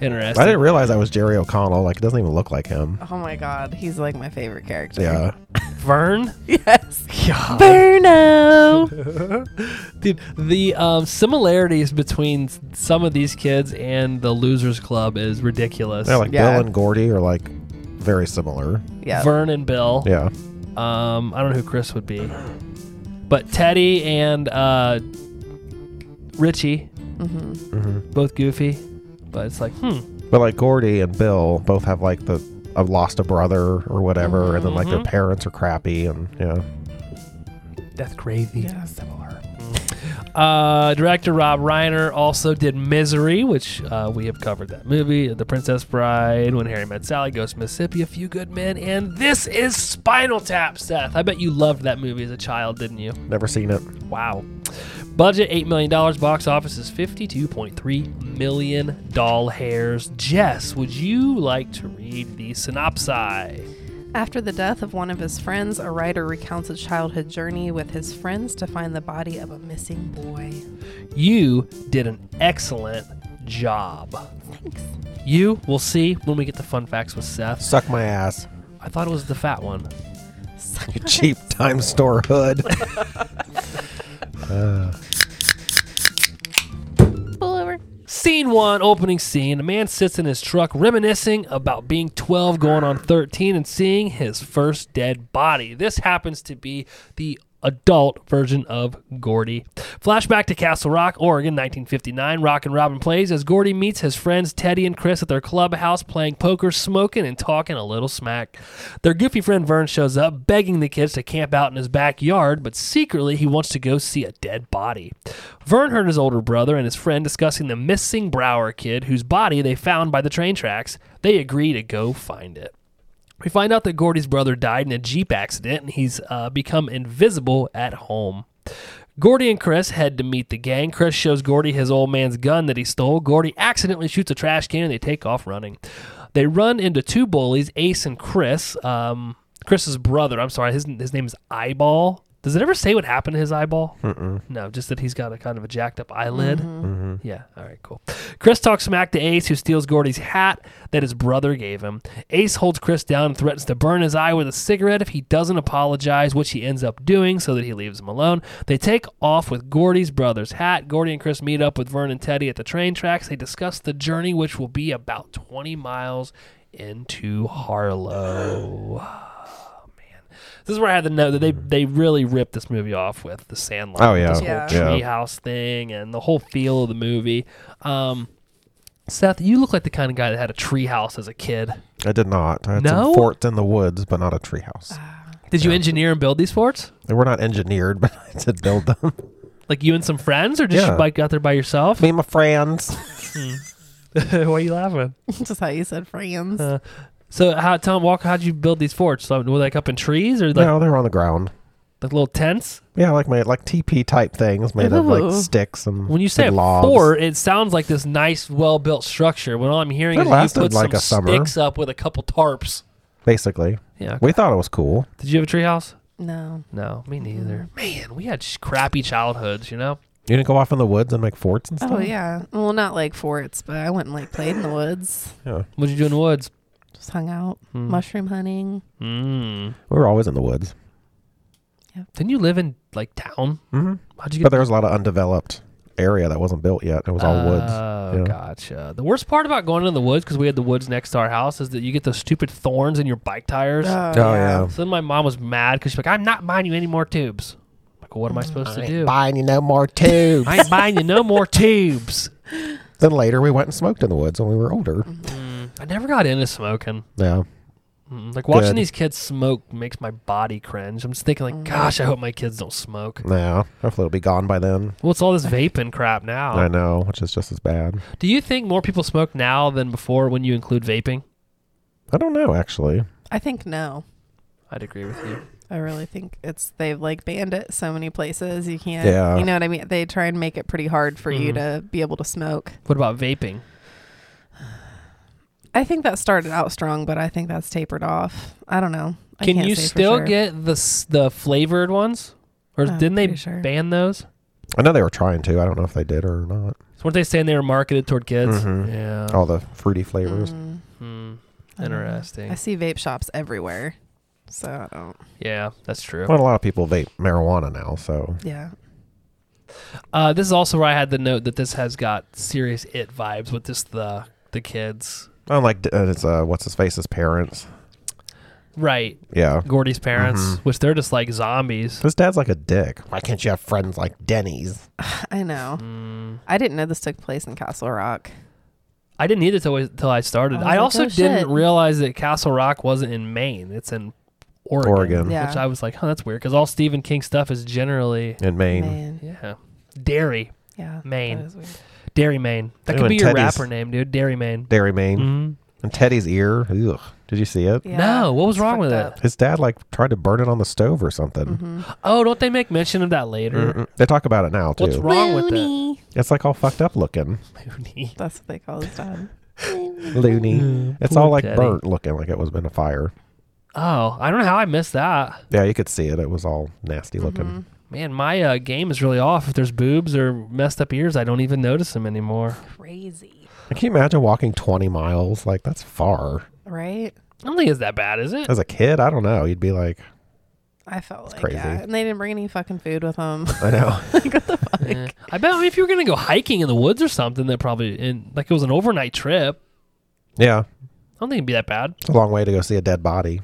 [SPEAKER 1] Interesting.
[SPEAKER 3] I didn't realize that was Jerry O'Connell. Like, it doesn't even look like him.
[SPEAKER 5] Oh my god, he's like my favorite character.
[SPEAKER 3] Yeah.
[SPEAKER 1] Vern?
[SPEAKER 5] *laughs* Yes.
[SPEAKER 1] God.
[SPEAKER 3] *laughs*
[SPEAKER 5] Burno.
[SPEAKER 1] Dude, the um, similarities between s- some of these kids and the Losers Club is ridiculous.
[SPEAKER 3] Yeah, like
[SPEAKER 5] Yeah.
[SPEAKER 3] Bill and Gordy are like very similar.
[SPEAKER 5] Yeah.
[SPEAKER 1] Vern and Bill.
[SPEAKER 3] Yeah.
[SPEAKER 1] Um, I don't know who Chris would be, but Teddy and uh, Richie,
[SPEAKER 5] Mm-hmm.
[SPEAKER 1] both goofy, but it's like, hmm,
[SPEAKER 3] But like Gordy and Bill both have like the i lost a brother or whatever, and then like their
[SPEAKER 1] Mhm.
[SPEAKER 3] parents are crappy, and yeah.
[SPEAKER 1] that's crazy. similar. Uh, director Rob Reiner also did Misery, which uh, we have covered that movie, The Princess Bride, When Harry Met Sally, Ghost of Mississippi, A Few Good Men, and this is Spinal Tap, Seth. I bet you loved that movie as a child, didn't you?
[SPEAKER 3] Never seen it.
[SPEAKER 1] Wow. Budget $8 million, box office is $52.3 million doll hairs. Jess, would you like to read the synopsis?
[SPEAKER 5] After the death of one of his friends, a writer recounts a childhood journey with his friends to find the body of a missing boy.
[SPEAKER 1] You did an excellent job.
[SPEAKER 5] Thanks.
[SPEAKER 1] You will see when we get the fun facts with Seth.
[SPEAKER 3] Suck my ass, *laughs*
[SPEAKER 1] I thought it was the fat one.
[SPEAKER 3] *laughs* you cheap time store hood.
[SPEAKER 5] Pull over.
[SPEAKER 1] Scene one, opening scene. A man sits in his truck reminiscing about being 12, going on 13, and seeing his first dead body. This happens to be the adult version of Gordy. Flashback to Castle Rock, Oregon, 1959. Rock and Robin plays as Gordy meets his friends Teddy and Chris at their clubhouse playing poker, smoking, and talking a little smack. Their goofy friend Vern shows up, begging the kids to camp out in his backyard, but secretly he wants to go see a dead body. Vern heard his older brother and his friend discussing the missing Brower kid whose body they found by the train tracks. They agree to go find it. We find out that Gordy's brother died in a Jeep accident and he's uh, become invisible at home. Gordy and Chris head to meet the gang. Chris shows Gordy his old man's gun that he stole. Gordy accidentally shoots a trash can and they take off running. They run into two bullies, Ace and Chris. Um, Chris's brother, I'm sorry, his, his name is Eyeball. Does it ever say what happened to his eyeball? No, just that he's got a kind of a jacked up eyelid. Yeah. All right. Cool. Chris talks smack to Ace, who steals Gordy's hat that his brother gave him. Ace holds Chris down and threatens to burn his eye with a cigarette if he doesn't apologize, which he ends up doing so that he leaves him alone. They take off with Gordy's brother's hat. Gordy and Chris meet up with Vern and Teddy at the train tracks. They discuss the journey, which will be about 20 miles into Harlow. *sighs* This is where I had to know that they they really ripped this movie off with the Sandlot.
[SPEAKER 3] Mm-hmm. Oh, yeah.
[SPEAKER 1] this whole
[SPEAKER 5] Yeah.
[SPEAKER 1] treehouse thing and the whole feel of the movie. Um, Seth, you look like the kind of guy that had a treehouse as a kid.
[SPEAKER 3] I did not. I had
[SPEAKER 1] No?
[SPEAKER 3] some forts in the woods, but not a treehouse.
[SPEAKER 5] Ah.
[SPEAKER 1] Did you engineer and build these forts?
[SPEAKER 3] They were not engineered, *laughs* but I did build them. *laughs*
[SPEAKER 1] Like you and some friends, or just
[SPEAKER 3] Yeah.
[SPEAKER 1] you bike out there by yourself? Hmm.
[SPEAKER 3] Me and my friends.
[SPEAKER 1] *laughs* Why are you laughing?
[SPEAKER 5] *laughs* Just how you said friends.
[SPEAKER 1] Uh, So, how Tom Walker, how'd you build these forts? So, were they like up in trees or like,
[SPEAKER 3] no, they were on the ground.
[SPEAKER 1] like little tents?
[SPEAKER 3] Yeah, like made like TP type things made of
[SPEAKER 5] Ooh.
[SPEAKER 3] like sticks and
[SPEAKER 1] When you say
[SPEAKER 3] big
[SPEAKER 1] a
[SPEAKER 3] logs.
[SPEAKER 1] fort, it sounds like this nice, well built structure. When all I'm hearing
[SPEAKER 3] It
[SPEAKER 1] is
[SPEAKER 3] lasted
[SPEAKER 1] you put
[SPEAKER 3] like
[SPEAKER 1] some
[SPEAKER 3] a summer.
[SPEAKER 1] sticks up with a couple tarps.
[SPEAKER 3] basically.
[SPEAKER 1] Yeah.
[SPEAKER 3] We thought it was cool.
[SPEAKER 1] Did you have a treehouse?
[SPEAKER 5] No.
[SPEAKER 1] No, me neither. Man, we had sh- crappy childhoods, you know?
[SPEAKER 3] You didn't go off in the woods and make forts and stuff.
[SPEAKER 5] Oh yeah. Well, not like forts, but I went and like played in the woods.
[SPEAKER 3] Yeah.
[SPEAKER 1] What'd you do in the woods?
[SPEAKER 5] Just hung out,
[SPEAKER 1] Hmm.
[SPEAKER 5] mushroom hunting.
[SPEAKER 1] Mm.
[SPEAKER 3] We were always in the woods.
[SPEAKER 1] Didn't you live in, like, town?
[SPEAKER 3] hmm
[SPEAKER 1] How'd you
[SPEAKER 3] But
[SPEAKER 1] get
[SPEAKER 3] there was a lot of undeveloped area that wasn't built yet. It was all woods.
[SPEAKER 1] Oh,
[SPEAKER 3] yeah.
[SPEAKER 1] gotcha. The worst part about going into the woods, because we had the woods next to our house, is that you get those stupid thorns in your bike tires.
[SPEAKER 3] Oh, yeah.
[SPEAKER 1] So then my mom was mad because she's like, I'm not buying you any more tubes. I'm like, what am Mm, I supposed to do?
[SPEAKER 3] buying you no more
[SPEAKER 1] *laughs*
[SPEAKER 3] tubes.
[SPEAKER 1] I ain't buying you no more tubes.
[SPEAKER 3] *laughs* then later we went and smoked in the woods when we were older.
[SPEAKER 1] Mm. I never got into smoking.
[SPEAKER 3] Yeah.
[SPEAKER 1] Mm, Like watching
[SPEAKER 3] Good.
[SPEAKER 1] these kids smoke makes my body cringe. I'm just thinking like, gosh, I hope my kids don't smoke.
[SPEAKER 3] Yeah. Hopefully it'll be gone by then.
[SPEAKER 1] Well, it's all this vaping crap now.
[SPEAKER 3] I know, which is just as bad.
[SPEAKER 1] Do you think more people smoke now than before when you include vaping?
[SPEAKER 3] I don't know actually.
[SPEAKER 5] I think no.
[SPEAKER 1] I'd agree with you.
[SPEAKER 5] I really think it's they've like banned it so many places. You can't.
[SPEAKER 3] Yeah. Mm.
[SPEAKER 5] You know what I mean? They try and make it pretty hard for you
[SPEAKER 1] Mhm.
[SPEAKER 5] to be able to smoke.
[SPEAKER 1] What about vaping?
[SPEAKER 5] I think that started out strong, but I think that's tapered off. I don't know. I
[SPEAKER 1] Can
[SPEAKER 5] can't
[SPEAKER 1] you
[SPEAKER 5] say for
[SPEAKER 1] still
[SPEAKER 5] sure.
[SPEAKER 1] get the s- the flavored ones, or
[SPEAKER 5] I'm
[SPEAKER 1] didn't they
[SPEAKER 5] pretty sure.
[SPEAKER 1] ban those?
[SPEAKER 3] I know they were trying to. I don't know if they did or not.
[SPEAKER 1] So weren't they saying they were marketed toward kids?
[SPEAKER 3] Mhm.
[SPEAKER 1] Yeah.
[SPEAKER 3] All the fruity flavors.
[SPEAKER 5] Mm,
[SPEAKER 1] Hmm.
[SPEAKER 5] I don't know.
[SPEAKER 1] Interesting.
[SPEAKER 5] I see vape shops everywhere, so I don't.
[SPEAKER 1] Yeah, that's true.
[SPEAKER 3] Well, a lot of people vape marijuana now, so
[SPEAKER 5] Yeah.
[SPEAKER 1] Uh, this is also where I had the note that this has got serious it vibes with just the the kids,
[SPEAKER 3] unlike uh, it's uh, what's his face's parents.
[SPEAKER 1] right?
[SPEAKER 3] Yeah,
[SPEAKER 1] Gordy's parents,
[SPEAKER 3] Mhm.
[SPEAKER 1] which they're just like zombies.
[SPEAKER 3] his dad's like a dick. Why can't you have friends like Denny's?
[SPEAKER 5] *sighs* I know.
[SPEAKER 1] Mm.
[SPEAKER 5] I didn't know this took place in Castle Rock.
[SPEAKER 1] I didn't need it till, till I started.
[SPEAKER 5] I
[SPEAKER 1] I,
[SPEAKER 5] was like,
[SPEAKER 1] also
[SPEAKER 5] "Oh,
[SPEAKER 1] didn't
[SPEAKER 5] shit."
[SPEAKER 1] realize that Castle Rock wasn't in Maine; it's in Oregon.
[SPEAKER 3] Oregon.
[SPEAKER 5] Yeah.
[SPEAKER 1] which I was like, "Huh, that's weird," because all Stephen King stuff is generally
[SPEAKER 3] In Maine,
[SPEAKER 5] Man.
[SPEAKER 1] yeah, Dairy,
[SPEAKER 5] Yeah.
[SPEAKER 1] Maine.
[SPEAKER 5] That is weird.
[SPEAKER 1] Dairy Maine. That
[SPEAKER 3] Ooh,
[SPEAKER 1] could
[SPEAKER 3] and
[SPEAKER 1] be your
[SPEAKER 3] Teddy's-
[SPEAKER 1] rapper name, dude. Dairy Maine.
[SPEAKER 3] Dairy Maine,
[SPEAKER 1] hmm
[SPEAKER 3] and Teddy's ear. Ugh. Did you see it?
[SPEAKER 5] Yeah.
[SPEAKER 1] No, what was
[SPEAKER 5] It's
[SPEAKER 1] wrong
[SPEAKER 5] fucked
[SPEAKER 1] with
[SPEAKER 5] up.
[SPEAKER 1] it?
[SPEAKER 3] His dad like tried to burn it on the stove or something.
[SPEAKER 1] Oh, don't they make mention of that later?
[SPEAKER 3] Mm-mm. They talk about it now too.
[SPEAKER 1] What's wrong with it?
[SPEAKER 3] It's like all fucked up looking,
[SPEAKER 1] Mooney.
[SPEAKER 5] That's what they call
[SPEAKER 1] *laughs*
[SPEAKER 5] his dad.
[SPEAKER 3] loony.
[SPEAKER 1] Mm,
[SPEAKER 3] it's
[SPEAKER 1] poor
[SPEAKER 3] all like
[SPEAKER 1] Teddy.
[SPEAKER 3] burnt looking, like it was in a fire.
[SPEAKER 1] Oh, I don't know how I missed that.
[SPEAKER 3] Yeah, you could see it. It was all nasty looking.
[SPEAKER 1] Man, my uh, game is really off. If there's boobs or messed up ears, I don't even notice them anymore.
[SPEAKER 5] Crazy.
[SPEAKER 3] Can you imagine walking 20 miles? Like that's far.
[SPEAKER 5] Right?
[SPEAKER 1] I don't think it's that bad, is it?
[SPEAKER 3] As a kid, I don't know. You'd be like,
[SPEAKER 5] I felt like
[SPEAKER 3] crazy.
[SPEAKER 5] yeah. and they didn't bring any fucking food with them. *laughs*
[SPEAKER 3] I know.
[SPEAKER 1] Yeah. Eh, I bet I mean, if you were gonna go hiking in the woods or something, that probably and like it was an overnight trip.
[SPEAKER 3] yeah,
[SPEAKER 1] I don't think it'd be that bad
[SPEAKER 3] it's a long way to go see a dead body.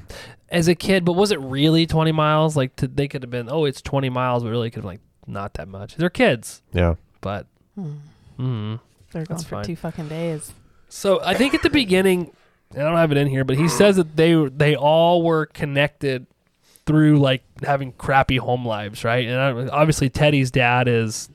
[SPEAKER 1] as a kid. But was it really twenty miles? Like to, they could have been. Oh, it's twenty miles, but really could have been like not that much. They're kids,
[SPEAKER 3] Yeah,
[SPEAKER 1] but.
[SPEAKER 5] Hmm.
[SPEAKER 1] Mm.
[SPEAKER 5] They're gone
[SPEAKER 1] That's
[SPEAKER 5] for
[SPEAKER 1] fine.
[SPEAKER 5] two fucking days.
[SPEAKER 1] So I think at the beginning, I don't have it in here, but he says that they they all were connected through like having crappy home lives, right? And I, obviously Teddy's dad is,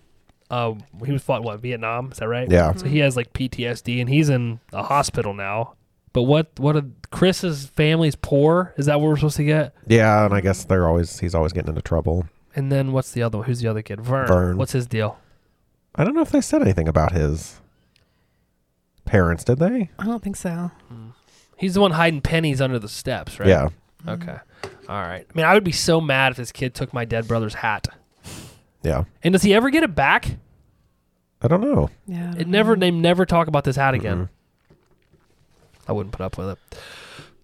[SPEAKER 1] uh, he was fought what Vietnam? Is that right?
[SPEAKER 3] yeah.
[SPEAKER 1] So he has like PTSD, and he's in a hospital now. But what what a, Chris's family's poor? Is that what we're supposed to get?
[SPEAKER 3] Yeah, and I guess they're always he's always getting into trouble.
[SPEAKER 1] And then what's the other one? Who's the other kid? Vern.
[SPEAKER 3] Vern.
[SPEAKER 1] What's his deal?
[SPEAKER 3] I don't know if they said anything about his parents, did they?
[SPEAKER 5] I don't think so.
[SPEAKER 1] He's the one hiding pennies under the steps, right?
[SPEAKER 3] Yeah.
[SPEAKER 1] Okay. All right. I mean, I would be so mad if this kid took my dead brother's hat.
[SPEAKER 3] Yeah.
[SPEAKER 1] And does he ever get it back?
[SPEAKER 3] I don't know.
[SPEAKER 5] Yeah. I
[SPEAKER 1] It
[SPEAKER 5] don't
[SPEAKER 1] never
[SPEAKER 5] know.
[SPEAKER 1] they never talk about this hat again.
[SPEAKER 3] Mm-hmm.
[SPEAKER 1] I wouldn't put up with it.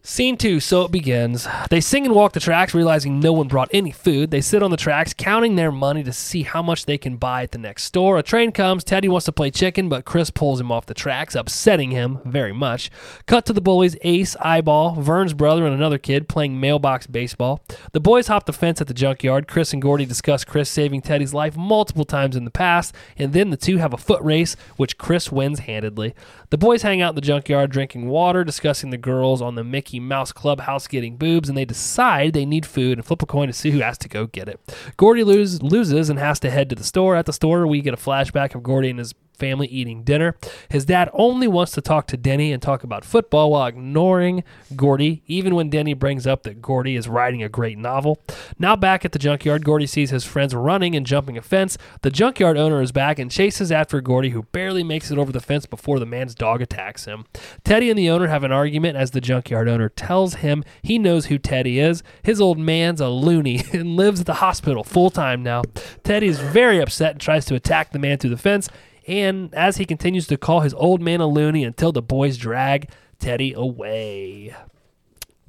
[SPEAKER 1] Scene two, so it begins. They sing and walk the tracks, realizing no one brought any food. They sit on the tracks, counting their money to see how much they can buy at the next store. A train comes. Teddy wants to play chicken, but Chris pulls him off the tracks, upsetting him very much. Cut to the bullies Ace, Eyeball, Vern's brother, and another kid playing mailbox baseball. The boys hop the fence at the junkyard. Chris and Gordy discuss Chris saving Teddy's life multiple times in the past, and then the two have a foot race, which Chris wins handedly. The boys hang out in the junkyard drinking water, discussing the girls on the Mickey Mouse Clubhouse getting boobs, and they decide they need food and flip a coin to see who has to go get it. Gordy lose, loses and has to head to the store. At the store, we get a flashback of Gordy and his family eating dinner. His dad only wants to talk to Denny and talk about football while ignoring Gordy, even when Denny brings up that Gordy is writing a great novel. Now back at the junkyard, Gordy sees his friends running and jumping a fence. The junkyard owner is back and chases after Gordy, who barely makes it over the fence before the man's dog attacks him. Teddy and the owner have an argument as the junkyard owner tells him he knows who Teddy is. His old man's a loony *laughs* and lives at the hospital full time now. Teddy is very upset and tries to attack the man through the fence and as he continues to call his old man a loony until the boys drag Teddy away.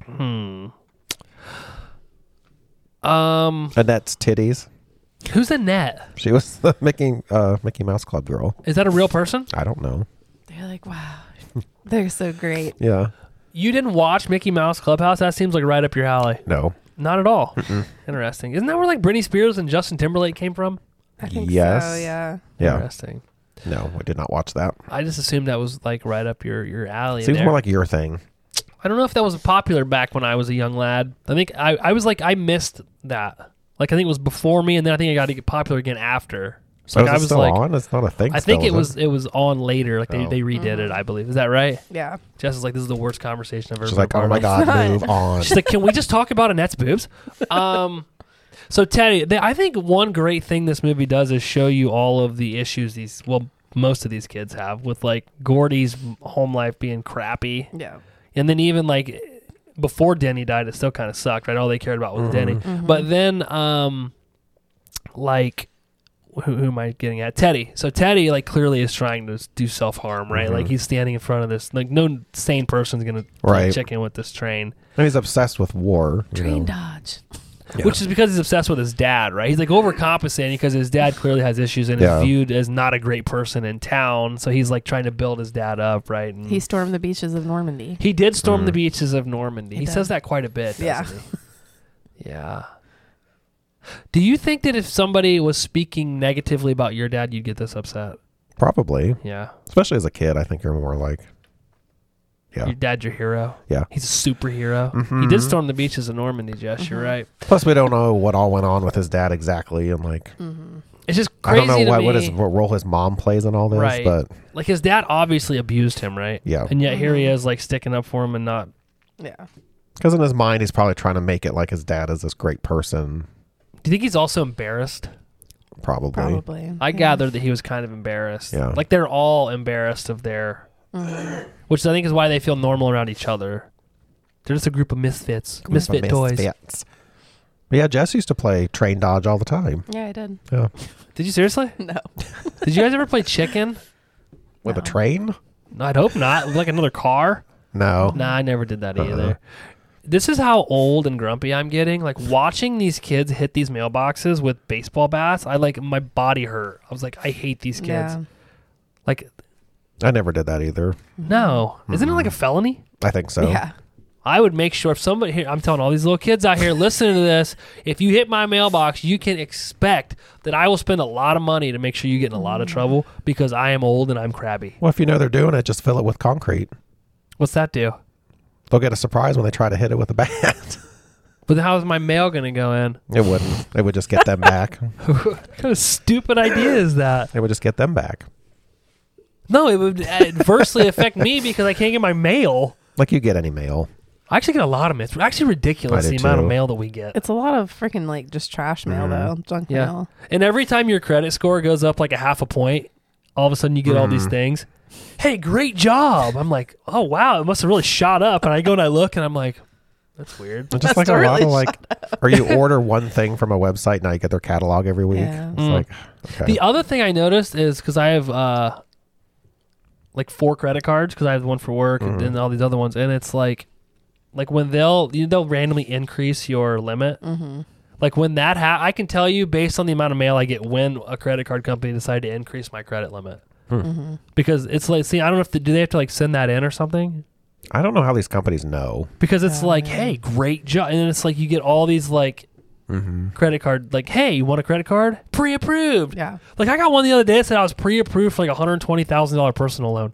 [SPEAKER 1] Hmm. Um,
[SPEAKER 3] Annette's titties.
[SPEAKER 1] who's Annette?
[SPEAKER 3] She was *laughs* the Mickey uh, Mickey Mouse Club girl.
[SPEAKER 1] Is that a real person?
[SPEAKER 3] I don't know.
[SPEAKER 5] They're like, wow, *laughs* they're so great.
[SPEAKER 3] Yeah.
[SPEAKER 1] You didn't watch Mickey Mouse Clubhouse? That seems like right up your alley.
[SPEAKER 3] No.
[SPEAKER 1] Not at all. Interesting. Isn't that where like Britney Spears and Justin Timberlake came from?
[SPEAKER 5] I think so.
[SPEAKER 3] Yes.
[SPEAKER 5] Yeah.
[SPEAKER 3] Yeah.
[SPEAKER 1] Interesting.
[SPEAKER 3] No, I did not watch that.
[SPEAKER 1] I just assumed that was like right up your your alley.
[SPEAKER 3] Seems
[SPEAKER 1] there.
[SPEAKER 3] more like your thing.
[SPEAKER 1] I don't know if that was popular back when I was a young lad. I think I, I was like I missed that. Like I think it was before me, and then I think I got to get popular again after. So
[SPEAKER 3] So
[SPEAKER 1] like,
[SPEAKER 3] Oh, is
[SPEAKER 1] I
[SPEAKER 3] it
[SPEAKER 1] was
[SPEAKER 3] still
[SPEAKER 1] like,
[SPEAKER 3] on? It's not a thing.
[SPEAKER 1] I think
[SPEAKER 3] still,
[SPEAKER 1] it
[SPEAKER 3] is
[SPEAKER 1] was it was on later. Like they,
[SPEAKER 3] Oh.
[SPEAKER 1] they redid it, I believe. Is that right?
[SPEAKER 5] Yeah.
[SPEAKER 1] Jess is like, this is the worst conversation I've ever.
[SPEAKER 3] She's
[SPEAKER 1] been
[SPEAKER 3] like,
[SPEAKER 1] a part
[SPEAKER 3] oh my
[SPEAKER 1] of." *laughs*
[SPEAKER 3] god, move on.
[SPEAKER 1] She's like, can we just talk about Annette's boobs? Um, so Teddy, they, I think one great thing this movie does is show you all of the issues these well most of these kids have with like Gordy's home life being crappy
[SPEAKER 5] Yeah.
[SPEAKER 1] and then even like before Denny died, it still kind of sucked, right? All they cared about was Denny.
[SPEAKER 5] Mm-hmm.
[SPEAKER 1] But then, um, like, who, who am I getting at? Teddy. So Teddy, like, clearly is trying to s- do self harm, right? Like, he's standing in front of this. Like, no sane person's gonna
[SPEAKER 3] Right.
[SPEAKER 1] check in with this train,
[SPEAKER 3] And he's obsessed with war. you
[SPEAKER 5] Train
[SPEAKER 3] know.
[SPEAKER 5] dodge.
[SPEAKER 3] Yeah.
[SPEAKER 1] which is because he's obsessed with his dad, right? He's like overcompensating because his dad clearly has issues and
[SPEAKER 3] Yeah.
[SPEAKER 1] is viewed as not a great person in town. So he's like trying to build his dad up, right? And
[SPEAKER 3] Mm.
[SPEAKER 5] He stormed the beaches of Normandy.
[SPEAKER 1] He did storm the beaches of Normandy. He,
[SPEAKER 5] He
[SPEAKER 1] says
[SPEAKER 5] did.
[SPEAKER 1] that quite a bit.
[SPEAKER 5] Yeah.
[SPEAKER 1] Doesn't he? yeah. Do you think that if somebody was speaking negatively about your dad, you'd get this upset?
[SPEAKER 3] Probably,
[SPEAKER 1] Yeah.
[SPEAKER 3] especially as a kid, I think you're more like, yeah,
[SPEAKER 1] Your dad's your hero.
[SPEAKER 3] yeah. Mm-hmm.
[SPEAKER 1] He's a superhero. He did storm the beaches of Normandy, Jess. You're right.
[SPEAKER 3] Plus, we don't know what all went on with his dad exactly, and like,
[SPEAKER 5] Mm-hmm.
[SPEAKER 1] It's just
[SPEAKER 3] I
[SPEAKER 1] crazy.
[SPEAKER 3] don't know
[SPEAKER 1] to
[SPEAKER 3] what
[SPEAKER 1] me.
[SPEAKER 3] what, his, what role his mom plays in all this,
[SPEAKER 1] Right.
[SPEAKER 3] but
[SPEAKER 1] like his dad obviously abused him, right?
[SPEAKER 3] Yeah.
[SPEAKER 1] And yet here he is, like sticking up for him and not.
[SPEAKER 5] Yeah.
[SPEAKER 3] because in his mind, he's probably trying to make it like his dad is this great person.
[SPEAKER 1] Do you think he's also embarrassed?
[SPEAKER 3] Probably,
[SPEAKER 5] Probably.
[SPEAKER 1] I gathered that he was kind of embarrassed.
[SPEAKER 3] Yeah.
[SPEAKER 1] Like they're all embarrassed of their,
[SPEAKER 5] Mm-hmm.
[SPEAKER 1] which I think is why they feel normal around each other. They're just a group of misfits, misfit toys.
[SPEAKER 3] Misfits. But yeah, Jess used to play train dodge all the time.
[SPEAKER 5] Yeah, I did.
[SPEAKER 3] Yeah,
[SPEAKER 1] Did you seriously?
[SPEAKER 5] *laughs* No.
[SPEAKER 3] *laughs*
[SPEAKER 1] Did you guys ever play *laughs* chicken?
[SPEAKER 3] with
[SPEAKER 5] No.
[SPEAKER 3] a train?
[SPEAKER 1] No, I'd hope not. Like another car.
[SPEAKER 3] No,
[SPEAKER 1] Oh. Nah, I never did that
[SPEAKER 3] Uh-uh.
[SPEAKER 1] either. this is how old and grumpy I'm getting. Like watching these kids hit these mailboxes with baseball bats, I like my body hurt. I was like, I hate these kids.
[SPEAKER 5] Yeah.
[SPEAKER 1] Like,
[SPEAKER 3] I never did that either.
[SPEAKER 1] no, isn't it like a felony?
[SPEAKER 3] I think so.
[SPEAKER 5] Yeah.
[SPEAKER 1] I would make sure if somebody here, I'm telling all these little kids out here listening to this, if you hit my mailbox, you can expect that I will spend a lot of money to make sure you get in a lot of trouble because I am old and I'm crabby.
[SPEAKER 3] Well, if you know they're doing it, just fill it with concrete.
[SPEAKER 1] What's that do?
[SPEAKER 3] They'll get a surprise when they try to hit it with a bat. *laughs*
[SPEAKER 1] But how is my mail going to go in?
[SPEAKER 3] it wouldn't. It would just
[SPEAKER 1] *laughs*
[SPEAKER 3] get them back.
[SPEAKER 1] What kind of stupid idea is that?
[SPEAKER 3] It would just get them back.
[SPEAKER 1] No, it would adversely affect me because I can't get my mail.
[SPEAKER 3] Like you get any mail.
[SPEAKER 1] I actually get a lot of mail. It's actually ridiculous
[SPEAKER 3] I
[SPEAKER 1] the
[SPEAKER 3] do
[SPEAKER 1] amount of
[SPEAKER 3] too.
[SPEAKER 1] mail that we get.
[SPEAKER 5] It's a lot of freaking like just trash mail
[SPEAKER 3] Mm-hmm.
[SPEAKER 5] though, junk
[SPEAKER 1] yeah.
[SPEAKER 5] mail.
[SPEAKER 1] And every time your credit score goes up like a half a point, all of a sudden you get all these things. Hey, great job. I'm like, oh, wow, it must have really shot up. And I go and I look and I'm like, that's weird.
[SPEAKER 3] Just like a
[SPEAKER 5] really
[SPEAKER 3] lot of like, or you order one thing from a website now you get their catalog every week.
[SPEAKER 5] Yeah.
[SPEAKER 3] It's
[SPEAKER 1] Mm.
[SPEAKER 3] like okay.
[SPEAKER 1] The other thing I noticed is because I have uh, like four credit cards because I have one for work and then all these other ones, and it's like, like when they'll you they'll randomly increase your limit. Like when that ha- I can tell you based on the amount of mail I get when a credit card company decided to increase my credit limit. Because it's like, see, I don't know if the, do they have to like send that in or something?
[SPEAKER 3] I don't know how these companies know.
[SPEAKER 1] Because it's like, hey, great job, and then it's like you get all these like credit card, like, hey, you want a credit card? Pre-approved.
[SPEAKER 5] Yeah.
[SPEAKER 1] Like I got one the other day that said I was pre-approved for like a hundred twenty thousand dollar personal loan.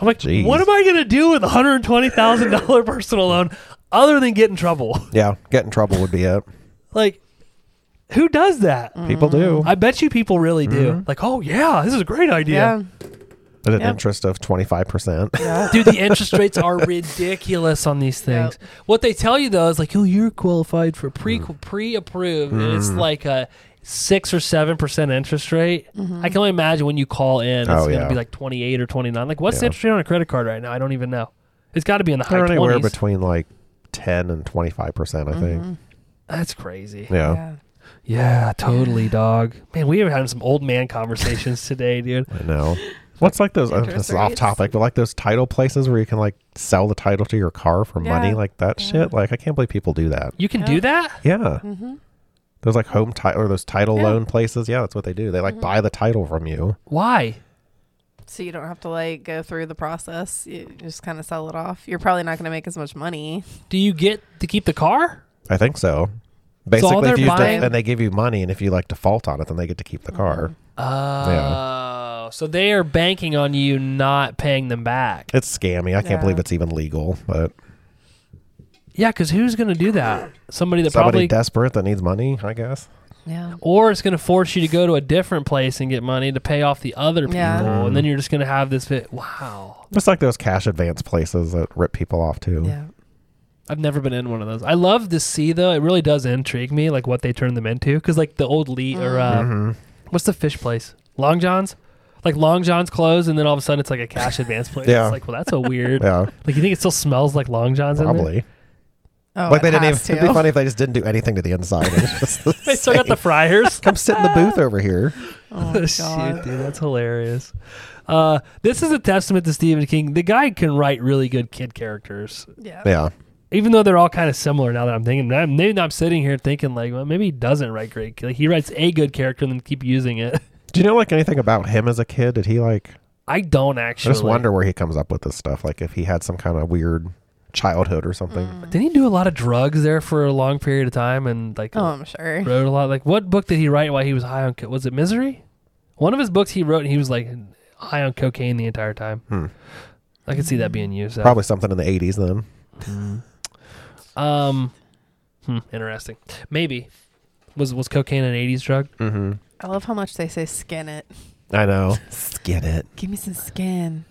[SPEAKER 1] I'm like,
[SPEAKER 3] Jeez.
[SPEAKER 1] what am I gonna do with a hundred twenty thousand dollar *laughs* personal loan other than get in trouble? *laughs*
[SPEAKER 3] Yeah, get in trouble would be it.
[SPEAKER 1] like, who does that?
[SPEAKER 3] People do.
[SPEAKER 1] I bet you people really do. Like, oh yeah, this is a great idea,
[SPEAKER 5] Yeah.
[SPEAKER 3] At an
[SPEAKER 5] Yeah.
[SPEAKER 3] interest of twenty five percent.
[SPEAKER 1] dude. The interest rates are ridiculous on these things. What they tell you though is like, oh, you're qualified for pre
[SPEAKER 3] Mm.
[SPEAKER 1] pre-approved, and it's like a six or seven percent interest rate. I can only imagine when you call in, it's
[SPEAKER 3] Oh,
[SPEAKER 1] going to
[SPEAKER 3] yeah.
[SPEAKER 1] be like twenty eight or twenty nine. Like, what's the
[SPEAKER 3] Yeah.
[SPEAKER 1] interest rate on a credit card right now? I don't even know. It's got to be in the high
[SPEAKER 3] They're anywhere
[SPEAKER 1] twenties.
[SPEAKER 3] between like ten and twenty five percent, I think.
[SPEAKER 1] That's crazy.
[SPEAKER 3] Yeah.
[SPEAKER 5] Yeah.
[SPEAKER 1] Yeah, totally, dog. Man, we were having some old man conversations *laughs* today, dude.
[SPEAKER 3] I know. What's like those? Uh, this
[SPEAKER 5] Interest
[SPEAKER 3] is off
[SPEAKER 5] rates.
[SPEAKER 3] topic, but like those title places where you can like sell the title to your car for money,
[SPEAKER 5] Yeah. Mm-hmm.
[SPEAKER 3] like that shit. Like I can't believe people do that.
[SPEAKER 1] You can do that?
[SPEAKER 3] Yeah. Those like home title or those title loan places. Yeah, that's what they do. They like buy the title from you.
[SPEAKER 1] Why?
[SPEAKER 5] So you don't have to like go through the process. You just kind of sell it off. You're probably not going to make as much money.
[SPEAKER 1] Do you get to keep the car?
[SPEAKER 3] I think so.
[SPEAKER 1] all
[SPEAKER 3] Basically,
[SPEAKER 1] they're
[SPEAKER 3] if you de-
[SPEAKER 1] buying-
[SPEAKER 3] and they give you money, and if you like default on it, then they get to keep the car.
[SPEAKER 1] Oh, so they are banking on you not paying them back.
[SPEAKER 3] It's scammy. I can't
[SPEAKER 5] Yeah.
[SPEAKER 3] believe it's even legal. But
[SPEAKER 1] Yeah, because who's going to do that? Somebody that
[SPEAKER 3] somebody
[SPEAKER 1] probably,
[SPEAKER 3] desperate that needs money, I guess.
[SPEAKER 5] Yeah.
[SPEAKER 1] or it's going to force you to go to a different place and get money to pay off the other people,
[SPEAKER 5] Yeah.
[SPEAKER 1] and then you're just going to have this. Bit, wow,
[SPEAKER 3] Just like those cash advance places that rip people off too.
[SPEAKER 5] Yeah.
[SPEAKER 1] I've never been in one of those. I love to see though; it really does intrigue me, like what they turn them into. Because like the old Lee or uh,
[SPEAKER 3] Mm-hmm.
[SPEAKER 1] what's the fish place? Long John's, like Long John's close, and then all of a sudden it's like a cash advance place.
[SPEAKER 3] *laughs* Yeah.
[SPEAKER 1] It's like, well, that's a weird.
[SPEAKER 3] *laughs* Yeah,
[SPEAKER 1] Like you think it still smells like Long John's? in there? *laughs*
[SPEAKER 3] probably.
[SPEAKER 5] Oh,
[SPEAKER 3] like
[SPEAKER 5] it
[SPEAKER 3] they didn't even.
[SPEAKER 5] has
[SPEAKER 3] It'd be
[SPEAKER 5] to.
[SPEAKER 3] funny if they just didn't do anything to the inside. It's
[SPEAKER 1] *laughs*
[SPEAKER 3] just the
[SPEAKER 1] They still got the
[SPEAKER 3] same.
[SPEAKER 1] fryers.
[SPEAKER 3] Come sit in the booth over here.
[SPEAKER 5] Oh,
[SPEAKER 1] *laughs*
[SPEAKER 5] *laughs* my
[SPEAKER 1] Shoot,
[SPEAKER 5] God.
[SPEAKER 1] dude, that's hilarious. Uh, this is a testament to Stephen King. The guy can write really good kid characters,
[SPEAKER 5] Yeah.
[SPEAKER 3] Yeah,
[SPEAKER 1] even though they're all kind of similar. Now that I'm thinking, I'm- maybe I'm sitting here thinking like, well, maybe he doesn't write great. Like, he writes a good character and then keep using it. *laughs*
[SPEAKER 3] Do you know like anything about him as a kid? Did he like?
[SPEAKER 1] I don't actually.
[SPEAKER 3] I just wonder where he comes up with this stuff. Like if he had some kind of weird childhood or something.
[SPEAKER 5] Mm.
[SPEAKER 1] Did he do a lot of drugs there for a long period of time and like
[SPEAKER 5] Oh, I'm sure.
[SPEAKER 1] wrote a lot? Like, what book did he write while he was high on? Co- was it Misery? One of his books he wrote, and he was like high on cocaine the entire time. I could see that being used. though.
[SPEAKER 3] Hmm. Mm. Probably something in the eighties then.
[SPEAKER 1] Um, hmm, interesting. Maybe was was cocaine an '80s drug?
[SPEAKER 3] Mm-hmm.
[SPEAKER 5] I love how much they say skin it.
[SPEAKER 3] I know. Skin it.
[SPEAKER 5] Give me some skin.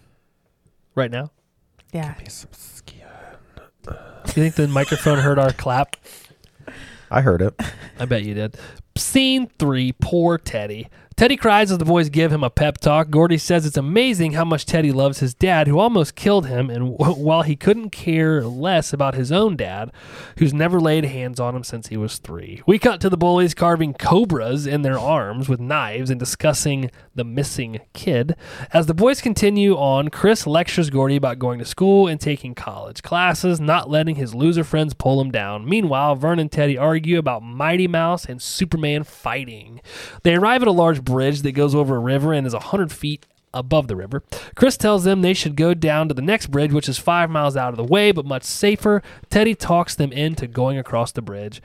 [SPEAKER 1] Right now,
[SPEAKER 5] Yeah.
[SPEAKER 1] you think the microphone heard our clap?
[SPEAKER 3] I heard it.
[SPEAKER 1] I bet you did. Scene three Poor Teddy. Teddy cries as the boys give him a pep talk. Gordy says it's amazing how much Teddy loves his dad, who almost killed him, and w- while he couldn't care less about his own dad, who's never laid hands on him since he was three. We cut to the bullies carving cobras in their arms with knives and discussing the missing kid. As the boys continue on, Chris lectures Gordy about going to school and taking college classes, not letting his loser friends pull him down. Meanwhile, Vern and Teddy argue about Mighty Mouse and Superman fighting. They arrive at a large bridge that goes over a river and is 100 feet above the river. Chris tells them they should go down to the next bridge, which is five miles out of the way but much safer. Teddy talks them into going across the bridge.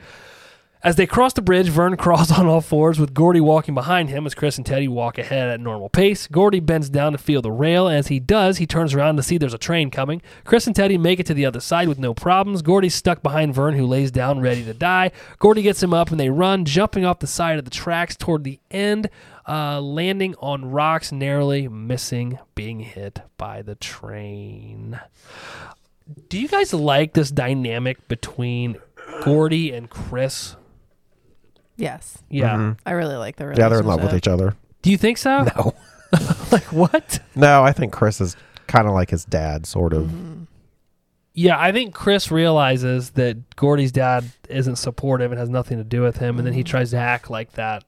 [SPEAKER 1] As they cross the bridge, Vern *laughs* crawls on all fours with Gordy walking behind him as Chris and Teddy walk ahead at normal pace. Gordy bends down to feel the rail. As he does, he turns around to see there's a train coming. Chris and Teddy make it to the other side with no problems. Gordy's stuck behind Vern, who lays down ready to die. Gordy gets him up and they run, jumping off the side of the tracks toward the end, uh, landing on rocks, narrowly missing being hit by the train. Do you guys like this dynamic between Gordy and Chris?
[SPEAKER 5] Yes,
[SPEAKER 1] Yeah.
[SPEAKER 3] Mm-hmm.
[SPEAKER 5] I really like the relationship.
[SPEAKER 3] Yeah, they're in love with each other.
[SPEAKER 1] Do you think so?
[SPEAKER 3] No.
[SPEAKER 1] *laughs* Like what?
[SPEAKER 3] *laughs* No, I think Chris is kind of like his dad, sort of.
[SPEAKER 1] Mm-hmm. Yeah, I think Chris realizes that Gordy's dad isn't supportive and has nothing to do with him, and then he tries to act like that.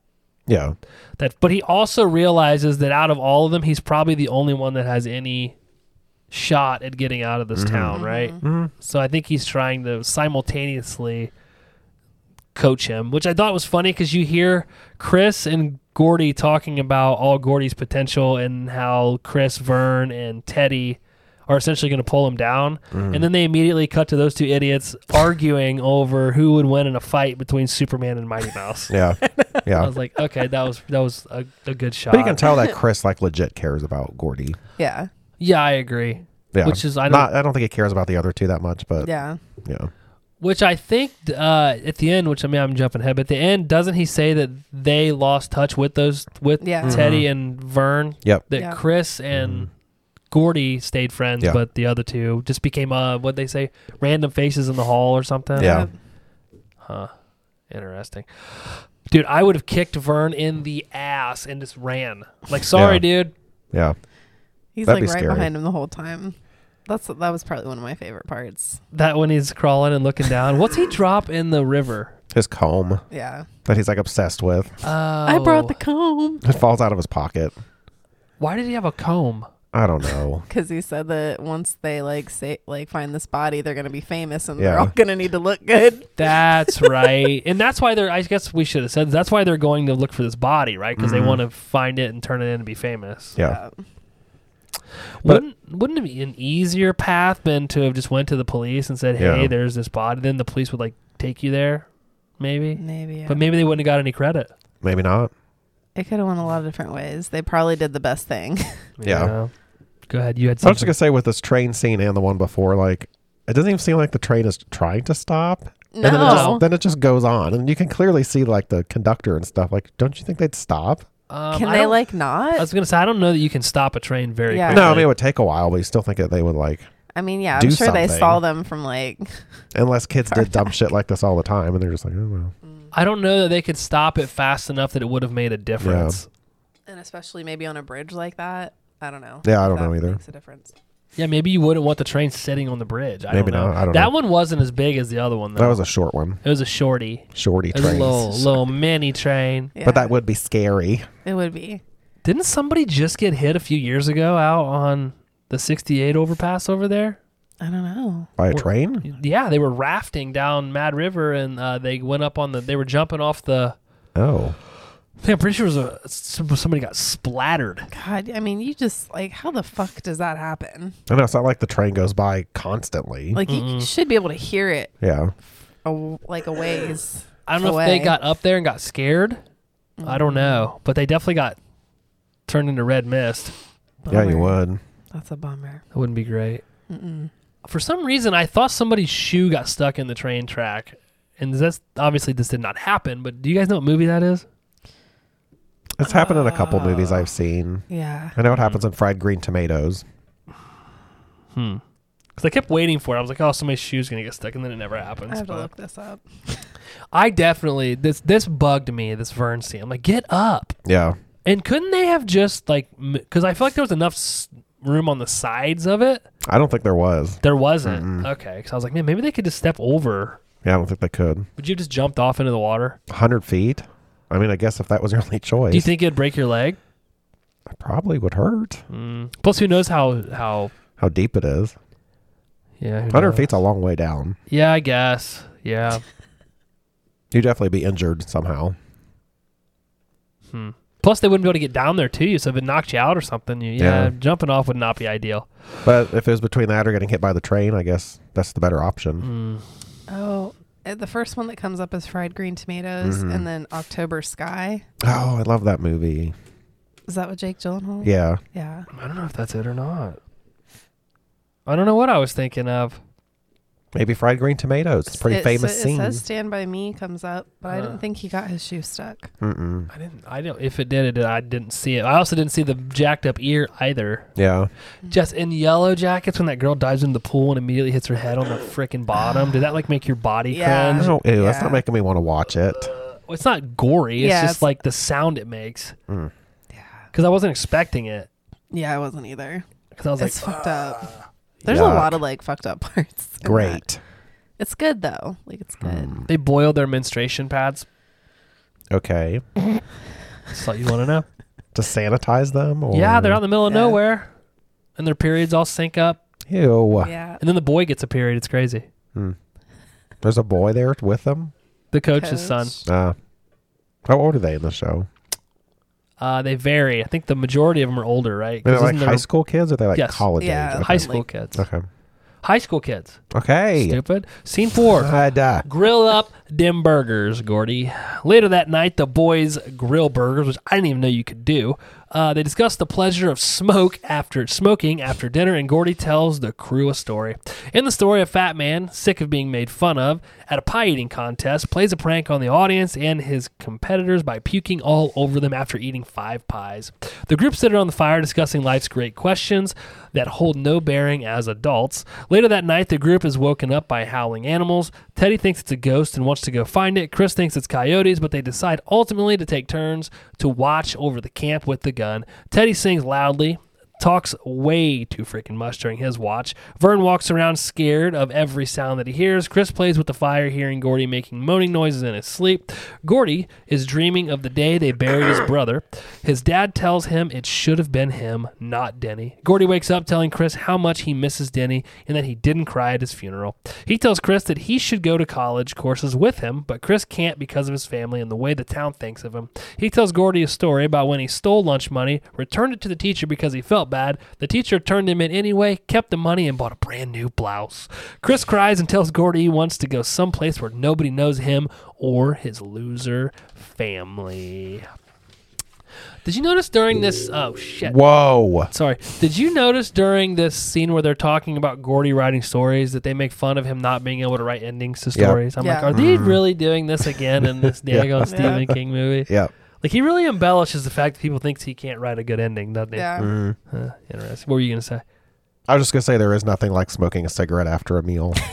[SPEAKER 3] Yeah.
[SPEAKER 1] That, but he also realizes that out of all of them, he's probably the only one that has any shot at getting out of this town, right?
[SPEAKER 3] Mm-hmm.
[SPEAKER 1] So I think he's trying to simultaneously coach him, which I thought was funny because you hear Chris and Gordy talking about all Gordy's potential and how Chris, Vern, and Teddy are essentially going to pull him down.
[SPEAKER 3] Mm.
[SPEAKER 1] And then they immediately cut to those two idiots arguing over who would win in a fight between Superman and Mighty Mouse. *laughs*
[SPEAKER 3] Yeah.
[SPEAKER 1] I
[SPEAKER 3] *laughs* Yeah.
[SPEAKER 1] was like, okay, that was that was a, a good shot.
[SPEAKER 3] But you can
[SPEAKER 1] *laughs*
[SPEAKER 3] tell that Chris like legit cares about Gordy.
[SPEAKER 5] Yeah,
[SPEAKER 1] yeah, I agree.
[SPEAKER 3] Yeah.
[SPEAKER 1] Which is I don't
[SPEAKER 3] Not, I don't think he cares about the other two that much, but yeah.
[SPEAKER 5] yeah.
[SPEAKER 1] Which I think uh, at the end, which I mean, I'm jumping ahead, but at the end, doesn't he say that they lost touch with those with
[SPEAKER 5] Yeah.
[SPEAKER 1] Teddy and Vern?
[SPEAKER 3] Yep. Mm-hmm.
[SPEAKER 1] That
[SPEAKER 5] Yeah.
[SPEAKER 1] Chris and Gordy stayed friends,
[SPEAKER 3] Yeah.
[SPEAKER 1] but the other two just became uh, what they say, random faces in the hall or something.
[SPEAKER 3] Yeah.
[SPEAKER 1] Huh. Interesting. Dude, I would have kicked Vern in the ass and just ran. Like, sorry,
[SPEAKER 3] Yeah.
[SPEAKER 1] dude.
[SPEAKER 3] Yeah.
[SPEAKER 5] He's
[SPEAKER 3] That'd be
[SPEAKER 5] like right
[SPEAKER 3] scary.
[SPEAKER 5] behind him the whole time. That's that was probably one of my favorite parts.
[SPEAKER 1] That when he's crawling and looking down, what's he drop in the river?
[SPEAKER 3] His comb
[SPEAKER 5] Yeah,
[SPEAKER 3] that he's like obsessed with. *laughs*
[SPEAKER 1] Oh,
[SPEAKER 5] I brought the comb
[SPEAKER 3] It falls out of his pocket.
[SPEAKER 1] Why did he have a comb?
[SPEAKER 3] I
[SPEAKER 1] *laughs*
[SPEAKER 3] don't know.
[SPEAKER 5] because he said that once they like say like find this body, they're gonna be famous and they're
[SPEAKER 3] Yeah.
[SPEAKER 5] all gonna need to look good.
[SPEAKER 1] That's right, and that's why they're. I guess we should have said that's why they're going to look for this body, right? Because they want to find it and turn it in to be famous.
[SPEAKER 3] Mm-hmm. Yeah. But-
[SPEAKER 1] Wouldn't wouldn't it be an easier path than to have just went to the police and said, "Hey,
[SPEAKER 3] Yeah.
[SPEAKER 1] there's this body." Then the police would like take you there, maybe.
[SPEAKER 5] Maybe, yeah.
[SPEAKER 1] But maybe they wouldn't have got any credit.
[SPEAKER 3] Maybe not.
[SPEAKER 5] it could have went a lot of different ways. They probably did the best thing.
[SPEAKER 1] you
[SPEAKER 3] Yeah.
[SPEAKER 1] know? Go ahead. You had
[SPEAKER 3] I was just
[SPEAKER 1] something.
[SPEAKER 3] gonna say with this train scene and the one before, like it doesn't even seem like the train is trying to stop. And then, it
[SPEAKER 5] No.
[SPEAKER 3] just, then it just goes on, and you can clearly see like the conductor and stuff. Like, don't you think they'd stop?
[SPEAKER 1] Um,
[SPEAKER 5] Can
[SPEAKER 1] I
[SPEAKER 5] they
[SPEAKER 1] don't-
[SPEAKER 5] like
[SPEAKER 1] I
[SPEAKER 5] not?
[SPEAKER 1] was gonna say I don't know that you can stop a train very
[SPEAKER 5] Yeah.
[SPEAKER 1] quickly.
[SPEAKER 3] No, I mean it would take a while, but you still think that they would like,
[SPEAKER 5] I mean, yeah, I'm
[SPEAKER 3] do
[SPEAKER 5] sure they
[SPEAKER 3] something.
[SPEAKER 5] saw them from like
[SPEAKER 3] unless kids did dumb shit like this all the time, and they're just like, oh well.
[SPEAKER 1] I don't know that they could stop it fast enough that it would have made a difference.
[SPEAKER 5] and especially maybe on a bridge like that. I don't know.
[SPEAKER 3] Yeah, I
[SPEAKER 5] If
[SPEAKER 3] don't
[SPEAKER 5] that
[SPEAKER 3] know either.
[SPEAKER 5] Makes a difference.
[SPEAKER 1] Yeah, maybe you wouldn't want the train sitting on the bridge. I
[SPEAKER 3] Maybe
[SPEAKER 1] don't know.
[SPEAKER 3] not. I don't
[SPEAKER 1] that
[SPEAKER 3] know.
[SPEAKER 1] one wasn't as big as the other one, though.
[SPEAKER 3] That was a short one,
[SPEAKER 1] it was a shorty.
[SPEAKER 3] shorty
[SPEAKER 1] It was a
[SPEAKER 3] train.
[SPEAKER 1] little, little mini train.
[SPEAKER 5] Yeah,
[SPEAKER 3] But that would be scary.
[SPEAKER 5] it would be.
[SPEAKER 1] Didn't somebody just get hit a few years ago out on the 68 overpass over there?
[SPEAKER 5] I don't know.
[SPEAKER 3] By a
[SPEAKER 1] Well-
[SPEAKER 3] train?
[SPEAKER 1] Yeah, they were rafting down Mad River and uh, they went up on the. They were jumping off the.
[SPEAKER 3] Oh.
[SPEAKER 1] I think I'm pretty sure it was a, some- somebody got splattered.
[SPEAKER 5] God, I mean, you just like how the fuck does that happen?
[SPEAKER 3] I know, it's not like the train goes by constantly.
[SPEAKER 5] Like you- you should be able to hear it
[SPEAKER 3] yeah.
[SPEAKER 5] a, like a ways.
[SPEAKER 1] I don't know if they
[SPEAKER 5] Away.
[SPEAKER 1] got up there and got scared. I don't know, but they definitely got turned into red mist.
[SPEAKER 3] Yeah, you
[SPEAKER 5] Bummer.
[SPEAKER 3] would.
[SPEAKER 5] That's a bummer.
[SPEAKER 1] That wouldn't be great. For some reason, I thought somebody's shoe got stuck in the train track, and that's obviously this did not happen. But do you guys know what movie that is?
[SPEAKER 3] It's happened in a
[SPEAKER 1] Ah.
[SPEAKER 3] couple movies I've seen.
[SPEAKER 5] Yeah.
[SPEAKER 1] Mm. Hmm.
[SPEAKER 3] I know it happens in Fried Green Tomatoes.
[SPEAKER 1] Because I kept waiting for it. I was like, oh, somebody's shoe's going to get stuck, and then it never happens.
[SPEAKER 5] I have to
[SPEAKER 1] but-
[SPEAKER 5] look this up.
[SPEAKER 1] I definitely, this this bugged me, this Vern scene. I'm like, get up.
[SPEAKER 3] Yeah.
[SPEAKER 1] And couldn't they have just, like, because I feel like there was enough s- room on the sides of it.
[SPEAKER 3] I don't think there was.
[SPEAKER 1] There wasn't. Okay. Because I was like, man, maybe they could just step over.
[SPEAKER 3] Yeah, I don't think they could.
[SPEAKER 1] Would you have just jumped off into the water?
[SPEAKER 3] 100 feet? I mean, I guess if that was your only choice,
[SPEAKER 1] Do you think it'd break your leg?
[SPEAKER 3] it probably would hurt
[SPEAKER 1] Mm. Plus, who knows how, how,
[SPEAKER 3] how deep it is.
[SPEAKER 1] yeah. who
[SPEAKER 3] 100
[SPEAKER 1] knows?
[SPEAKER 3] feet's a long way down.
[SPEAKER 1] Yeah, I guess. Yeah.
[SPEAKER 3] You'd definitely be injured somehow.
[SPEAKER 1] Plus, they wouldn't be able to get down there to you. So if it knocked you out or something, you, yeah,
[SPEAKER 3] Yeah.
[SPEAKER 1] jumping off would not be ideal.
[SPEAKER 3] But if it was between that or getting hit by the train, I guess that's the better option.
[SPEAKER 5] Oh, uh, the first one that comes up is fried green tomatoes,
[SPEAKER 3] Mm-hmm.
[SPEAKER 5] and then October Sky.
[SPEAKER 3] Oh, I love that movie.
[SPEAKER 5] Is that with Jake Gyllenhaal?
[SPEAKER 3] Yeah.
[SPEAKER 5] Yeah.
[SPEAKER 1] I don't know if that's it or not. I don't know what I was thinking of.
[SPEAKER 3] Maybe fried green tomatoes. It's a pretty
[SPEAKER 5] It-
[SPEAKER 3] famous
[SPEAKER 5] so it
[SPEAKER 3] scene.
[SPEAKER 5] says "Stand by Me" comes up, but I
[SPEAKER 1] Huh.
[SPEAKER 5] didn't think he got his shoe stuck.
[SPEAKER 3] Mm-mm.
[SPEAKER 1] I didn't. I don't. If it did, it did. I didn't see it. I also didn't see the jacked up ear either.
[SPEAKER 3] Yeah.
[SPEAKER 1] Just in yellow jackets, when that girl dives into the pool and immediately hits her head on the freaking bottom. Did that like make your body
[SPEAKER 5] Yeah.
[SPEAKER 1] cringe?
[SPEAKER 3] Oh, ew, that's
[SPEAKER 5] Yeah.
[SPEAKER 3] not making me want
[SPEAKER 5] *laughs*
[SPEAKER 3] to watch it.
[SPEAKER 1] Well, It's not gory. It's
[SPEAKER 5] Yeah,
[SPEAKER 1] just
[SPEAKER 5] it's-
[SPEAKER 1] like the sound it makes.
[SPEAKER 3] Mm.
[SPEAKER 5] Yeah.
[SPEAKER 1] Because I wasn't expecting it.
[SPEAKER 5] Yeah, I wasn't either.
[SPEAKER 1] Because I was
[SPEAKER 5] It's
[SPEAKER 1] like,
[SPEAKER 5] fucked up. There's a lot of like fucked up *laughs* parts. in that.
[SPEAKER 3] Great. Mm.
[SPEAKER 5] It's good though. Like it's good.
[SPEAKER 1] they boiled their menstruation pads.
[SPEAKER 3] Okay.
[SPEAKER 1] That's all you want to know.
[SPEAKER 3] To sanitize them? Or...
[SPEAKER 1] Yeah, they're out in the middle of
[SPEAKER 5] Yeah.
[SPEAKER 1] nowhere, and their periods all sync up,
[SPEAKER 3] Ew.
[SPEAKER 5] Yeah.
[SPEAKER 1] and then the boy gets a period. It's crazy.
[SPEAKER 3] There's a boy there with them.
[SPEAKER 1] The coach's son.
[SPEAKER 5] Coach.
[SPEAKER 3] Uh, how old are they in the show?
[SPEAKER 1] Uh, they vary. I think the majority of them are older, right?
[SPEAKER 3] Are they
[SPEAKER 1] 'Cause
[SPEAKER 3] like
[SPEAKER 1] isn't
[SPEAKER 3] high
[SPEAKER 1] there-
[SPEAKER 3] school kids or are they like
[SPEAKER 1] Yes.
[SPEAKER 3] college
[SPEAKER 5] Yeah.
[SPEAKER 3] age?
[SPEAKER 1] High
[SPEAKER 3] Okay.
[SPEAKER 1] school kids.
[SPEAKER 3] Okay.
[SPEAKER 1] High school kids.
[SPEAKER 3] Okay. uh,
[SPEAKER 1] Stupid. Scene
[SPEAKER 3] *laughs*
[SPEAKER 1] four.
[SPEAKER 3] I die.
[SPEAKER 1] Grill up them burgers, Gordy. Later that night, the boys grill burgers, which I didn't even know you could do. Uh, they discuss the pleasure of smoke after smoking after dinner, and Gordy tells the crew a story. In the story, a fat man, sick of being made fun of at a pie eating contest, plays a prank on the audience and his competitors by puking all over them after eating five pies. The group sit around the fire discussing life's great questions that hold no bearing as adults. Later that night, the group is woken up by howling animals. Teddy thinks it's a ghost and wants to go find it. Chris thinks it's coyotes, but they decide ultimately to take turns to watch over the camp with the gun. Teddy sings loudly. Talks way too freaking much during his watch. Vern walks around scared of every sound that he hears. Chris plays with the fire, hearing Gordy making moaning noises in his sleep. Gordy is dreaming of the day they buried his brother. His dad tells him it should have been him, not Denny. Gordy wakes up telling Chris how much he misses Denny and that he didn't cry at his funeral. He tells Chris that he should go to college courses with him, but Chris can't because of his family and the way the town thinks of him. He tells Gordy a story about when he stole lunch money, returned it to the teacher because he felt bad. The teacher turned him in anyway, kept the money, and bought a brand new blouse. Chris cries and tells Gordy he wants to go someplace where nobody knows him or his loser family. Did you notice during this? Oh shit!
[SPEAKER 3] Whoa.
[SPEAKER 1] Sorry. Did you notice during this scene where they're talking about Gordy writing stories that they make fun of him not being able to write endings to
[SPEAKER 3] Yeah.
[SPEAKER 1] stories? I'm like,
[SPEAKER 5] Yeah.
[SPEAKER 1] are they really doing this again in this
[SPEAKER 3] Yeah.
[SPEAKER 1] daggone Stephen King movie?
[SPEAKER 3] Yep.
[SPEAKER 1] Like he really embellishes the fact that people thinks he can't write a good ending, doesn't he?
[SPEAKER 5] Yeah.
[SPEAKER 3] Mm.
[SPEAKER 1] Huh, interesting. What were you gonna say?
[SPEAKER 3] I was just gonna say there is nothing like smoking a cigarette after
[SPEAKER 5] *laughs*
[SPEAKER 3] a meal.
[SPEAKER 5] *laughs*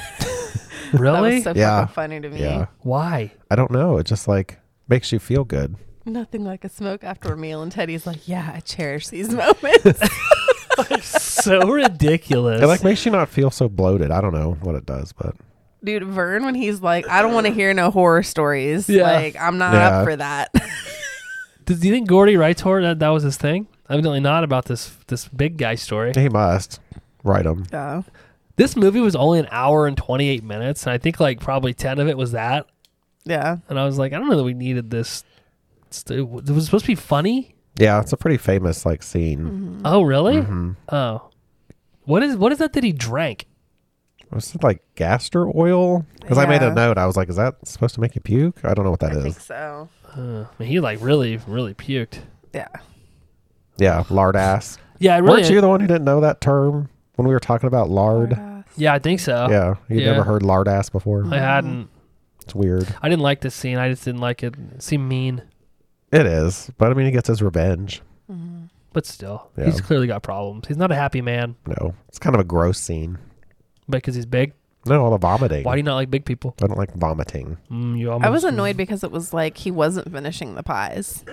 [SPEAKER 5] That
[SPEAKER 1] Really?
[SPEAKER 5] was so
[SPEAKER 3] Yeah.
[SPEAKER 5] fucking funny to me.
[SPEAKER 3] yeah.
[SPEAKER 1] Why? *laughs*
[SPEAKER 3] I don't know. It just like makes you feel good.
[SPEAKER 5] Nothing like a smoke after a meal. And Teddy's like, yeah, I cherish these
[SPEAKER 1] *laughs*
[SPEAKER 5] *laughs* moments.
[SPEAKER 1] so ridiculous.
[SPEAKER 3] It like makes you not feel so bloated. I don't know what it does, but
[SPEAKER 5] Dude, Vern, when he's like, I don't want to hear no horror stories.
[SPEAKER 1] Yeah.
[SPEAKER 5] Like, I'm not
[SPEAKER 3] Yeah.
[SPEAKER 5] up for that. *laughs*
[SPEAKER 1] Does- do you think Gordy writes horror? That, that was his thing? Evidently not about this this big guy story.
[SPEAKER 3] he must write them.
[SPEAKER 5] yeah.
[SPEAKER 1] This movie was only an hour and twenty eight minutes, and I think like probably ten of it was that.
[SPEAKER 5] Yeah.
[SPEAKER 1] and I was like, I don't know that we needed this. St- It was supposed to be funny.
[SPEAKER 3] Yeah, it's a pretty famous like scene.
[SPEAKER 5] Mm-hmm.
[SPEAKER 1] Oh, really?
[SPEAKER 3] Mm-hmm.
[SPEAKER 1] Oh, what is what is that that he drank?
[SPEAKER 3] Was it like castor oil? Because I made a
[SPEAKER 5] Yeah.
[SPEAKER 3] note. I was like, is that supposed to make you puke? I don't know what that is.
[SPEAKER 5] I think so.
[SPEAKER 1] Uh, I mean, he like really, really puked.
[SPEAKER 5] Yeah.
[SPEAKER 3] Yeah, lard ass.
[SPEAKER 1] Yeah, I really.
[SPEAKER 3] Weren't you the one who didn't know that term when we were talking about lard?
[SPEAKER 1] yeah, I think so.
[SPEAKER 3] Yeah, you
[SPEAKER 1] Yeah.
[SPEAKER 3] never heard lard ass before.
[SPEAKER 1] I hadn't.
[SPEAKER 3] It's weird.
[SPEAKER 1] I didn't like this scene. I just didn't like it. It seemed mean,
[SPEAKER 3] It is, but I mean, he gets his revenge.
[SPEAKER 1] but still,
[SPEAKER 3] Yeah.
[SPEAKER 1] he's clearly got problems. He's not a happy man.
[SPEAKER 3] No, it's kind of a gross scene.
[SPEAKER 1] because he's big.
[SPEAKER 3] No, all the vomiting.
[SPEAKER 1] Why do you not like big people?
[SPEAKER 3] I don't like vomiting.
[SPEAKER 1] Mm, you almost,
[SPEAKER 5] I was annoyed because it was like he wasn't finishing the pies,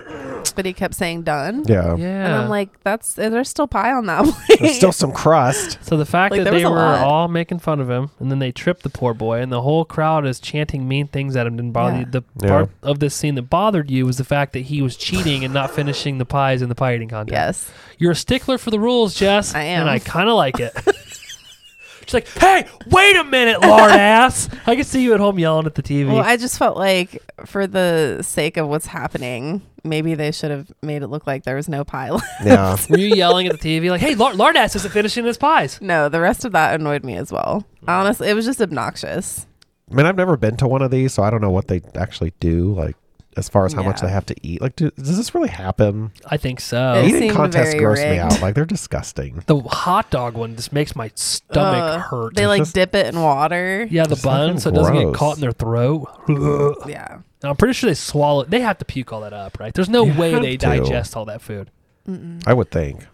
[SPEAKER 5] but he kept saying done.
[SPEAKER 3] Yeah.
[SPEAKER 1] Yeah.
[SPEAKER 5] And I'm like, that's there's still pie on that
[SPEAKER 3] There's
[SPEAKER 5] plate. *laughs*
[SPEAKER 3] still some crust.
[SPEAKER 1] so the fact
[SPEAKER 5] like,
[SPEAKER 1] that
[SPEAKER 5] there
[SPEAKER 1] they
[SPEAKER 5] was a
[SPEAKER 1] were
[SPEAKER 5] lot.
[SPEAKER 1] all making fun of him, and then they tripped the poor boy, and the whole crowd is chanting mean things at him didn't bother
[SPEAKER 5] Yeah.
[SPEAKER 1] you. The
[SPEAKER 3] Yeah.
[SPEAKER 1] part of this scene that bothered you was the fact that he was cheating and not finishing the pies in the pie eating contest.
[SPEAKER 5] yes.
[SPEAKER 1] You're a stickler for the rules, Jess.
[SPEAKER 5] I am.
[SPEAKER 1] And I kind of like
[SPEAKER 5] *laughs*
[SPEAKER 1] it. She's like, hey, wait a minute, lard ass. I can see you at home yelling at the TV.
[SPEAKER 5] Well, I just felt like for the sake of what's happening, maybe they should have made it look like there was no pie left.
[SPEAKER 3] Yeah.
[SPEAKER 1] Were you yelling at the TV like, hey, lard, lard ass isn't finishing his pies?
[SPEAKER 5] *laughs* No, the rest of that annoyed me as well. Honestly, it was just obnoxious.
[SPEAKER 3] I mean, I've never been to one of these, so I don't know what they actually do. Like, as far as how much
[SPEAKER 5] Yeah.
[SPEAKER 3] they have to eat. Like, do, does this really happen?
[SPEAKER 1] I think so.
[SPEAKER 5] It
[SPEAKER 3] Eating
[SPEAKER 5] seemed
[SPEAKER 3] contests
[SPEAKER 5] very
[SPEAKER 3] gross me
[SPEAKER 5] rigged.
[SPEAKER 3] out. Like, they're disgusting.
[SPEAKER 1] The hot dog one just makes my stomach
[SPEAKER 5] Ugh.
[SPEAKER 1] hurt.
[SPEAKER 5] Uh, They like
[SPEAKER 3] just-
[SPEAKER 5] dip it in water.
[SPEAKER 1] yeah, the
[SPEAKER 3] It's
[SPEAKER 1] bun,
[SPEAKER 3] fucking
[SPEAKER 1] so it doesn't get
[SPEAKER 3] gross.
[SPEAKER 1] caught in their throat. *laughs* and
[SPEAKER 5] Yeah.
[SPEAKER 1] I'm pretty sure they swallow. They have to puke all that up, right? There's no
[SPEAKER 3] You
[SPEAKER 1] way
[SPEAKER 3] have
[SPEAKER 1] they
[SPEAKER 3] to.
[SPEAKER 1] digest all that food.
[SPEAKER 3] I would think.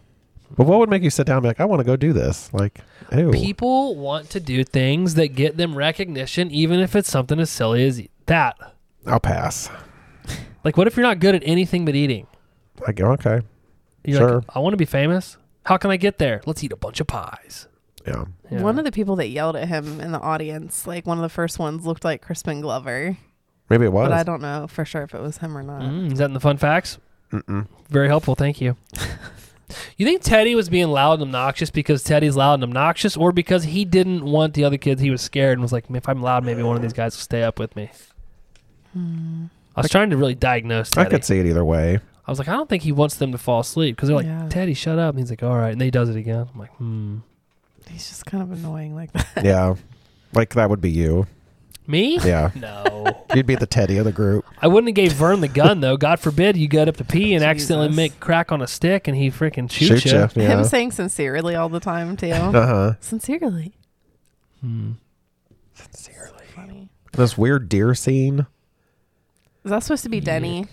[SPEAKER 3] But what would make you sit down and be like, I want to go do this? Like, ew.
[SPEAKER 1] People want to do things that get them recognition, even if it's something as silly as that.
[SPEAKER 3] I'll pass.
[SPEAKER 1] Like, what if you're not good at anything but eating?
[SPEAKER 3] I go, okay.
[SPEAKER 1] You're
[SPEAKER 3] Sure.
[SPEAKER 1] like, I want to be famous. How can I get there? Let's eat a bunch of pies.
[SPEAKER 3] Yeah.
[SPEAKER 1] Yeah.
[SPEAKER 5] One of the people that yelled at him in the audience, like one of the first ones, looked like Crispin Glover,
[SPEAKER 3] Maybe it
[SPEAKER 5] but I
[SPEAKER 3] was.
[SPEAKER 5] don't know for sure if it was him or not.
[SPEAKER 1] Mm, is that in the fun facts?
[SPEAKER 3] Mm-mm.
[SPEAKER 1] Very helpful. Thank you. you think Teddy was being loud and obnoxious because Teddy's loud and obnoxious, or because he didn't want the other kids? He was scared and was like, if I'm loud, maybe one of these guys will stay up with me. I was trying to really diagnose
[SPEAKER 3] I
[SPEAKER 1] Teddy.
[SPEAKER 3] could see it either way.
[SPEAKER 1] I was like, I don't think he wants them to fall asleep because they're like,
[SPEAKER 5] Yeah.
[SPEAKER 1] Teddy, shut up. And he's like, all right. And then he does it again. I'm like, hmm.
[SPEAKER 5] He's just kind of annoying like that.
[SPEAKER 3] Yeah. Like, that would be you.
[SPEAKER 1] Me?
[SPEAKER 3] Yeah.
[SPEAKER 1] No.
[SPEAKER 3] You'd be the teddy of the group.
[SPEAKER 1] I wouldn't have gave Vern the gun though. God forbid you got up to pee
[SPEAKER 5] *laughs*
[SPEAKER 1] and accidentally
[SPEAKER 5] Jesus.
[SPEAKER 1] make crack on a stick and he freaking shoots
[SPEAKER 3] Shoot
[SPEAKER 1] you.
[SPEAKER 3] you.
[SPEAKER 5] *laughs*
[SPEAKER 3] Yeah.
[SPEAKER 5] Him saying sincerely all the time too.
[SPEAKER 3] *laughs* Uh huh.
[SPEAKER 5] sincerely.
[SPEAKER 1] Hmm.
[SPEAKER 5] Funny.
[SPEAKER 3] This weird deer scene.
[SPEAKER 5] Is that supposed to be Denny?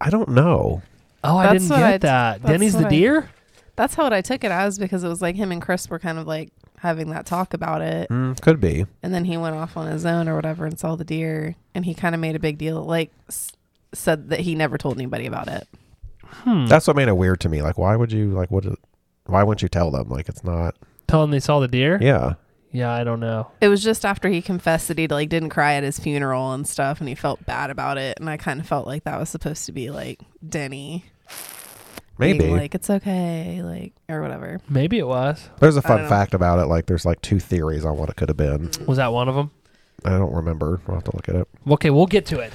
[SPEAKER 3] I don't know.
[SPEAKER 1] Oh, I
[SPEAKER 5] That's
[SPEAKER 1] didn't
[SPEAKER 5] what
[SPEAKER 1] get
[SPEAKER 5] I-
[SPEAKER 1] that.
[SPEAKER 5] that's
[SPEAKER 1] Denny's the
[SPEAKER 5] what I-
[SPEAKER 1] deer.
[SPEAKER 5] That's how what I took it as because it was like him and Chris were kind of like having that talk about it.
[SPEAKER 3] Mm, could be.
[SPEAKER 5] And then he went off on his own or whatever and saw the deer. And he kind of made a big deal, like s- said that he never told anybody about it.
[SPEAKER 1] Hmm.
[SPEAKER 3] That's what made it weird to me. Like, why would you, like, what, why wouldn't you tell them? Like, it's not,
[SPEAKER 1] Tell him they saw the deer.
[SPEAKER 3] yeah.
[SPEAKER 1] Yeah, I don't know.
[SPEAKER 5] It was just after he confessed that he like didn't cry at his funeral and stuff, and he felt bad about it. And I kind of felt like that was supposed to be like Denny, being
[SPEAKER 3] Maybe.
[SPEAKER 5] like it's okay, like or whatever.
[SPEAKER 1] Maybe it was.
[SPEAKER 3] there's a
[SPEAKER 5] I Mm.
[SPEAKER 3] fun
[SPEAKER 5] dunno.
[SPEAKER 3] fact about it. Like, there's like two theories on what it could have been.
[SPEAKER 1] Was that one of them?
[SPEAKER 3] I don't remember. We'll have to look at it.
[SPEAKER 1] Okay, we'll get to it.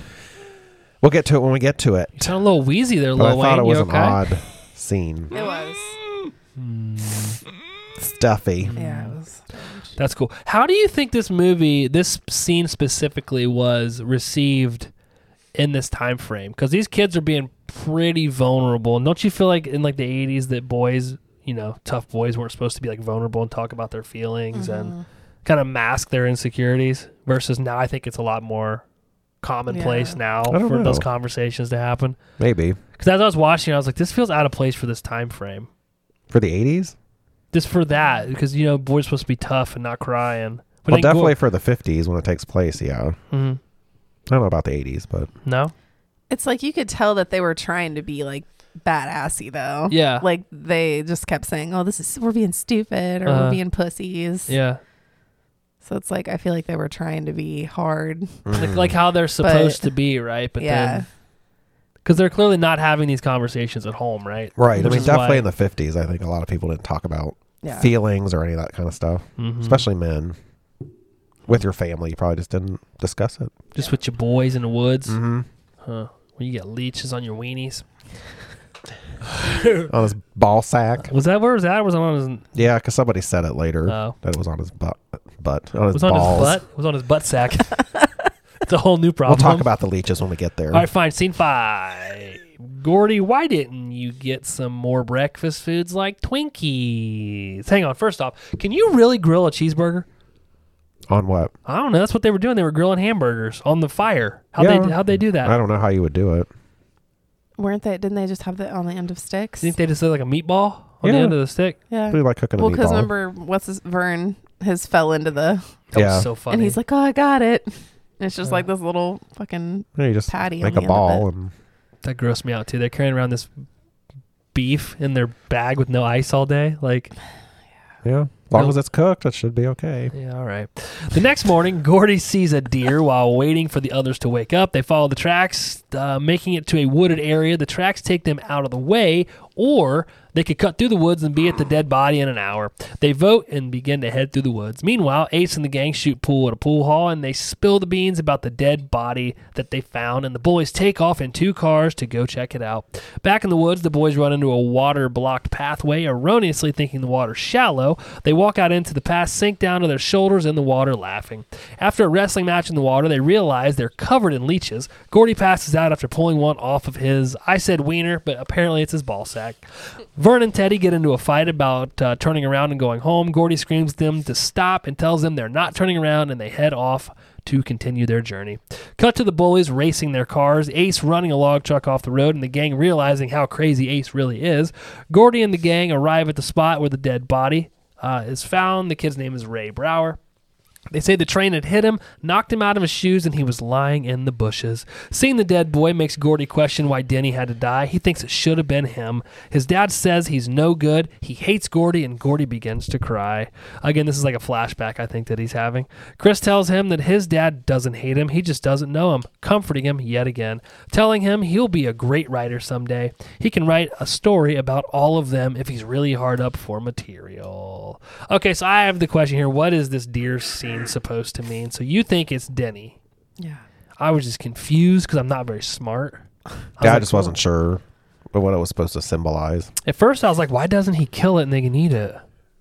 [SPEAKER 3] We'll get to it when we get to it.
[SPEAKER 1] You sound a little wheezy there,
[SPEAKER 3] But I
[SPEAKER 1] Lil Wayne.
[SPEAKER 3] thought it was
[SPEAKER 1] you
[SPEAKER 3] an
[SPEAKER 1] okay? Hmm.
[SPEAKER 3] odd scene.
[SPEAKER 5] It was,
[SPEAKER 3] Stuffy.
[SPEAKER 5] yeah,
[SPEAKER 1] Mm.
[SPEAKER 5] it was.
[SPEAKER 1] That's cool. How do you think this movie, this scene specifically, was received in this time frame? Because these kids are being pretty vulnerable. And don't you feel like in like the eighties that boys, you know, tough boys weren't supposed to be like vulnerable and talk about their feelings
[SPEAKER 5] Mm-hmm.
[SPEAKER 1] and kind of mask their insecurities? Versus now, I think it's a lot more commonplace
[SPEAKER 5] Yeah.
[SPEAKER 1] now
[SPEAKER 3] I don't
[SPEAKER 1] for those
[SPEAKER 3] know.
[SPEAKER 1] conversations to happen.
[SPEAKER 3] Maybe.
[SPEAKER 1] Because as I was watching, I was like, this feels out of place for this time frame.
[SPEAKER 3] For the 80s?
[SPEAKER 1] Just for that, because you know, boys are supposed to be tough and not crying. But then
[SPEAKER 3] well,
[SPEAKER 1] go-
[SPEAKER 3] definitely for the 50s when it takes place, yeah.
[SPEAKER 1] Mhm.
[SPEAKER 3] I don't know about the 80s, but
[SPEAKER 1] No.
[SPEAKER 5] It's like you could tell that they were trying to be like badassy though.
[SPEAKER 1] Yeah.
[SPEAKER 5] Oh, Like they just kept saying, "Oh, this is we're being stupid" or
[SPEAKER 1] Uh-huh.
[SPEAKER 5] "We're being pussies."
[SPEAKER 1] Yeah.
[SPEAKER 5] So it's like I feel like they were trying to be hard.
[SPEAKER 3] mm.
[SPEAKER 1] Like, like how they're supposed to be, right? But
[SPEAKER 5] yeah.
[SPEAKER 1] then because they're clearly not having these conversations at home, right?
[SPEAKER 3] right. I
[SPEAKER 1] Which
[SPEAKER 3] mean,
[SPEAKER 1] is
[SPEAKER 3] definitely
[SPEAKER 1] why-
[SPEAKER 3] in the 50s, I think a lot of people didn't talk about
[SPEAKER 5] yeah.
[SPEAKER 3] feelings or any of that kind of stuff,
[SPEAKER 1] Mhm.
[SPEAKER 3] especially men. With your family, you probably just didn't discuss it.
[SPEAKER 1] just with your boys in the woods,
[SPEAKER 3] Mm-hmm.
[SPEAKER 1] huh? When you get leeches on your weenies.
[SPEAKER 3] On his ball sack.
[SPEAKER 1] Was that where was that? Or Was it on his?
[SPEAKER 3] Yeah, because somebody said it later
[SPEAKER 1] Oh,
[SPEAKER 3] that it was on his butt. butt on
[SPEAKER 1] it
[SPEAKER 3] his
[SPEAKER 1] was on
[SPEAKER 3] balls.
[SPEAKER 1] his butt. It was on his butt
[SPEAKER 3] *laughs*
[SPEAKER 1] sack. it's a whole new
[SPEAKER 3] We'll
[SPEAKER 1] problem.
[SPEAKER 3] talk about the leeches when we get there.
[SPEAKER 1] All right, fine. Scene five. Gordy, why didn't you get some more breakfast foods like Twinkies? Hang on. First off, can you really grill a cheeseburger?
[SPEAKER 3] On what?
[SPEAKER 1] I don't know. That's what they were doing. They were grilling hamburgers on the fire. How
[SPEAKER 3] Yeah.
[SPEAKER 1] they how they do that?
[SPEAKER 3] I don't know how you would do it.
[SPEAKER 5] Weren't they? Didn't they just have that on the end of sticks?
[SPEAKER 1] You think they just did like a meatball on the
[SPEAKER 3] Yeah.
[SPEAKER 1] end of the stick?
[SPEAKER 5] yeah.
[SPEAKER 3] Probably like cooking a
[SPEAKER 5] Well, because
[SPEAKER 3] meatball.
[SPEAKER 5] remember, what's his Vern his fell into the
[SPEAKER 1] That
[SPEAKER 3] Yeah.
[SPEAKER 1] was so funny. Uh-huh.
[SPEAKER 5] and he's like, "Oh, I got it." And it's just like this little fucking
[SPEAKER 3] Yeah, you just
[SPEAKER 5] patty. on
[SPEAKER 3] make a
[SPEAKER 5] the End
[SPEAKER 3] ball
[SPEAKER 5] of
[SPEAKER 3] and
[SPEAKER 1] that grossed me out too. They're carrying around this beef in their bag with no ice all day. Like,
[SPEAKER 3] yeah, as long
[SPEAKER 1] Nope.
[SPEAKER 3] as it's cooked, it should be okay.
[SPEAKER 1] yeah, all right. The next morning, Gordy sees a deer while waiting for the others to wake up. They follow the tracks, uh, making it to a wooded area. The tracks take them out of the way, or they could cut through the woods and be at the dead body in an hour. They vote and begin to head through the woods. Meanwhile, Ace and the gang shoot pool at a pool hall, and they spill the beans about the dead body that they found. And the boys take off in two cars to go check it out. Back in the woods, the boys run into a water-blocked pathway, erroneously thinking the water's shallow. They walk out into the path, sink down to their shoulders in the water, laughing. After a wrestling match in the water, they realize they're covered in leeches. Gordy passes out after pulling one off of his. I said wiener, but apparently it's his ball sack. Vern and Teddy get into a fight about uh, turning around and going home. Gordy screams them to stop and tells them they're not turning around, and they head off to continue their journey. Cut to the bullies racing their cars, Ace running a log truck off the road, and the gang realizing how crazy Ace really is. Gordy and the gang arrive at the spot where the dead body uh, is found. The kid's name is Ray Brower. They say the train had hit him, knocked him out of his shoes, and he was lying in the bushes. Seeing the dead boy makes Gordy question why Denny had to die. He thinks it should have been him. His dad says he's no good. He hates Gordy, and Gordy begins to cry. Again, this is like a flashback, I think, that he's having. Chris tells him that his dad doesn't hate him, he just doesn't know him, comforting him yet again, telling him he'll be a great writer someday. He can write a story about all of them if he's really hard up for material. Okay, so I have the question here. What is this deer scene supposed to mean? So you think it's Denny.
[SPEAKER 5] it. Yeah.
[SPEAKER 1] I was just confused because I'm not very smart. I was
[SPEAKER 3] yeah, I
[SPEAKER 1] like,
[SPEAKER 3] just wasn't sure what it was supposed to symbolize.
[SPEAKER 1] At first, I was like, why doesn't he kill it and they can eat it?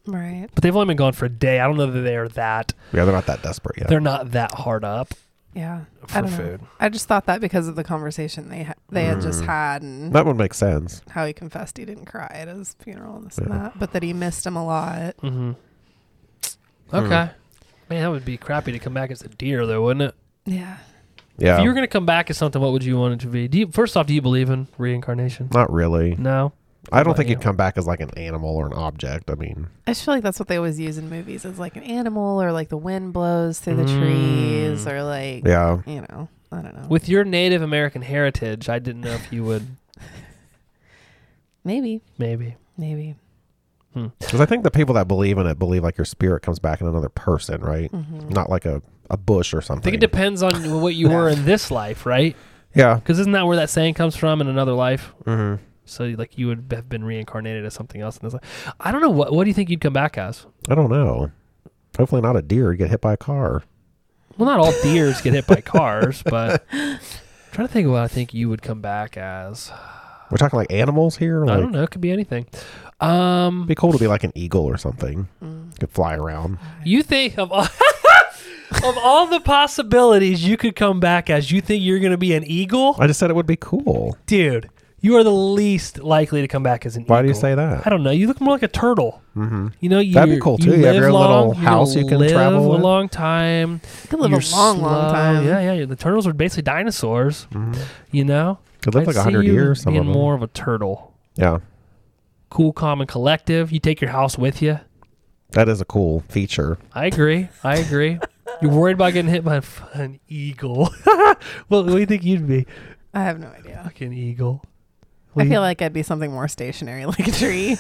[SPEAKER 5] Right.
[SPEAKER 1] But they've only been gone for a day. I don't know that they're that.
[SPEAKER 3] Yeah, they're not that desperate yet.
[SPEAKER 1] They're not that hard up
[SPEAKER 5] Yeah. I
[SPEAKER 1] for
[SPEAKER 5] don't know.
[SPEAKER 1] food.
[SPEAKER 5] I just thought that because of the conversation they ha- they had
[SPEAKER 3] Mm.
[SPEAKER 5] just had and
[SPEAKER 3] that would make sense.
[SPEAKER 5] how he confessed he didn't cry at his funeral and this and
[SPEAKER 3] Yeah.
[SPEAKER 5] that, but that he missed him a lot.
[SPEAKER 1] Mm-hmm.
[SPEAKER 3] Hmm.
[SPEAKER 1] Okay. Man, that would be crappy to come back as a deer, though, wouldn't it?
[SPEAKER 5] Yeah.
[SPEAKER 3] Yeah,
[SPEAKER 1] If you were going to come back as something, what would you want it to be? Do you, first off, do you believe in reincarnation?
[SPEAKER 3] not really.
[SPEAKER 1] No.
[SPEAKER 3] I don't
[SPEAKER 1] about
[SPEAKER 3] think
[SPEAKER 1] you?
[SPEAKER 3] you'd come back as like an animal or an object. I mean,
[SPEAKER 5] I just feel like that's what they always use in movies as like an animal or like the wind blows through the trees
[SPEAKER 1] Mm.
[SPEAKER 5] or like,
[SPEAKER 3] yeah,
[SPEAKER 5] you know, I don't know.
[SPEAKER 1] With your Native American heritage, I didn't know if you would.
[SPEAKER 5] maybe,
[SPEAKER 1] Maybe.
[SPEAKER 5] maybe.
[SPEAKER 3] because I think the people that believe in it believe like your spirit comes back in another person, right?
[SPEAKER 1] Mm-hmm.
[SPEAKER 5] Mhm.
[SPEAKER 3] Not like a, a bush or
[SPEAKER 1] I
[SPEAKER 3] something.
[SPEAKER 1] think it depends on what you were in this life, right?
[SPEAKER 3] yeah.
[SPEAKER 1] Because isn't that where that saying comes from in another life?
[SPEAKER 3] Mm-hmm.
[SPEAKER 1] So, like, you would have been reincarnated as something else in this life. I don't know. What, what do you think you'd come back as?
[SPEAKER 3] I don't know. Hopefully not a deer. Get hit by a car.
[SPEAKER 1] Well, not all deers get hit by cars,
[SPEAKER 3] *laughs*
[SPEAKER 1] but I'm trying to think of what I think you would come back as.
[SPEAKER 3] We're talking like animals here. Like,
[SPEAKER 1] I don't know. It could be anything. Um,
[SPEAKER 3] It'd be cool to be like an eagle or something.
[SPEAKER 5] Mm.
[SPEAKER 3] Could fly around.
[SPEAKER 1] you think of all, *laughs* of all the possibilities you could come back as, you think you're going to be an eagle,
[SPEAKER 3] I just said it would be cool.
[SPEAKER 1] dude? You are the least likely to come back as an eagle.
[SPEAKER 3] Why do you say
[SPEAKER 1] I
[SPEAKER 3] that?
[SPEAKER 1] don't know. You look more like a turtle.
[SPEAKER 3] Mm-hmm.
[SPEAKER 1] You know, you
[SPEAKER 3] That'd be cool, too.
[SPEAKER 1] You,
[SPEAKER 3] You have
[SPEAKER 1] live
[SPEAKER 3] your
[SPEAKER 1] long,
[SPEAKER 3] little
[SPEAKER 1] you're gonna
[SPEAKER 3] house you can
[SPEAKER 1] live
[SPEAKER 3] travel
[SPEAKER 1] a
[SPEAKER 3] with.
[SPEAKER 1] long time.
[SPEAKER 5] You could live
[SPEAKER 1] You're
[SPEAKER 5] a long, long
[SPEAKER 1] slow.
[SPEAKER 5] time.
[SPEAKER 1] Yeah, yeah. The turtles are basically dinosaurs. You know,
[SPEAKER 3] Could live
[SPEAKER 1] I'd
[SPEAKER 3] Mm-hmm. like
[SPEAKER 1] see
[SPEAKER 3] like hundred
[SPEAKER 1] you
[SPEAKER 3] years. Some
[SPEAKER 1] being
[SPEAKER 3] of them.
[SPEAKER 1] more of a turtle.
[SPEAKER 3] Yeah,
[SPEAKER 1] Cool, calm, and collective. You take your house with you.
[SPEAKER 3] that is a cool feature.
[SPEAKER 1] I agree. I agree. You're worried about getting hit by a f- an eagle. *laughs* well, what do you think you'd be?
[SPEAKER 5] I have no idea.
[SPEAKER 1] Fucking eagle.
[SPEAKER 5] I
[SPEAKER 1] Well,
[SPEAKER 5] feel like I'd be something more stationary, *laughs* like
[SPEAKER 3] *laughs*
[SPEAKER 5] a tree.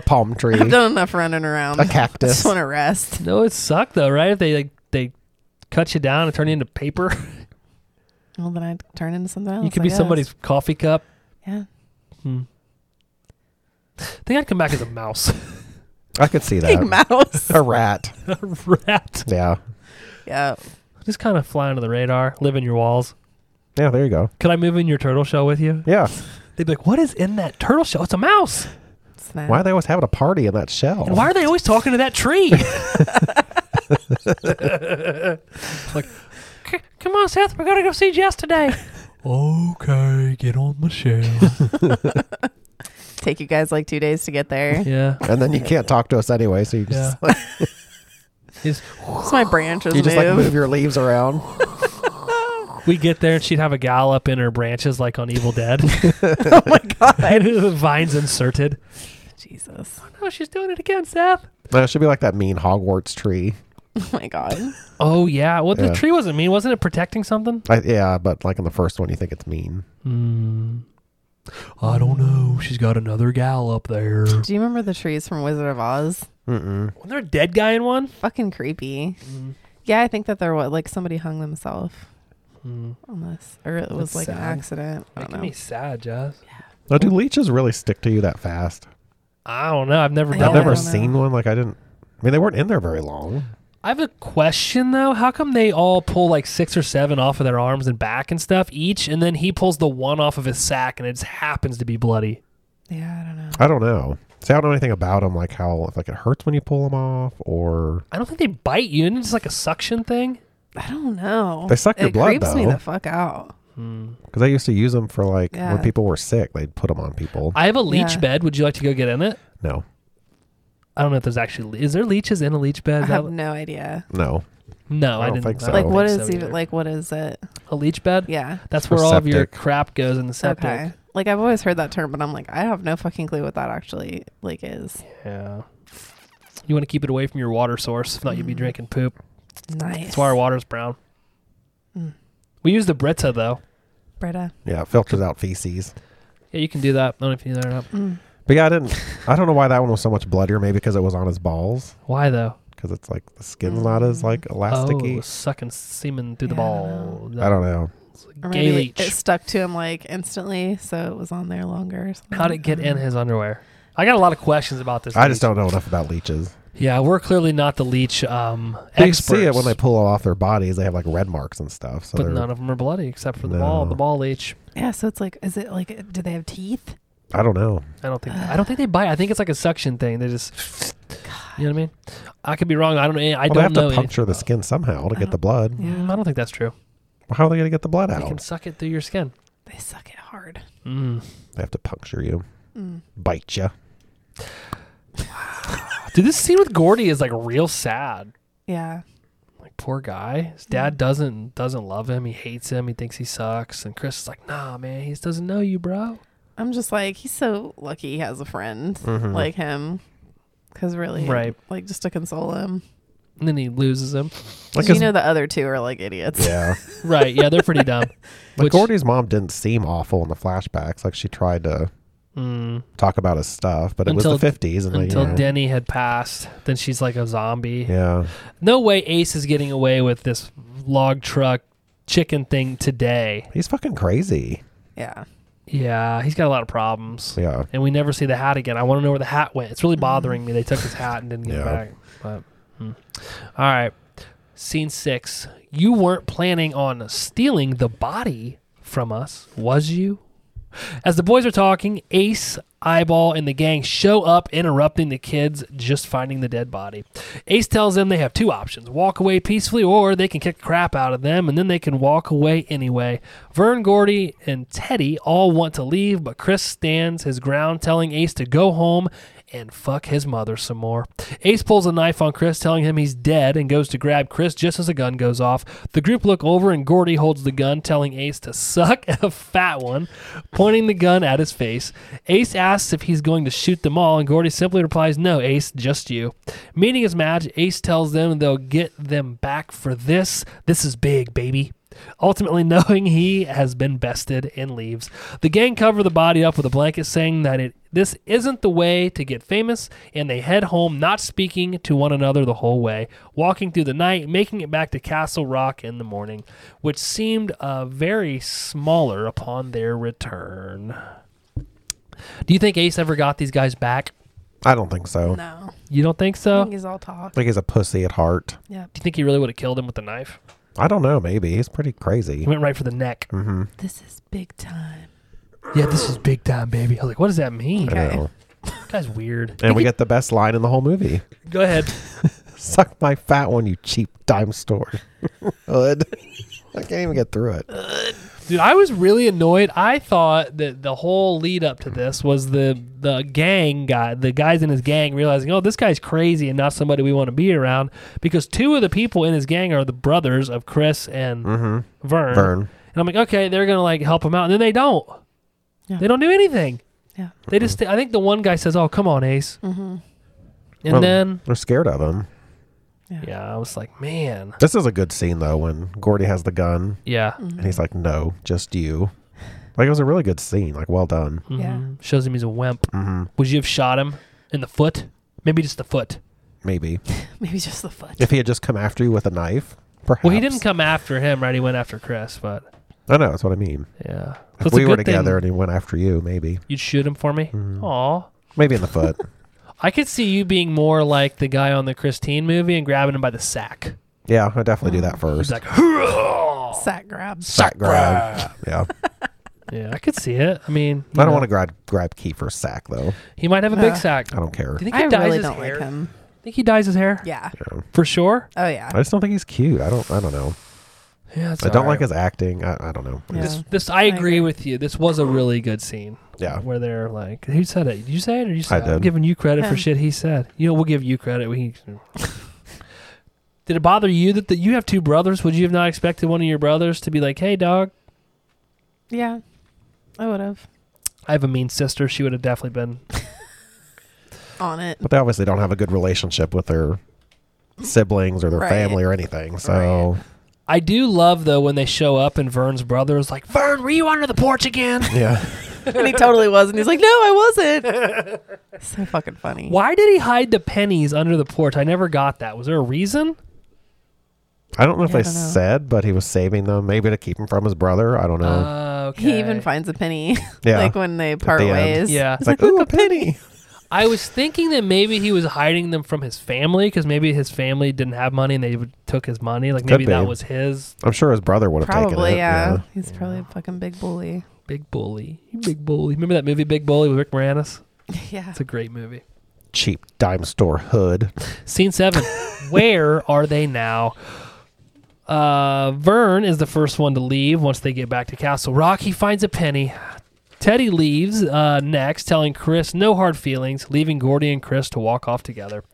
[SPEAKER 1] *laughs*
[SPEAKER 3] palm tree,
[SPEAKER 5] I've done enough running around.
[SPEAKER 3] a
[SPEAKER 5] I *laughs* just
[SPEAKER 3] cactus.
[SPEAKER 5] want to rest.
[SPEAKER 1] no, it sucked though, right? If they like they cut you down and turn you into paper,
[SPEAKER 5] Well, then I'd turn into something
[SPEAKER 1] *laughs*
[SPEAKER 5] else.
[SPEAKER 1] you could
[SPEAKER 5] I
[SPEAKER 1] be
[SPEAKER 5] guess.
[SPEAKER 1] somebody's coffee cup.
[SPEAKER 5] Yeah.
[SPEAKER 1] Hmm. I think I'd come back as a mouse, *laughs*
[SPEAKER 3] I could see
[SPEAKER 5] Big
[SPEAKER 3] that. *laughs*
[SPEAKER 5] mouse. *laughs*
[SPEAKER 3] A rat.
[SPEAKER 1] a rat.
[SPEAKER 3] Yeah.
[SPEAKER 5] yeah.
[SPEAKER 1] Just kind of fly under the radar, live in your walls.
[SPEAKER 3] Yeah. There you go.
[SPEAKER 1] Could I move in your turtle shell with you?
[SPEAKER 3] Yeah.
[SPEAKER 1] They'd be like, "What is in that turtle shell? It's a mouse."
[SPEAKER 5] Snap.
[SPEAKER 3] Why are they always having a party in that
[SPEAKER 1] And
[SPEAKER 3] shell?
[SPEAKER 1] why are they always talking to that tree? *laughs* like, "C- come on, Seth, we gotta go see Jess today. okay, get on the shell.
[SPEAKER 5] Take you guys like two days to
[SPEAKER 1] *laughs*
[SPEAKER 5] get there.
[SPEAKER 1] *laughs* yeah,
[SPEAKER 3] And then you can't talk to us anyway, so you
[SPEAKER 1] *laughs* yeah.
[SPEAKER 3] just like,
[SPEAKER 1] It's-
[SPEAKER 5] It's my branches
[SPEAKER 3] you just like
[SPEAKER 5] move.
[SPEAKER 3] move your leaves around.
[SPEAKER 1] we get there and she'd have a gallop in her *laughs* branches, like on Evil Dead.
[SPEAKER 5] oh my god.
[SPEAKER 1] vines inserted.
[SPEAKER 5] Jesus. *laughs* Jesus.
[SPEAKER 1] No, Oh, she's doing it again, Seth.
[SPEAKER 3] No, it should be like that mean Hogwarts tree.
[SPEAKER 5] Oh my God.
[SPEAKER 1] Oh yeah. Well, the
[SPEAKER 3] Yeah.
[SPEAKER 1] tree wasn't mean, wasn't it? Protecting something.
[SPEAKER 3] I, yeah, but like in the first one, you think it's mean.
[SPEAKER 1] Hmm. I don't know. She's got another gal up there. Wasn't
[SPEAKER 5] Do you remember the trees from Wizard of Oz?
[SPEAKER 3] Mm-mm.
[SPEAKER 1] there a dead guy in one?
[SPEAKER 5] Fucking creepy.
[SPEAKER 1] Mm-hmm.
[SPEAKER 5] Yeah, I think that there was like somebody hung themselves on this, or it was
[SPEAKER 1] Mm-hmm. That's
[SPEAKER 5] like an
[SPEAKER 1] sad.
[SPEAKER 5] accident. I don't
[SPEAKER 1] Making
[SPEAKER 5] know.
[SPEAKER 1] me sad, Jazz.
[SPEAKER 3] Now, do leeches really stick to you that fast?
[SPEAKER 1] I don't know. I've never
[SPEAKER 5] I
[SPEAKER 1] done.
[SPEAKER 3] I've
[SPEAKER 5] don't know.
[SPEAKER 3] never seen one. Like I didn't. I mean, they weren't in there very long.
[SPEAKER 1] I have a question though. How come they all pull like six or seven off of their arms and back and stuff each, and then he pulls the one off of his sack, and it just happens to be bloody?
[SPEAKER 5] Yeah, I don't know.
[SPEAKER 3] I don't know. See, I don't know anything about them. Like how if like it hurts when you pull them off, or
[SPEAKER 1] I don't think they bite you. Isn't it just like a suction thing?
[SPEAKER 5] I don't know.
[SPEAKER 3] They suck your
[SPEAKER 5] it
[SPEAKER 3] blood,
[SPEAKER 5] creeps me
[SPEAKER 3] though.
[SPEAKER 5] the fuck out.
[SPEAKER 1] Hmm.
[SPEAKER 3] because I used to use them for like
[SPEAKER 5] Yeah.
[SPEAKER 3] when people were sick, they'd put them on people.
[SPEAKER 1] I have a leech
[SPEAKER 5] Yeah.
[SPEAKER 1] bed. Would you like to go get in it?
[SPEAKER 3] no,
[SPEAKER 1] I don't know if there's actually is there leeches in a leech bed?
[SPEAKER 5] I
[SPEAKER 1] Is that
[SPEAKER 5] have
[SPEAKER 1] what-
[SPEAKER 5] no idea.
[SPEAKER 3] no.
[SPEAKER 1] no, I,
[SPEAKER 3] I don't
[SPEAKER 1] didn't
[SPEAKER 3] think so.
[SPEAKER 5] Like
[SPEAKER 3] don't
[SPEAKER 5] what
[SPEAKER 1] think
[SPEAKER 5] is
[SPEAKER 1] so
[SPEAKER 5] even
[SPEAKER 1] either.
[SPEAKER 5] like what is it?
[SPEAKER 1] a leech bed?
[SPEAKER 5] Yeah.
[SPEAKER 1] That's
[SPEAKER 3] For
[SPEAKER 1] where all of your
[SPEAKER 3] septic.
[SPEAKER 1] crap goes in the septic.
[SPEAKER 5] Okay. Like I've always heard that term, but I'm like I have no fucking clue what that actually like is.
[SPEAKER 1] Yeah. You want to keep it away from your water source. If not,
[SPEAKER 5] Mm-hmm.
[SPEAKER 1] you'd be drinking poop.
[SPEAKER 5] Nice.
[SPEAKER 1] That's why our water's brown.
[SPEAKER 5] Hmm.
[SPEAKER 1] We use the Brita though.
[SPEAKER 5] Britta.
[SPEAKER 3] Yeah, it filters out feces.
[SPEAKER 1] Yeah, you can do that. I don't know if you know that or not.
[SPEAKER 3] But yeah, I didn't. I don't know why that one was so much bloodier. Maybe because it was on his balls.
[SPEAKER 1] Why though?
[SPEAKER 3] Because it's like the skin's not as like
[SPEAKER 1] Oh,
[SPEAKER 3] elasticy.
[SPEAKER 1] sucking semen through the
[SPEAKER 5] Yeah, I don't
[SPEAKER 1] ball.
[SPEAKER 3] I don't know.
[SPEAKER 5] Or
[SPEAKER 1] Gay
[SPEAKER 5] maybe it,
[SPEAKER 1] leech.
[SPEAKER 5] it stuck to him like instantly, so it was on there longer. Or something.
[SPEAKER 1] How'd it get
[SPEAKER 5] Mm.
[SPEAKER 1] in his underwear? I got a lot of questions about this.
[SPEAKER 3] I just
[SPEAKER 1] leech.
[SPEAKER 3] don't know enough about leeches.
[SPEAKER 1] Yeah, we're clearly not the leech um,
[SPEAKER 3] But You
[SPEAKER 1] experts.
[SPEAKER 3] see it when they pull off their bodies; they have like red marks and stuff. So
[SPEAKER 1] but
[SPEAKER 3] they're,
[SPEAKER 1] none of them are bloody except for the ball.
[SPEAKER 3] No.
[SPEAKER 1] The ball leech.
[SPEAKER 5] Yeah, so it's like, is it like, do they have teeth?
[SPEAKER 3] I don't know.
[SPEAKER 1] I don't think. I don't think they bite. I think it's like a suction thing. They just. You know what I mean? I could be wrong. I don't. I
[SPEAKER 3] Well,
[SPEAKER 1] don't
[SPEAKER 3] they have
[SPEAKER 1] know.
[SPEAKER 3] to
[SPEAKER 1] any-
[SPEAKER 3] puncture the skin somehow to get the blood.
[SPEAKER 1] Mm, I don't think that's true.
[SPEAKER 3] How are they going to get the blood
[SPEAKER 1] They can
[SPEAKER 3] out?
[SPEAKER 1] suck it through your skin.
[SPEAKER 5] They suck it hard.
[SPEAKER 1] Mm.
[SPEAKER 3] They have to puncture you,
[SPEAKER 5] Mm.
[SPEAKER 3] bite you.
[SPEAKER 1] Dude, this scene with Gordy is like real sad.
[SPEAKER 5] Yeah.
[SPEAKER 1] Like poor guy. His
[SPEAKER 3] Mm.
[SPEAKER 1] dad doesn't doesn't love him. He hates him. He thinks he sucks. And Chris is like, Nah, man, he just doesn't know you, bro.
[SPEAKER 5] I'm just like, he's so lucky he has a friend
[SPEAKER 3] Mhm.
[SPEAKER 5] like him. Because really,
[SPEAKER 1] Mm-hmm. Right.
[SPEAKER 5] like, just to console him.
[SPEAKER 1] And then he loses him.
[SPEAKER 5] 'Cause
[SPEAKER 3] his-
[SPEAKER 5] you know the other two are like idiots.
[SPEAKER 3] *laughs* yeah.
[SPEAKER 1] Right? Yeah, they're pretty dumb.
[SPEAKER 3] *laughs*
[SPEAKER 1] *laughs*
[SPEAKER 3] But
[SPEAKER 1] Which-
[SPEAKER 3] Gordy's mom didn't seem awful in the flashbacks. Like she tried to
[SPEAKER 1] Mm.
[SPEAKER 3] talk about his stuff, but it
[SPEAKER 1] Until-
[SPEAKER 3] was the 50s. And
[SPEAKER 1] Until
[SPEAKER 3] they, you know,
[SPEAKER 1] Denny had passed, then she's like a zombie.
[SPEAKER 3] Yeah.
[SPEAKER 1] No way Ace is getting away with this log truck chicken thing today.
[SPEAKER 3] He's fucking crazy.
[SPEAKER 5] Yeah.
[SPEAKER 1] Yeah, he's got a lot of problems.
[SPEAKER 3] Yeah.
[SPEAKER 1] And we never see the hat again. I want to know where the hat went. It's really bothering me. They took his hat and didn't get
[SPEAKER 3] Yeah.
[SPEAKER 1] it back. But hmm. all right. Scene six. You weren't planning on stealing the body from us, was you? As the boys are talking, Ace, Eyeball, and the gang show up, interrupting the kids just finding the dead body. Ace tells them they have two options walk away peacefully, or they can kick the crap out of them, and then they can walk away anyway. Vern, Gordy, and Teddy all want to leave, but Chris stands his ground, telling Ace to go home and fuck his mother some more. Ace pulls a knife on Chris, telling him he's dead, and goes to grab Chris just as a gun goes off. The group look over, and Gordy holds the gun, telling Ace to suck *laughs* a fat one, pointing the gun at his face. Ace asks if he's going to shoot them all, and Gordy simply replies, No, Ace, just you. Meaning his match, Ace tells them they'll get them back for this. This is big, baby ultimately *laughs* knowing he has been bested and leaves. The gang cover the body up with a blanket saying that it this isn't the way to get famous and they head home not speaking to one another the whole way, walking through the night, making it back to Castle Rock in the morning, which seemed uh, very smaller upon their return. Do you think Ace ever got these guys back?
[SPEAKER 3] I don't think
[SPEAKER 1] Oh.
[SPEAKER 3] so.
[SPEAKER 5] No.
[SPEAKER 1] You don't think
[SPEAKER 5] I
[SPEAKER 1] so?
[SPEAKER 5] think he's all talk.
[SPEAKER 3] I think he's a pussy at heart.
[SPEAKER 5] Yep.
[SPEAKER 1] Do you think he really would have killed him with a knife?
[SPEAKER 3] I don't know. Maybe. He's pretty
[SPEAKER 1] He
[SPEAKER 3] crazy. Mm-hmm.
[SPEAKER 1] went right for the neck.
[SPEAKER 5] This is big time.
[SPEAKER 1] Yeah, this is big time, baby. I was like, what does that mean?
[SPEAKER 3] I
[SPEAKER 1] *laughs*
[SPEAKER 5] Okay.
[SPEAKER 3] know.
[SPEAKER 1] That guy's weird.
[SPEAKER 3] And we get the best line in the whole movie. *laughs*
[SPEAKER 1] Go ahead.
[SPEAKER 3] Suck my fat one, you cheap dime store. *laughs* Hood. I can't even get through it.
[SPEAKER 1] Dude, I was really annoyed. I thought that the whole lead up to this was the the gang guy, the guys in his gang realizing, oh, this guy's crazy and not somebody we want to be around, because two of the people in his gang are the brothers of Chris and Vern.
[SPEAKER 3] Mm. Mm-hmm. Vern.
[SPEAKER 1] And I'm like, okay, they're gonna like help him out, and then they don't.
[SPEAKER 5] Yeah.
[SPEAKER 1] They don't do anything.
[SPEAKER 5] Yeah.
[SPEAKER 1] They just, I think the one guy says, "Oh, come on, Ace,"
[SPEAKER 5] Mhm.
[SPEAKER 1] and
[SPEAKER 3] Well-
[SPEAKER 1] then
[SPEAKER 3] They're scared of him.
[SPEAKER 1] yeah, I was like, man,
[SPEAKER 3] This is a good scene though when Gordy has the gun
[SPEAKER 1] yeah,
[SPEAKER 5] Mm-hmm.
[SPEAKER 3] and he's like, "No, just you." Like it was a really good scene. Like well done.
[SPEAKER 5] Yeah.
[SPEAKER 1] Mhm. shows him he's a wimp.
[SPEAKER 3] hmm
[SPEAKER 1] Would you have shot him in the foot? Maybe just the foot.
[SPEAKER 3] Maybe
[SPEAKER 5] *laughs* Maybe just the foot.
[SPEAKER 3] if he had just come after you with a knife, perhaps.
[SPEAKER 1] Well, he didn't come after him, right? He went after Chris, but
[SPEAKER 3] I know that's what I mean.
[SPEAKER 1] yeah. So
[SPEAKER 3] If
[SPEAKER 1] it's a
[SPEAKER 3] we were
[SPEAKER 1] good
[SPEAKER 3] together
[SPEAKER 1] thing
[SPEAKER 3] and he went after you, maybe,
[SPEAKER 1] You'd shoot him for me.
[SPEAKER 3] Mhm.
[SPEAKER 1] Aw.
[SPEAKER 3] maybe in the foot.
[SPEAKER 1] I could see you being more like the guy on the Christine movie and grabbing him by the sack.
[SPEAKER 3] yeah, I definitely do
[SPEAKER 5] Mm.
[SPEAKER 3] that first.
[SPEAKER 1] He's
[SPEAKER 3] *laughs*
[SPEAKER 1] like, "Hurrah!"
[SPEAKER 5] *laughs* Sack grab.
[SPEAKER 3] sack grab. *laughs* Yeah,
[SPEAKER 5] *laughs*
[SPEAKER 1] yeah, I could see it. I mean,
[SPEAKER 3] I don't Ah. want to grab grab Kiefer's sack though.
[SPEAKER 1] to. He might have a
[SPEAKER 5] Nah.
[SPEAKER 1] big sack.
[SPEAKER 3] I don't care.
[SPEAKER 1] Do you think he
[SPEAKER 5] I
[SPEAKER 1] dyes
[SPEAKER 5] really
[SPEAKER 1] his
[SPEAKER 5] don't
[SPEAKER 1] hair?
[SPEAKER 5] like him.
[SPEAKER 1] Think he dyes his hair
[SPEAKER 5] Yeah.
[SPEAKER 3] Yeah.
[SPEAKER 1] for sure?
[SPEAKER 5] Oh yeah.
[SPEAKER 3] I just don't think he's cute. I don't. I don't know.
[SPEAKER 1] Yeah, it's
[SPEAKER 3] I don't
[SPEAKER 1] all
[SPEAKER 3] like
[SPEAKER 1] right.
[SPEAKER 3] his acting. I, I don't know.
[SPEAKER 5] Yeah.
[SPEAKER 1] This, this, I agree with you. This was a really good scene.
[SPEAKER 3] Yeah.
[SPEAKER 1] where they're like, "Who said it? Did you say it, or you said
[SPEAKER 3] I
[SPEAKER 1] it?
[SPEAKER 3] did.
[SPEAKER 1] I'm giving you credit for
[SPEAKER 5] Him.
[SPEAKER 1] shit he said. You know, we'll give you credit. We *laughs* did it bother you that the, you have two brothers? Would you have not expected one of your brothers to be like, "Hey, dog,
[SPEAKER 5] Yeah. I would have.
[SPEAKER 1] I have a mean sister." She would have definitely been.
[SPEAKER 5] On it.
[SPEAKER 3] But they obviously don't have a good relationship with their siblings or their
[SPEAKER 5] Right.
[SPEAKER 3] family or anything. So
[SPEAKER 1] I do love though when they show up and Vern's brother is like, "Vern, were you under the porch again?"
[SPEAKER 3] yeah,
[SPEAKER 5] and he totally was, and he's like, "No, I wasn't."
[SPEAKER 3] *laughs*
[SPEAKER 5] so fucking funny.
[SPEAKER 1] Why did he hide the pennies under the porch? I never got that. Was there a reason?
[SPEAKER 3] I don't know if
[SPEAKER 5] Yeah, I
[SPEAKER 3] they
[SPEAKER 5] don't know.
[SPEAKER 3] said, but he was saving them maybe to keep them from his brother. I don't know.
[SPEAKER 1] Uh,
[SPEAKER 5] He even finds a penny, *laughs*
[SPEAKER 3] yeah,
[SPEAKER 5] like when they part
[SPEAKER 3] end.
[SPEAKER 5] ways.
[SPEAKER 1] Yeah,
[SPEAKER 5] *laughs*
[SPEAKER 3] it's like ooh, a penny.
[SPEAKER 1] I was thinking that maybe he was hiding them from his family because maybe his family didn't have money and they would- took his money. Like
[SPEAKER 3] Could
[SPEAKER 1] maybe
[SPEAKER 3] be.
[SPEAKER 1] that was his
[SPEAKER 3] I'm sure his brother would have taken
[SPEAKER 5] Probably,
[SPEAKER 3] it.
[SPEAKER 5] yeah. He's probably a fucking big bully. *laughs*
[SPEAKER 1] big bully. You Big bully. Remember that movie Big Bully with Rick Moranis?
[SPEAKER 5] Yeah.
[SPEAKER 1] It's a great movie.
[SPEAKER 3] cheap dime store hood.
[SPEAKER 1] Scene seven.
[SPEAKER 3] *laughs*
[SPEAKER 1] Where are they now? Uh, Vern is the first one to leave once they get back to Castle Rock. He finds a penny. Teddy leaves uh, next, telling Chris no hard feelings, leaving Gordy and Chris to walk off together.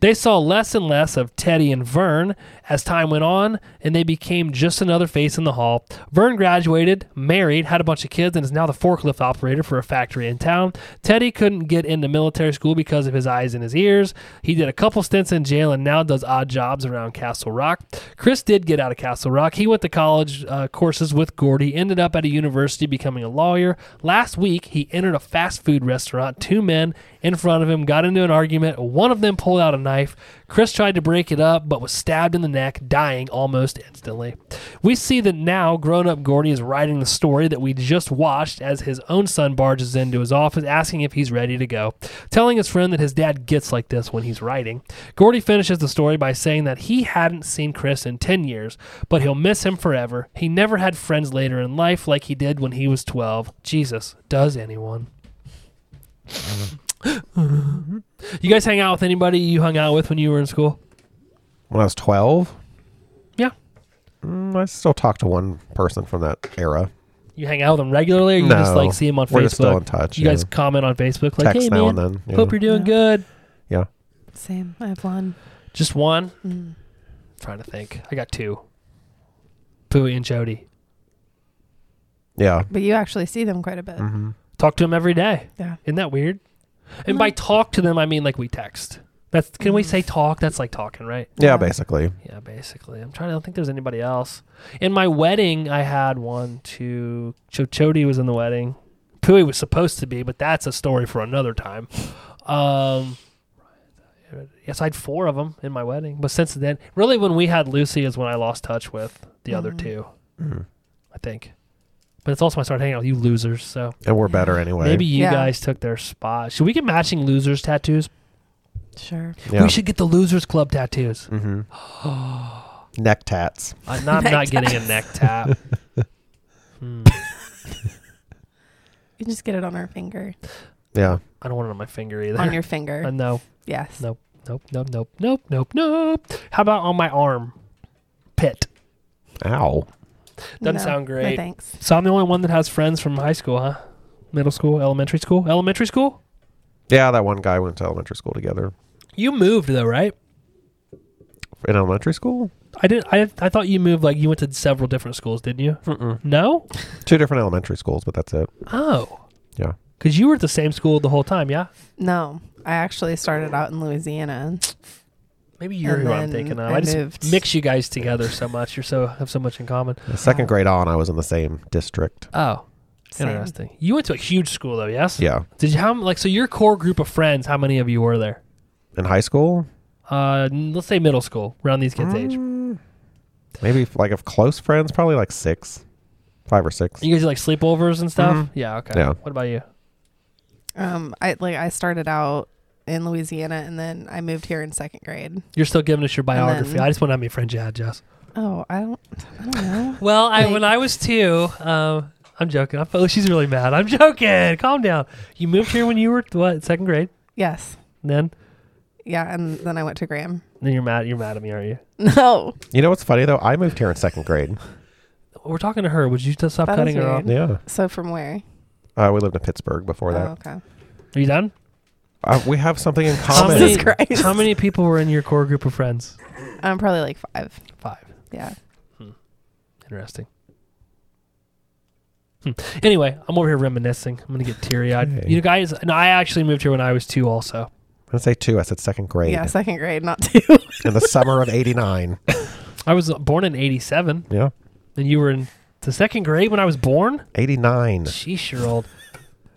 [SPEAKER 1] They saw less and less of Teddy and Vern as time went on, and they became just another face in the hall. Vern graduated, married, had a bunch of kids, and is now the forklift operator for a factory in town. Teddy couldn't get into military school because of his eyes and his ears. He did a couple stints in jail and now does odd jobs around Castle Rock. Chris did get out of Castle Rock. He went to college uh, courses with Gordy, ended up at a university becoming a lawyer. Last week, he entered a fast food restaurant. Two men in front of him got into an argument. One of them pulled out a knife. Chris tried to break it up, but was stabbed in the neck, dying almost instantly. We see that now grown up Gordy is writing the story that we just watched as his own son barges into his office asking if he's ready to go, telling his friend that his dad gets like this when he's writing. Gordy finishes the story by saying that he hadn't seen Chris in 10 years, but he'll miss him forever. He never had friends later in life like he did when he was 12. Jesus, does anyone? you guys hang out with anybody you hung out with when you were in school?
[SPEAKER 3] When I was 12,
[SPEAKER 1] Yeah.
[SPEAKER 3] mm, I still talk to one person from that era.
[SPEAKER 1] You hang out with them regularly, or you just
[SPEAKER 3] No,
[SPEAKER 1] like see them on
[SPEAKER 3] We're
[SPEAKER 1] Facebook?
[SPEAKER 3] just still in touch.
[SPEAKER 1] You
[SPEAKER 3] yeah.
[SPEAKER 1] guys comment on Facebook like,
[SPEAKER 3] text
[SPEAKER 1] "Hey
[SPEAKER 3] now
[SPEAKER 1] man,
[SPEAKER 3] and then. yeah.
[SPEAKER 1] hope you're doing
[SPEAKER 5] Yeah.
[SPEAKER 1] good."
[SPEAKER 5] Same. I have one.
[SPEAKER 1] Just one.
[SPEAKER 5] Mm.
[SPEAKER 1] trying to think. I got two. Pooey and Jody.
[SPEAKER 3] yeah.
[SPEAKER 1] Uh,
[SPEAKER 5] But you actually see them quite a bit.
[SPEAKER 3] hmm
[SPEAKER 1] Talk to them every day.
[SPEAKER 5] Yeah.
[SPEAKER 1] Isn't that weird? And by talk to them, I mean like we text. That's can we
[SPEAKER 5] Mm.
[SPEAKER 1] say talk? That's like talking, right?
[SPEAKER 3] Yeah,
[SPEAKER 5] Yeah.
[SPEAKER 3] basically.
[SPEAKER 1] Yeah, basically. I'm trying to I don't think there's anybody else. In my wedding, I had one, two. Cho- Chody was in the wedding. Pooey was supposed to be, but that's a story for another time. Um, yes, I had four of them in my wedding. But since then, really, when we had Lucy is when I lost touch with the other
[SPEAKER 5] Mhm.
[SPEAKER 1] two,
[SPEAKER 3] Mhm.
[SPEAKER 1] I think. But it's also when I started hanging out with you losers. So
[SPEAKER 3] And we're better anyway.
[SPEAKER 1] maybe you
[SPEAKER 5] Yeah.
[SPEAKER 1] guys took their spot. Should we get matching losers tattoos?
[SPEAKER 5] Sure.
[SPEAKER 3] Yeah.
[SPEAKER 1] We should get the losers club tattoos.
[SPEAKER 3] *gasps* hmm Neck tats.
[SPEAKER 1] I'm not,
[SPEAKER 5] Neck
[SPEAKER 1] not getting a
[SPEAKER 3] *laughs*
[SPEAKER 1] neck tap. Hmm.
[SPEAKER 5] You just get it on our
[SPEAKER 3] *laughs*
[SPEAKER 5] finger.
[SPEAKER 3] Yeah.
[SPEAKER 1] I don't want it on my finger either.
[SPEAKER 5] on your finger.
[SPEAKER 1] *laughs* Uh, no,
[SPEAKER 5] yes.
[SPEAKER 1] no. nope, nope, nope, nope, nope, nope. How about on my arm? Pit.
[SPEAKER 3] Ow.
[SPEAKER 1] Doesn't
[SPEAKER 5] No.
[SPEAKER 1] sound
[SPEAKER 5] No,
[SPEAKER 1] great.
[SPEAKER 5] thanks.
[SPEAKER 1] So I'm the only one that has friends from high school, huh? Middle school, elementary school, elementary school.
[SPEAKER 3] Yeah, that one guy went to elementary school together.
[SPEAKER 1] You moved though, right?
[SPEAKER 3] In elementary school?
[SPEAKER 1] I didn't. I, I thought you moved. Like you went to several different schools, didn't you?
[SPEAKER 3] Mm-mm.
[SPEAKER 1] No.
[SPEAKER 3] Two different elementary schools, but that's it.
[SPEAKER 1] Oh.
[SPEAKER 3] Yeah.
[SPEAKER 1] Because you were at the same school the whole time, yeah?
[SPEAKER 5] No, I actually started out in Louisiana.
[SPEAKER 1] Maybe you're
[SPEAKER 5] And
[SPEAKER 1] who I'm
[SPEAKER 5] then
[SPEAKER 1] thinking of.
[SPEAKER 5] I
[SPEAKER 1] I, just
[SPEAKER 5] moved.
[SPEAKER 1] mix you guys together so much. You're so have so much in common.
[SPEAKER 3] The second grade on, I was in the same district.
[SPEAKER 1] Oh,
[SPEAKER 5] Same.
[SPEAKER 1] interesting. You went to a huge school though, yes?
[SPEAKER 3] Yeah.
[SPEAKER 1] Did you how like so your core group of friends? How many of you were there?
[SPEAKER 3] In high school,
[SPEAKER 1] Uh, n- let's say middle school, around these kids'
[SPEAKER 3] Mm.
[SPEAKER 1] age.
[SPEAKER 3] maybe if- like if close friends, probably like six, five or six.
[SPEAKER 1] You guys do like sleepovers and stuff.
[SPEAKER 3] Mhm.
[SPEAKER 1] Yeah. Okay.
[SPEAKER 3] Yeah.
[SPEAKER 1] What about you?
[SPEAKER 5] Um, I like I started out in Louisiana and then I moved here in second grade.
[SPEAKER 1] You're still giving us your biography.
[SPEAKER 5] then-
[SPEAKER 1] I just want to know how many friends you had, Jess.
[SPEAKER 5] Oh, I don't, I don't know. *laughs*
[SPEAKER 1] Well, I,
[SPEAKER 5] Like-
[SPEAKER 1] when I was two, um, I'm joking. I'm, oh, she's really mad. I'm joking. Calm down. You moved here when you were what second grade,
[SPEAKER 5] yes,
[SPEAKER 1] and then
[SPEAKER 5] yeah, and then I went to Graham.
[SPEAKER 1] then you're mad. You're mad at me, are you?
[SPEAKER 5] No,
[SPEAKER 3] You know what's funny though? I moved here in second grade.
[SPEAKER 1] We're talking to her. Would you just stop
[SPEAKER 5] That
[SPEAKER 1] cutting
[SPEAKER 5] is
[SPEAKER 1] her off?
[SPEAKER 5] weird.
[SPEAKER 3] Yeah.
[SPEAKER 5] so from where?
[SPEAKER 3] Uh, we lived in Pittsburgh before
[SPEAKER 5] Oh,
[SPEAKER 3] that.
[SPEAKER 5] okay.
[SPEAKER 1] Are you done?
[SPEAKER 3] Uh, we have something in
[SPEAKER 1] How
[SPEAKER 3] common.
[SPEAKER 1] many,
[SPEAKER 5] Jesus Christ.
[SPEAKER 1] how many people were in your core group of friends?
[SPEAKER 5] I'm probably like five.
[SPEAKER 1] Five.
[SPEAKER 5] Yeah.
[SPEAKER 1] Interesting. Hmm. Anyway, I'm over here reminiscing. I'm gonna get teary eyed.
[SPEAKER 3] Okay.
[SPEAKER 1] You guys, and I actually moved here when I was two, also.
[SPEAKER 3] I didn't say two. I said second grade.
[SPEAKER 5] Yeah, second grade, not two.
[SPEAKER 3] In the summer of '89.
[SPEAKER 1] I was born in '87,
[SPEAKER 3] *laughs* Yeah.
[SPEAKER 1] and you were in the second grade when I was born.
[SPEAKER 3] '89.
[SPEAKER 1] Sheesh, you're old.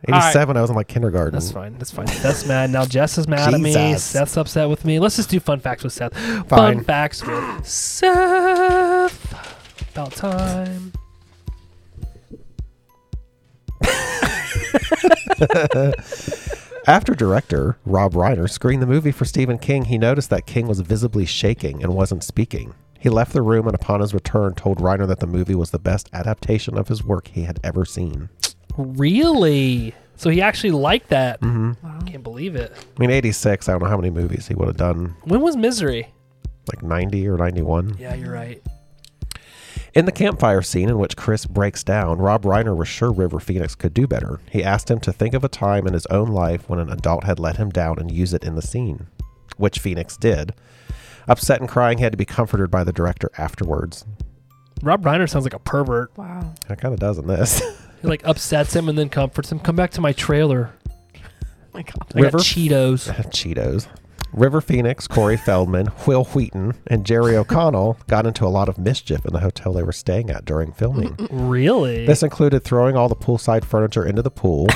[SPEAKER 1] All right.
[SPEAKER 3] 87, I was in like kindergarten.
[SPEAKER 1] That's fine. That's fine. That's mad. Now Jess is mad at me.
[SPEAKER 3] Jesus.
[SPEAKER 1] Seth's upset with me. Let's just do fun facts with Seth. Fun
[SPEAKER 3] Fine.
[SPEAKER 1] facts with Seth. About time.
[SPEAKER 3] After director Rob Reiner screened the movie for Stephen King, he noticed that King was visibly shaking and wasn't speaking. He left the room and upon his return told Reiner that the movie was the best adaptation of his work he had ever seen.
[SPEAKER 1] Really? So he actually liked that.
[SPEAKER 3] Mm-hmm.
[SPEAKER 1] Can't believe it.
[SPEAKER 3] I mean, 86, I don't know how many movies he would have done,
[SPEAKER 1] When was Misery?
[SPEAKER 3] like 90 or 91.
[SPEAKER 1] Yeah, you're right.
[SPEAKER 3] In the campfire scene in which Chris breaks down, Rob Reiner was sure River Phoenix could do better. He asked him to think of a time in his own life when an adult had let him down and use it in the scene, which Phoenix did. Upset and crying, he had to be comforted by the director afterwards.
[SPEAKER 1] Rob Reiner sounds like a pervert.
[SPEAKER 5] wow.
[SPEAKER 3] It kind of does in this. *laughs*
[SPEAKER 1] He like upsets him and then comforts him. Come back to my trailer.
[SPEAKER 5] My God.
[SPEAKER 1] I got
[SPEAKER 3] River? *laughs*
[SPEAKER 1] Cheetos.
[SPEAKER 3] Cheetos. River Phoenix, Corey Feldman, *laughs* Will Wheaton, and Jerry O'Connell got into a lot of mischief in the hotel they were staying at during filming.
[SPEAKER 1] Really?
[SPEAKER 3] This included throwing all the poolside furniture into the pool,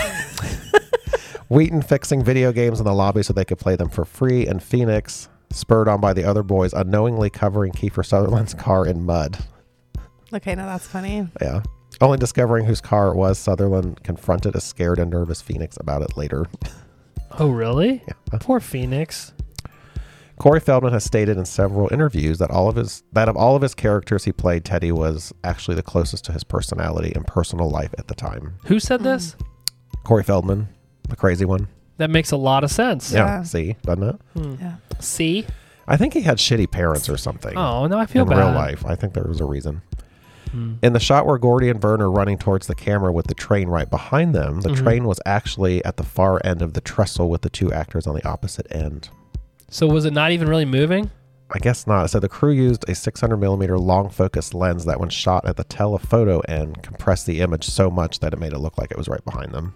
[SPEAKER 3] Wheaton fixing video games in the lobby so they could play them for free, and Phoenix, spurred on by the other boys, unknowingly covering Kiefer Sutherland's car in mud.
[SPEAKER 5] Okay, now that's funny.
[SPEAKER 3] Yeah. Only discovering whose car it was, Sutherland confronted a scared and nervous Phoenix about it later. *laughs*
[SPEAKER 1] oh, really?
[SPEAKER 3] Yeah.
[SPEAKER 1] Poor Phoenix.
[SPEAKER 3] Corey Feldman has stated in several interviews that all of his that of all of his characters he played, Teddy was actually the closest to his personality and personal life at the time.
[SPEAKER 1] Who said this?
[SPEAKER 3] Corey Feldman, the crazy one.
[SPEAKER 1] That makes a lot of sense. Hmm.
[SPEAKER 5] Yeah.
[SPEAKER 3] See, doesn't it?
[SPEAKER 5] Yeah.
[SPEAKER 1] See?
[SPEAKER 3] I think he had shitty parents or something.
[SPEAKER 1] Oh, now I feel
[SPEAKER 3] in
[SPEAKER 1] bad. Hmm.
[SPEAKER 3] real life. I think there was a reason. In the shot where Gordy and Vern are running towards the camera with the train right behind them, the
[SPEAKER 1] Mm-hmm.
[SPEAKER 3] train was actually at the far end of the trestle with the two actors on the opposite end.
[SPEAKER 1] So was it not even really moving?
[SPEAKER 3] I guess not. So the crew used a 600 millimeter long focus lens that, when shot at the telephoto end, compressed the image so much that it made it look like it was right behind them.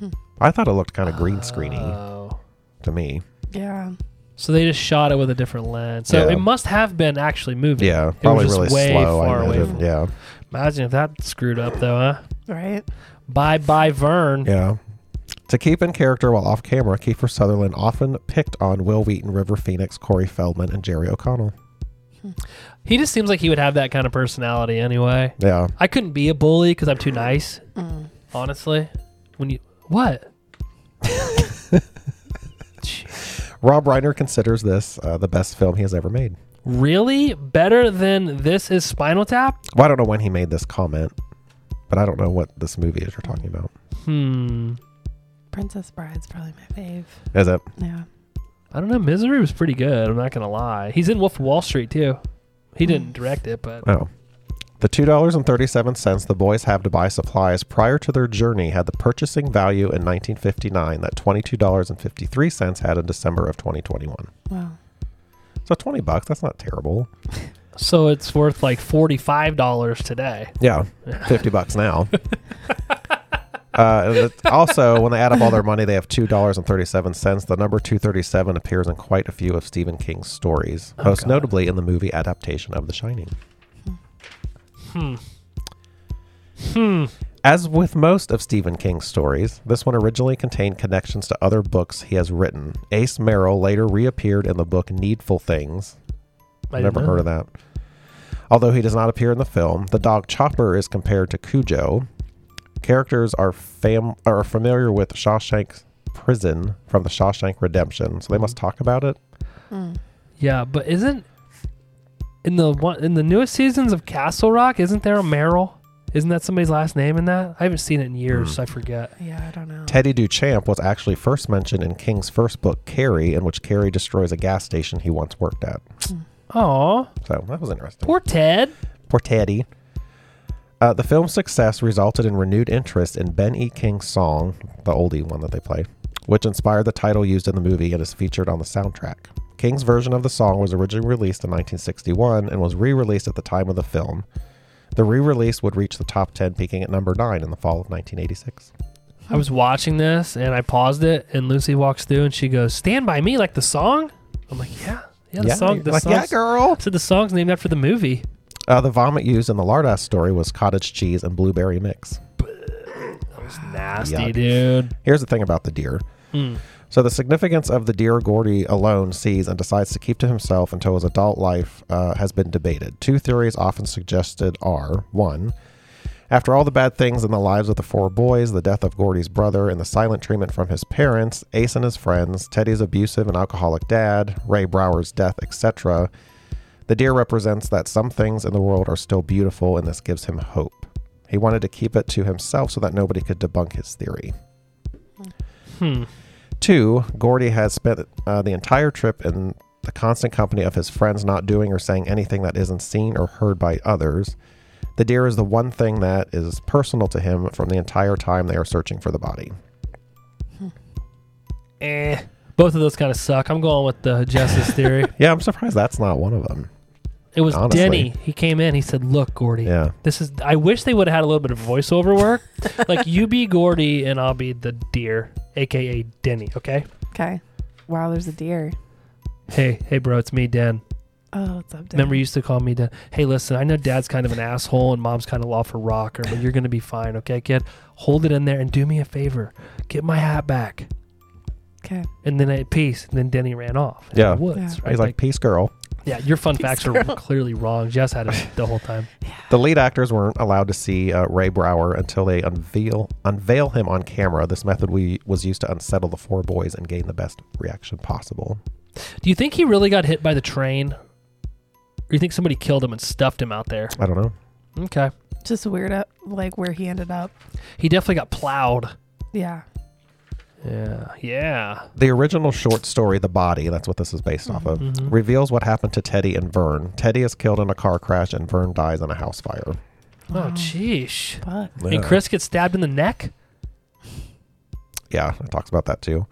[SPEAKER 1] Hmm.
[SPEAKER 3] I thought it looked kind of green screeny
[SPEAKER 1] Oh.
[SPEAKER 3] to me.
[SPEAKER 5] Yeah.
[SPEAKER 1] So they just shot it with a different lens. So
[SPEAKER 3] Yeah.
[SPEAKER 1] it must have been actually moving.
[SPEAKER 3] Yeah,
[SPEAKER 1] It was
[SPEAKER 3] probably
[SPEAKER 1] just
[SPEAKER 3] really
[SPEAKER 1] way
[SPEAKER 3] slow.
[SPEAKER 1] far
[SPEAKER 3] I
[SPEAKER 1] away.
[SPEAKER 3] imagine.
[SPEAKER 1] From,
[SPEAKER 3] Yeah,
[SPEAKER 1] Imagine if that screwed up though, huh?
[SPEAKER 5] Right.
[SPEAKER 1] Bye bye Vern.
[SPEAKER 3] Yeah. To keep in character while off camera, Kiefer Sutherland often picked on Will Wheaton, River Phoenix, Corey Feldman, and Jerry O'Connell.
[SPEAKER 1] He just seems like he would have that kind of personality anyway.
[SPEAKER 3] Yeah.
[SPEAKER 1] I couldn't be a bully because I'm too nice.
[SPEAKER 5] Mm.
[SPEAKER 1] Honestly, when you what?
[SPEAKER 3] Rob Reiner considers this uh, the best film he has ever made.
[SPEAKER 1] Really? Better than this is Spinal Tap?
[SPEAKER 3] Well, I don't know when he made this comment, but I don't know what this movie is you're talking about.
[SPEAKER 1] Hmm.
[SPEAKER 5] Princess Bride's probably my fave.
[SPEAKER 3] Is it?
[SPEAKER 5] Yeah.
[SPEAKER 1] I don't know. Misery was pretty good. I'm not gonna lie. He's in Wolf of Wall Street too. He didn't direct it, but
[SPEAKER 3] Oh. The $2.37 the boys have to buy supplies prior to their journey had the purchasing value in 1959 that $22.53 had in December of 2021.
[SPEAKER 5] Wow.
[SPEAKER 3] So 20 bucks, that's not terrible.
[SPEAKER 1] so it's worth like forty five dollars today.
[SPEAKER 3] Yeah, fifty bucks now. Uh, and it's- also, when they add up all their money, they have two dollars and thirty-seven cents. The number two thirty-seven appears in quite a few of Stephen King's stories, most notably in the movie adaptation of The Shining. Hmm. As with most of Stephen King's stories, this one originally contained connections to other books he has written. Ace Merrill later reappeared in the book Needful Things.
[SPEAKER 1] I
[SPEAKER 3] Never heard of that. Although he does not appear in the film, the dog Chopper is compared to Cujo. Characters are fam are familiar with Shawshank Prison from the Shawshank Redemption, so they must talk about it.
[SPEAKER 5] mm.
[SPEAKER 1] Yeah, but isn't in the one in the newest seasons of Castle Rock? Isn't there a Merrill? Isn't that somebody's last name in that? I haven't seen it in years, so I forget.
[SPEAKER 5] Yeah, I don't know.
[SPEAKER 3] Teddy Duchamp was actually first mentioned in King's first book, Carrie, in which Carrie destroys a gas station he once worked at.
[SPEAKER 1] Oh,
[SPEAKER 3] So that was interesting.
[SPEAKER 1] poor Ted.
[SPEAKER 3] Poor Teddy. Uh, the film's success resulted in renewed interest in Ben E. King's song, the oldie one that they play, which inspired the title used in the movie and is featured on the soundtrack. King's version of the song was originally released in 1961 and was re released at the time of the film. The re release would reach the top 10, peaking at number 9 in the fall of 1986.
[SPEAKER 1] I was watching this and I paused it, and Lucy walks through and she goes, "Stand by me," like the song. I'm like, yeah, yeah, the song. The
[SPEAKER 3] like, yeah,
[SPEAKER 1] song's-
[SPEAKER 3] girl.
[SPEAKER 1] So the song's named after the movie.
[SPEAKER 3] Uh, the vomit used in the Lardass story was cottage cheese and blueberry mix.
[SPEAKER 1] Nasty,
[SPEAKER 3] Yuck.
[SPEAKER 1] dude.
[SPEAKER 3] Here's the thing about the deer. So the significance of the deer Gordy alone sees and decides to keep to himself until his adult life uh, has been debated. Two theories often suggested are one, after all the bad things in the lives of the four boys, the death of Gordy's brother, and the silent treatment from his parents, Ace and his friends, Teddy's abusive and alcoholic dad, Ray Brower's death, etc., the deer represents that some things in the world are still beautiful, and this gives him hope. He wanted to keep it to himself so that nobody could debunk his theory.
[SPEAKER 1] Hmm.
[SPEAKER 3] Two, Gordy has spent uh, the entire trip in the constant company of his friends, not doing or saying anything that isn't seen or heard by others. The deer is the one thing that is personal to him from the entire time they are searching for the body.
[SPEAKER 1] Eh. Both of those kind of suck. I'm going with the justice
[SPEAKER 3] *laughs*
[SPEAKER 1] theory.
[SPEAKER 3] Yeah, I'm surprised that's not one of them.
[SPEAKER 1] It was
[SPEAKER 3] Honestly.
[SPEAKER 1] Denny. He came in. He said, "Look, Gordy.
[SPEAKER 3] Yeah.
[SPEAKER 1] This is. I wish they would have had a little bit of voiceover work. like you be Gordy and I'll be the deer, aka Denny. Okay.
[SPEAKER 5] Okay. Wow, there's a deer.
[SPEAKER 1] Hey, hey, bro, it's me, Dan.
[SPEAKER 5] Oh, what's up, Dad?
[SPEAKER 1] Remember, you used to call me Dan. Hey, listen, I know Dad's kind of an asshole and Mom's kind of law for rocker, but you're gonna be fine, okay, kid? Hold it in there and do me a favor. Get my hat back.
[SPEAKER 5] Okay.
[SPEAKER 1] And then I peace. And then Denny ran off. in
[SPEAKER 3] Yeah.
[SPEAKER 1] the woods.
[SPEAKER 5] Yeah.
[SPEAKER 1] Right?
[SPEAKER 3] He's like, Peace, girl.
[SPEAKER 1] yeah. Your fun facts are clearly wrong. Jess had it the whole time.
[SPEAKER 3] The lead actors weren't allowed to see uh, Ray Brower until they unveil unveil him on camera. This method we, was used to unsettle the four boys and gain the best reaction possible.
[SPEAKER 1] Do you think he really got hit by the train? Or you think somebody killed him and stuffed him out there?
[SPEAKER 3] I don't know.
[SPEAKER 1] Okay.
[SPEAKER 5] Just weird up like where he ended up.
[SPEAKER 1] He definitely got plowed.
[SPEAKER 5] Yeah.
[SPEAKER 1] Yeah. Yeah.
[SPEAKER 3] The original short story, The Body, that's what this is based off of, reveals what happened to Teddy and Vern. Teddy is killed in a car crash and Vern dies in a house fire.
[SPEAKER 1] Oh, jeez.
[SPEAKER 5] Fuck.
[SPEAKER 1] And Chris gets stabbed in the neck?
[SPEAKER 3] Yeah, it talks about that too.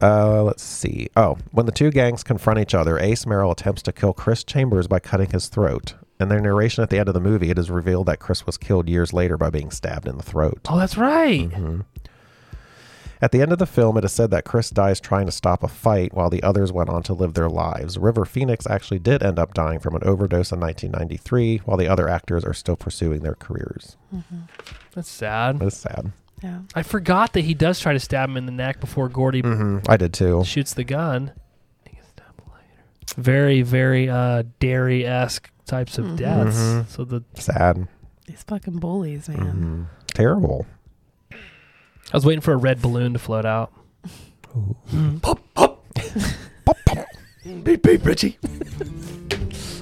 [SPEAKER 3] Uh, let's see. Oh, when the two gangs confront each other, Ace Merrill attempts to kill Chris Chambers by cutting his throat. In their narration at the end of the movie, it is revealed that Chris was killed years later by being stabbed in the throat.
[SPEAKER 1] Oh, that's
[SPEAKER 3] Mm.
[SPEAKER 1] right.
[SPEAKER 5] Mm-hmm.
[SPEAKER 3] At the end of the film, it is said that Chris dies trying to stop a fight while the others went on to live their lives. River Phoenix actually did end up dying from an overdose in 1993, while the other actors are still pursuing their careers.
[SPEAKER 1] That's sad.
[SPEAKER 3] That's sad.
[SPEAKER 5] Yeah.
[SPEAKER 1] I forgot that he does try to stab him in the neck before Gordy
[SPEAKER 5] Mm-hmm.
[SPEAKER 3] Mm, I did too.
[SPEAKER 1] shoots the gun. He gets stabbed later. Very, very uh, dairy esque types of deaths.
[SPEAKER 3] Mhm.
[SPEAKER 1] So the
[SPEAKER 3] Sad.
[SPEAKER 5] These fucking bullies, man.
[SPEAKER 1] Mm-hmm.
[SPEAKER 3] Mm, terrible.
[SPEAKER 1] I was waiting for a red balloon to float out. Pop, pop. beep, beep, Richie.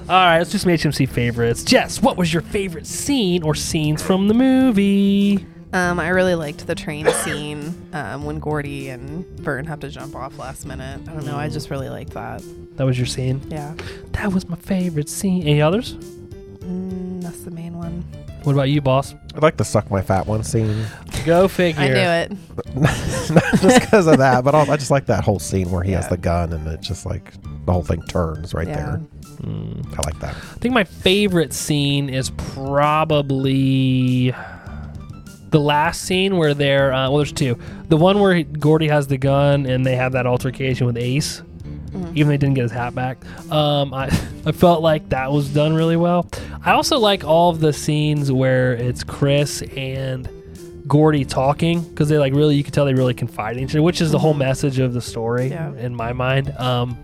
[SPEAKER 1] All right, let's do some HMC favorites. Jess, what was your favorite scene or scenes from the movie?
[SPEAKER 5] Um, I really liked the train scene um, when Gordy and Vern have to jump off last minute. I don't know. I just really liked that.
[SPEAKER 1] That was your scene.
[SPEAKER 5] Yeah.
[SPEAKER 1] That was my favorite scene. Any others?
[SPEAKER 5] Mm, that's the main one.
[SPEAKER 1] What about you, boss?
[SPEAKER 3] I like the suck my fat
[SPEAKER 5] *laughs*
[SPEAKER 3] one scene, *laughs*
[SPEAKER 1] Go figure.
[SPEAKER 5] I knew it.
[SPEAKER 3] not just because of that, but all, I just like that whole scene where he has
[SPEAKER 5] Yeah.
[SPEAKER 3] the gun and it just like the whole thing turns right
[SPEAKER 5] yeah.
[SPEAKER 3] there.
[SPEAKER 1] Hmm.
[SPEAKER 3] I like that.
[SPEAKER 1] I think my favorite scene is probably the last scene where they're uh, well, there's two. The one where Gordy has the gun and they have that altercation with Ace, Mm-hmm. even though he didn't get his hat back. Um, I *laughs* I felt like that was done really well. I also like all of the scenes where it's Chris and Gordy talking because they like really you could tell they really confide in each other, which is the whole message of the story
[SPEAKER 5] Mm-hmm. Yeah.
[SPEAKER 1] in my mind. Um,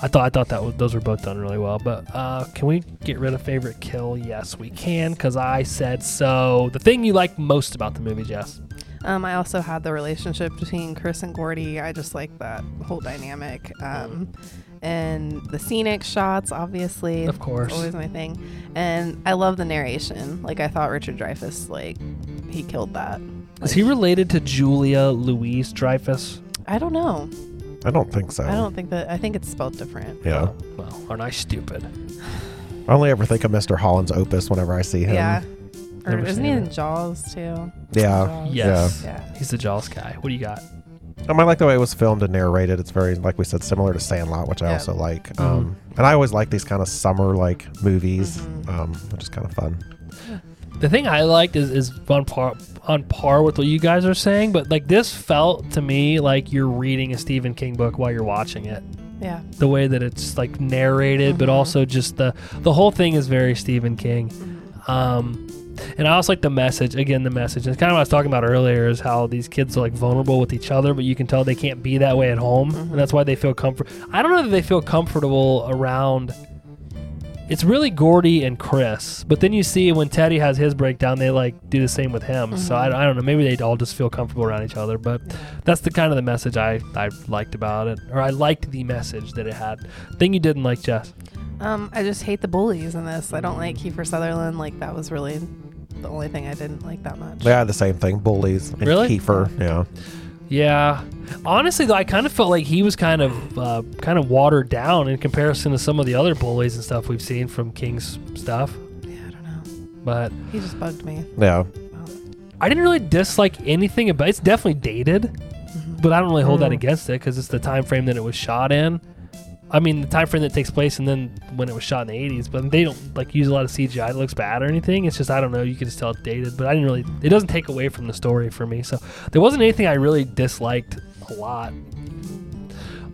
[SPEAKER 1] I thought I thought that was, those were both done really well. But uh, can we get rid of favorite kill? Yes, we can, because I said so. The thing you like most about the movie, Jess?
[SPEAKER 5] Um, I also had the relationship between Chris and Gordy. I just like that whole dynamic. Um, and the scenic shots, obviously.
[SPEAKER 1] Of course.
[SPEAKER 5] It's always my thing. And I love the narration. Like, I thought Richard Dreyfuss, like, he killed that.
[SPEAKER 1] Is he related to Julia Louise Dreyfus?
[SPEAKER 5] I don't know.
[SPEAKER 3] I don't think so.
[SPEAKER 1] Oh.
[SPEAKER 5] I don't think that, I think it's spelled different.
[SPEAKER 3] Yeah.
[SPEAKER 1] Well, aren't I stupid?
[SPEAKER 3] I only ever think of Mr. Holland's opus whenever I see him.
[SPEAKER 5] Yeah. Or
[SPEAKER 1] Never
[SPEAKER 5] isn't
[SPEAKER 1] seen
[SPEAKER 5] he
[SPEAKER 1] it.
[SPEAKER 5] in Jaws, too?
[SPEAKER 3] Yeah.
[SPEAKER 5] Jaws.
[SPEAKER 1] Yes.
[SPEAKER 5] Yeah.
[SPEAKER 1] He's the Jaws guy. What do you got?
[SPEAKER 3] Um, I like the way it was filmed and narrated. It's very, like we said, similar to Sandlot, which I
[SPEAKER 5] Yeah.
[SPEAKER 3] also
[SPEAKER 1] Mm-hmm.
[SPEAKER 3] like. Um, And I always like these kind of summer like movies,
[SPEAKER 5] Mm-hmm.
[SPEAKER 3] um, which is kind of fun.
[SPEAKER 1] The thing I liked is, is on par on par with what you guys are saying, but like this felt to me like you're reading a Stephen King book while you're watching it.
[SPEAKER 5] Yeah.
[SPEAKER 1] the way that it's like narrated, but also just the the whole thing is very Stephen King. Um, and I also like the message. Again, the message. It's kind of what I was talking about earlier is how these kids are like vulnerable with each other, but you can tell they can't be that way at home, and that's why they feel comfort. I don't know that they feel comfortable around. It's really Gordy and Chris, but then you see when Teddy has his breakdown, they like do the same with him. So I, I don't know. Maybe they all just feel comfortable around each other, but that's the kind of the message I, I liked about it, or I liked the message that it had. Thing you didn't like, Jess.
[SPEAKER 5] Um, I just hate the bullies in this. I don't like Kiefer Sutherland. Like, that was really the only thing I didn't like that much.
[SPEAKER 3] They had the same thing bullies and
[SPEAKER 1] Really?
[SPEAKER 3] Kiefer. Yeah.
[SPEAKER 1] Yeah, honestly though, I kind of felt like he was kind of uh, kind of watered down in comparison to some of the other bullies and stuff we've seen from King's stuff.
[SPEAKER 5] Yeah, I don't know.
[SPEAKER 1] But
[SPEAKER 5] He just bugged me.
[SPEAKER 3] Yeah.
[SPEAKER 1] I didn't really dislike anything about. It's definitely dated,
[SPEAKER 5] Mm-hmm.
[SPEAKER 1] but I don't really hold that against it because it's the time frame that it was shot in. I mean, the time frame that takes place and then when it was shot in the '80s. But they don't like use a lot of CGI. It looks bad or anything. It's just I don't know. You can just tell it's dated. But I didn't really. It doesn't take away from the story for me. So there wasn't anything I really disliked a lot.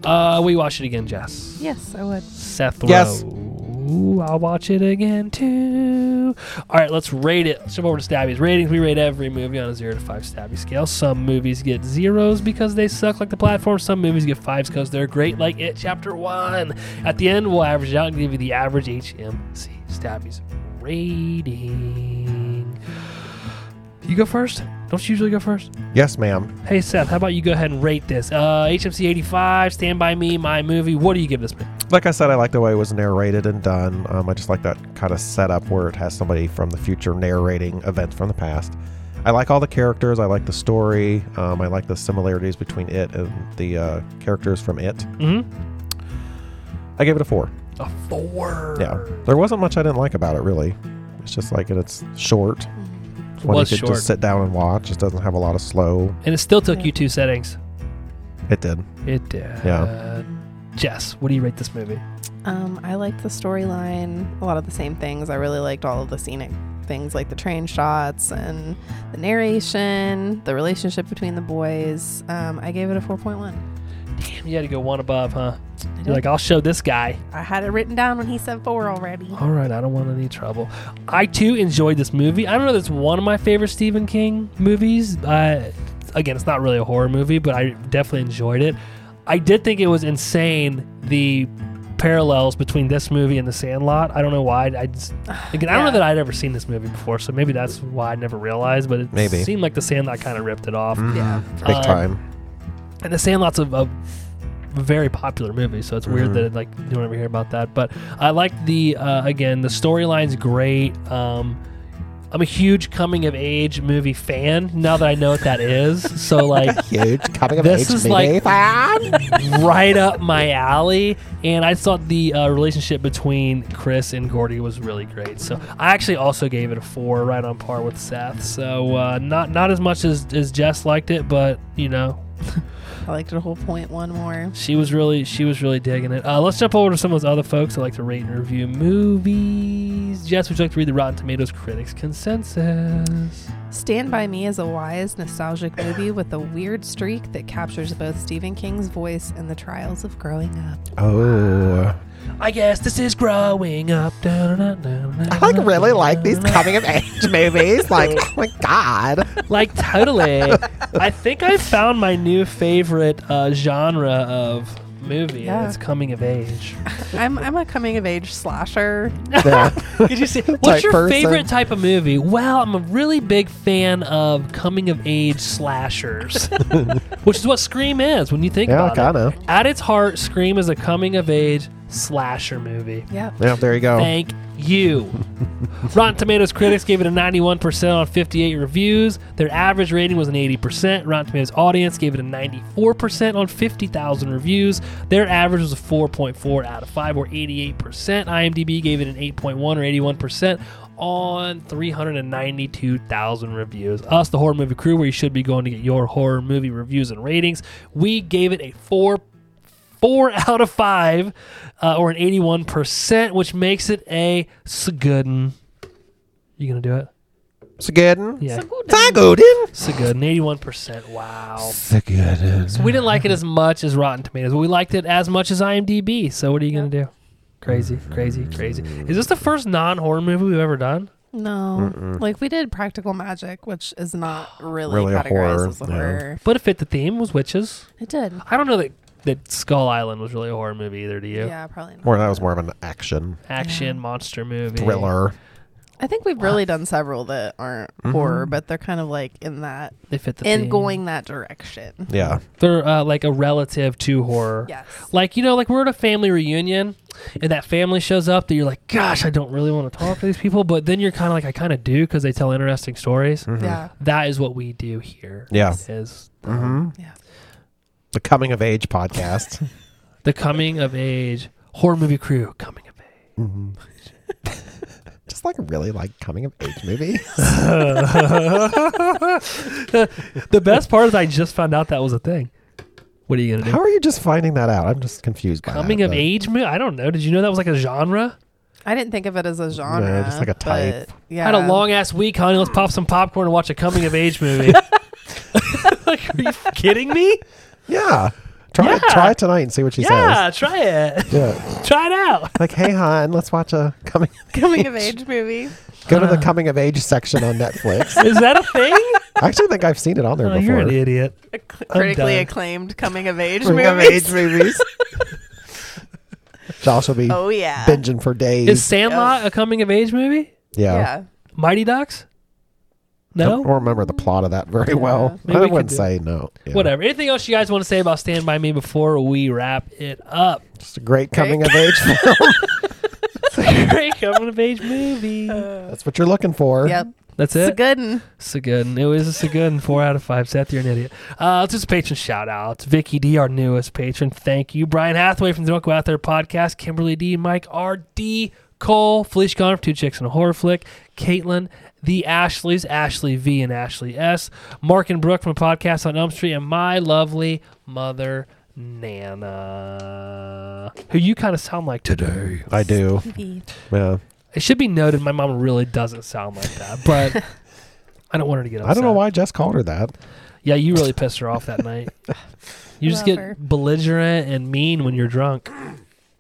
[SPEAKER 1] Uh, we watch it again, Jess.
[SPEAKER 5] Yes, I would.
[SPEAKER 1] Seth
[SPEAKER 3] Yes.
[SPEAKER 1] Rogen. I'll watch it again too. All right, let's rate it. Let's jump over to Stabby's ratings. We rate every movie on a zero to five Stabby scale. Some movies get zeros because they suck like the platform. Some movies get fives because they're great like it. Chapter one. At the end, we'll average it out and give you the average HMC Stabby's rating. You go first. Don't you usually go first?
[SPEAKER 3] Yes, ma'am.
[SPEAKER 1] Hey Seth, how about you go ahead and rate this? Uh, HMC 85, Stand By Me, My Movie. What do you give this movie?
[SPEAKER 3] Like I said, I like the way it was narrated and done. Um, I just like that kind of setup where it has somebody from the future narrating events from the past. I like all the characters. I like the story. Um, I like the similarities between it and the uh, characters from it.
[SPEAKER 1] hmm
[SPEAKER 3] I gave it a four.
[SPEAKER 1] A four.
[SPEAKER 3] Yeah, there wasn't much I didn't like about it, really. It's just like it's short.
[SPEAKER 5] Mm-hmm.
[SPEAKER 3] It's one you
[SPEAKER 1] was
[SPEAKER 3] could
[SPEAKER 1] short.
[SPEAKER 3] just sit down and watch. It doesn't have a lot of slow.
[SPEAKER 1] And it still took you two settings.
[SPEAKER 3] It did.
[SPEAKER 1] It did.
[SPEAKER 3] Yeah.
[SPEAKER 1] Jess, what do you rate this movie?
[SPEAKER 5] Um, I liked the storyline, a lot of the same things. I really liked all of the scenic things, like the train shots and the narration, the relationship between the boys. Um, I gave it a 4.1.
[SPEAKER 1] Damn, you had to go one above, huh?
[SPEAKER 5] I,
[SPEAKER 1] You're like, I'll show this guy.
[SPEAKER 5] I had it written down when he said four already.
[SPEAKER 1] All right, I don't want any trouble. I too enjoyed this movie. I don't know. That's one of my favorite Stephen King movies. Uh, again, it's not really a horror movie, but I definitely enjoyed it. I did think it was insane the parallels between this movie and The Sandlot. I don't know why. I just, again, I don't know
[SPEAKER 5] Yeah.
[SPEAKER 1] that I'd ever seen this movie before, so maybe that's why I never realized. But it
[SPEAKER 3] Maybe.
[SPEAKER 1] seemed like The Sandlot kind of ripped it off.
[SPEAKER 5] *laughs* Yeah.
[SPEAKER 3] Mm-hmm. Big
[SPEAKER 1] Um,
[SPEAKER 3] time.
[SPEAKER 1] and The Sandlot's a, a very popular movie, so it's weird that it, like you don't ever hear about that. But I like the uh, again the storyline's great. Um, I'm a huge coming of age movie fan now that I know what that is. So like
[SPEAKER 3] Huge *laughs* coming of
[SPEAKER 1] This
[SPEAKER 3] age Ah.
[SPEAKER 1] is
[SPEAKER 3] movie.
[SPEAKER 1] like- right up my alley. And I thought the uh, relationship between Chris and Gordy was really great. So I actually also gave it a four, right on par with Seth. So uh, not not as much as as Jess liked it, but you know
[SPEAKER 5] I liked it a whole point one more.
[SPEAKER 1] She was really she was really digging it. Uh, let's jump over to some of those other folks that like to rate and review movies. please, Jess, would you like to read the Rotten Tomatoes critics consensus?
[SPEAKER 5] Stand By Me is a wise, nostalgic movie with a weird streak that captures both Stephen King's voice and the trials of growing up.
[SPEAKER 3] Oh.
[SPEAKER 1] I guess this is growing up. I
[SPEAKER 3] I like really like these *laughs* coming of age movies. Like, oh my god.
[SPEAKER 1] Like totally. I think I found my new favorite uh, genre of movie.
[SPEAKER 5] Yeah.
[SPEAKER 1] It's coming of
[SPEAKER 3] *laughs*
[SPEAKER 1] age.
[SPEAKER 5] I'm, I'm a coming of age slasher.
[SPEAKER 3] Yeah.
[SPEAKER 1] Did you see? What's your
[SPEAKER 3] person.
[SPEAKER 1] favorite type of movie? Well, I'm a really big fan of coming of age slashers,
[SPEAKER 3] *laughs*
[SPEAKER 1] which is what Scream is when you think
[SPEAKER 3] Yeah,
[SPEAKER 1] about it.
[SPEAKER 3] kind of.
[SPEAKER 1] At its heart, Scream is a coming of age slasher movie.
[SPEAKER 5] Yep.
[SPEAKER 3] Yeah, there you go.
[SPEAKER 1] Thank you. Rotten Tomatoes critics gave it a 91% on 58 reviews. Their average rating was an 80%. Rotten Tomatoes audience gave it a 94% on 50,000 reviews. Their average was a 4.4 out of 5 or 88%. IMDb gave it an 8.1 or 81% on 392,000 reviews. Us, the horror movie crew, where you should be going to get your horror movie reviews and ratings, we gave it a 4 four *laughs* out of five, uh, or an eighty-one percent, which makes it a Sagudin. You gonna do it?
[SPEAKER 3] Sagudin.
[SPEAKER 1] Yeah,
[SPEAKER 3] Sagudin.
[SPEAKER 1] Sagudin, eighty-one percent. Wow.
[SPEAKER 3] Sagudin.
[SPEAKER 1] So we didn't like it as much as Rotten Tomatoes, but we liked it as much as IMDb. So what are you gonna do? Crazy, crazy, crazy. Is this the first non-horror movie we've ever done?
[SPEAKER 5] No. Like we did Practical Magic, which is not really,
[SPEAKER 3] Really a
[SPEAKER 5] categorized
[SPEAKER 3] horror,
[SPEAKER 5] as a
[SPEAKER 3] yeah.
[SPEAKER 5] horror.
[SPEAKER 1] But it fit the theme. Was witches.
[SPEAKER 5] It did.
[SPEAKER 1] I don't know that that Skull Island was really a horror movie either. Do you?
[SPEAKER 5] Yeah, probably not.
[SPEAKER 3] More that was more of an action
[SPEAKER 1] Action monster movie.
[SPEAKER 3] thriller.
[SPEAKER 5] I think we've really done several that aren't
[SPEAKER 3] Mm-hmm.
[SPEAKER 5] horror, but they're kind of like in that
[SPEAKER 1] They fit the
[SPEAKER 5] and
[SPEAKER 1] theme.
[SPEAKER 5] going that direction.
[SPEAKER 3] Yeah.
[SPEAKER 1] They're uh, like a relative to horror.
[SPEAKER 5] Yes.
[SPEAKER 1] Like, you know, like we're at a family reunion and that family shows up that you're like, gosh, I don't really want to talk to these people. But then you're kind of like, I kind of do because they tell interesting stories.
[SPEAKER 5] Yeah.
[SPEAKER 1] That is what we do here.
[SPEAKER 3] Mm-hmm. Yeah. Mm-hmm.
[SPEAKER 1] Is
[SPEAKER 3] The coming of
[SPEAKER 1] *laughs*
[SPEAKER 3] age podcast.
[SPEAKER 1] the coming of age horror movie crew coming of age.
[SPEAKER 3] Mm-hmm. *laughs* Just like really like coming of
[SPEAKER 1] *laughs*
[SPEAKER 3] age movies.
[SPEAKER 1] *laughs* The best part is I just found out that was a thing. What are you going to do?
[SPEAKER 3] How are you just finding that out? I'm just confused by
[SPEAKER 1] coming
[SPEAKER 3] that,
[SPEAKER 1] of
[SPEAKER 3] but-
[SPEAKER 1] age movie? I don't know. Did you know that was like a genre?
[SPEAKER 5] I didn't think of it as a genre.
[SPEAKER 3] just like a type.
[SPEAKER 5] but Yeah.
[SPEAKER 1] Had a long ass week, honey. Let's pop some popcorn and watch a coming of age movie. *laughs* like, are you kidding me?
[SPEAKER 3] Yeah. Try it
[SPEAKER 1] Yeah.
[SPEAKER 3] try it tonight and see what she
[SPEAKER 1] Yeah, try it. *laughs*
[SPEAKER 3] says. Yeah.
[SPEAKER 1] try it out.
[SPEAKER 3] Like, hey hon, let's watch a coming
[SPEAKER 5] *laughs* coming of age movie.
[SPEAKER 3] go to the
[SPEAKER 1] Uh-huh.
[SPEAKER 3] coming of age section
[SPEAKER 1] *laughs*
[SPEAKER 3] on Netflix.
[SPEAKER 1] Is that a thing?
[SPEAKER 3] I actually think I've seen it on there
[SPEAKER 1] oh,
[SPEAKER 3] before.
[SPEAKER 1] you're an idiot.
[SPEAKER 5] A cl- critically
[SPEAKER 1] done.
[SPEAKER 5] acclaimed coming of age
[SPEAKER 3] Coming
[SPEAKER 5] movie.
[SPEAKER 3] of age movies. Josh will be
[SPEAKER 5] Oh yeah.
[SPEAKER 3] binging for days.
[SPEAKER 1] Is Sandlot a coming of age movie?
[SPEAKER 3] yeah.
[SPEAKER 5] Yeah.
[SPEAKER 1] Mighty Ducks?
[SPEAKER 3] Don't
[SPEAKER 1] No?
[SPEAKER 3] remember the plot of that very well.
[SPEAKER 1] Maybe
[SPEAKER 3] I
[SPEAKER 1] we could
[SPEAKER 3] wouldn't
[SPEAKER 1] do-
[SPEAKER 3] say no. Yeah.
[SPEAKER 1] Whatever. Anything else you guys want to say about Stand By Me before we wrap it up? *laughs*
[SPEAKER 3] Just a great coming
[SPEAKER 5] *laughs*
[SPEAKER 3] of age film.
[SPEAKER 1] Great coming of age *laughs* movie.
[SPEAKER 3] That's what you're looking for.
[SPEAKER 5] Yep.
[SPEAKER 1] That's
[SPEAKER 5] It's a
[SPEAKER 1] it.
[SPEAKER 5] good one.
[SPEAKER 1] Sagudin. It was a Sagudin. Four out of five. Seth, you're an idiot. Uh, let's do some patron shout outs. Vicky D, our newest patron. Thank you. Brian Hathaway from the Don't Go Out There podcast. Kimberly D, Mike R. D. Cole, Felicia Connor, from Two Chicks and a Horror Flick. Caitlin, The Ashleys, Ashley V and Ashley S. Mark and Brooke from a podcast on Elm Street. And my lovely mother, Nana, who you kind of sound like today.
[SPEAKER 3] I do. Yeah.
[SPEAKER 1] It should be noted my mom really doesn't sound like that,
[SPEAKER 3] *laughs*
[SPEAKER 1] but. I don't want her to get upset.
[SPEAKER 3] I don't know why Jess called her that.
[SPEAKER 1] Yeah, you really pissed her off that night. You just
[SPEAKER 5] Love
[SPEAKER 1] get
[SPEAKER 5] her.
[SPEAKER 1] belligerent and mean when you're drunk.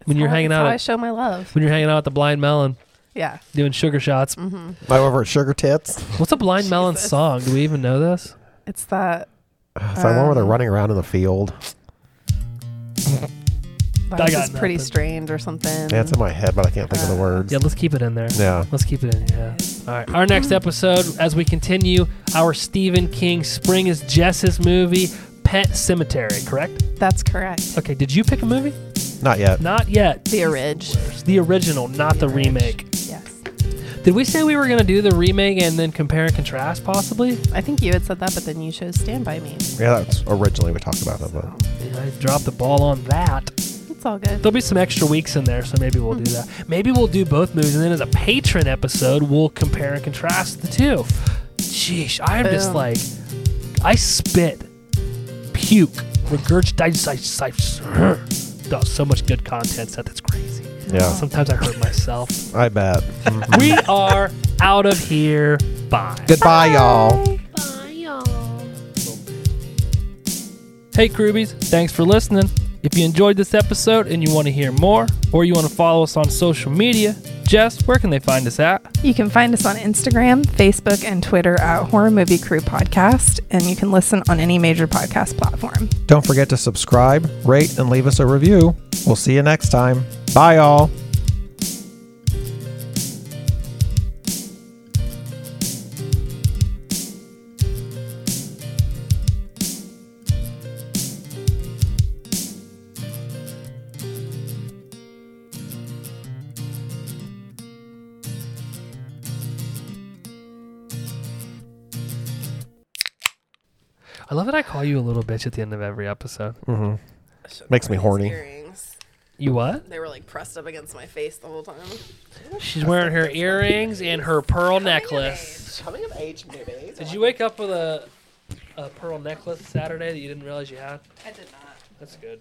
[SPEAKER 1] When you're hanging out
[SPEAKER 5] How I
[SPEAKER 1] at,
[SPEAKER 5] show my love.
[SPEAKER 1] when you're hanging out at the Blind Melon
[SPEAKER 5] Yeah. Mm-hmm.
[SPEAKER 1] doing sugar shots.
[SPEAKER 3] My over at Sugar Tits.
[SPEAKER 1] What's a Blind Melon song? Do we even know this?
[SPEAKER 5] It's that.
[SPEAKER 3] It's like one
[SPEAKER 5] Um.
[SPEAKER 3] where they're running around in the field.
[SPEAKER 5] That is
[SPEAKER 1] got
[SPEAKER 5] pretty
[SPEAKER 1] nothing.
[SPEAKER 5] strange or something.
[SPEAKER 3] Yeah, it's in my head, but I can't think of
[SPEAKER 5] Uh.
[SPEAKER 3] the words.
[SPEAKER 1] Yeah, let's keep it in there.
[SPEAKER 3] Yeah.
[SPEAKER 1] Let's keep it in. Yeah. All right. Our next episode, as we continue our Stephen King Spring is Jess's movie, Pet Cemetery. Correct?
[SPEAKER 5] That's correct.
[SPEAKER 1] Okay. Did you pick a movie?
[SPEAKER 3] Not yet.
[SPEAKER 1] Not yet.
[SPEAKER 5] The Ridge.
[SPEAKER 1] The original, not the remake.
[SPEAKER 5] Yes.
[SPEAKER 1] Did we say we were gonna do the remake and then compare and contrast possibly?
[SPEAKER 5] I think you had said that, but then you chose Stand By Me.
[SPEAKER 3] Yeah, that's originally we talked about that, but
[SPEAKER 1] I dropped the ball on that.
[SPEAKER 5] It's all good.
[SPEAKER 1] There'll be some extra weeks in there, so maybe we'll do that. Maybe we'll do both movies, and then as a patron episode, we'll compare and contrast the two. Sheesh, I am just
[SPEAKER 5] Boom.
[SPEAKER 1] like, I spit, puke, regurgitate, I, I, st- so much good content set that's crazy.
[SPEAKER 3] Yeah,
[SPEAKER 1] Sometimes I hurt myself.
[SPEAKER 3] *laughs*
[SPEAKER 1] *laughs*
[SPEAKER 3] I bet. Mhm.
[SPEAKER 1] we are out of here. Bye.
[SPEAKER 3] Goodbye, y'all.
[SPEAKER 2] Bye, y'all.
[SPEAKER 1] Hey, Krubies, thanks for listening. If you enjoyed this episode and you want to hear more, or you want to follow us on social media, Jess, where can they find us at?
[SPEAKER 5] You can find us on Instagram, Facebook, and Twitter at Horror Movie Crew Podcast, and you can listen on any major podcast platform.
[SPEAKER 3] Don't forget to subscribe, rate, and leave us a review. We'll see you next time. Bye, all.
[SPEAKER 1] I love that I call you a little bitch at the end of every episode.
[SPEAKER 3] Makes me horny.
[SPEAKER 5] Earrings.
[SPEAKER 1] You what?
[SPEAKER 5] They were like pressed up against my face the whole time.
[SPEAKER 1] She's wearing her earrings and her pearl necklace.
[SPEAKER 3] Coming of age movies.
[SPEAKER 1] Did you wake up with a, a pearl necklace Saturday that you didn't realize you had?
[SPEAKER 5] I did not.
[SPEAKER 1] That's good.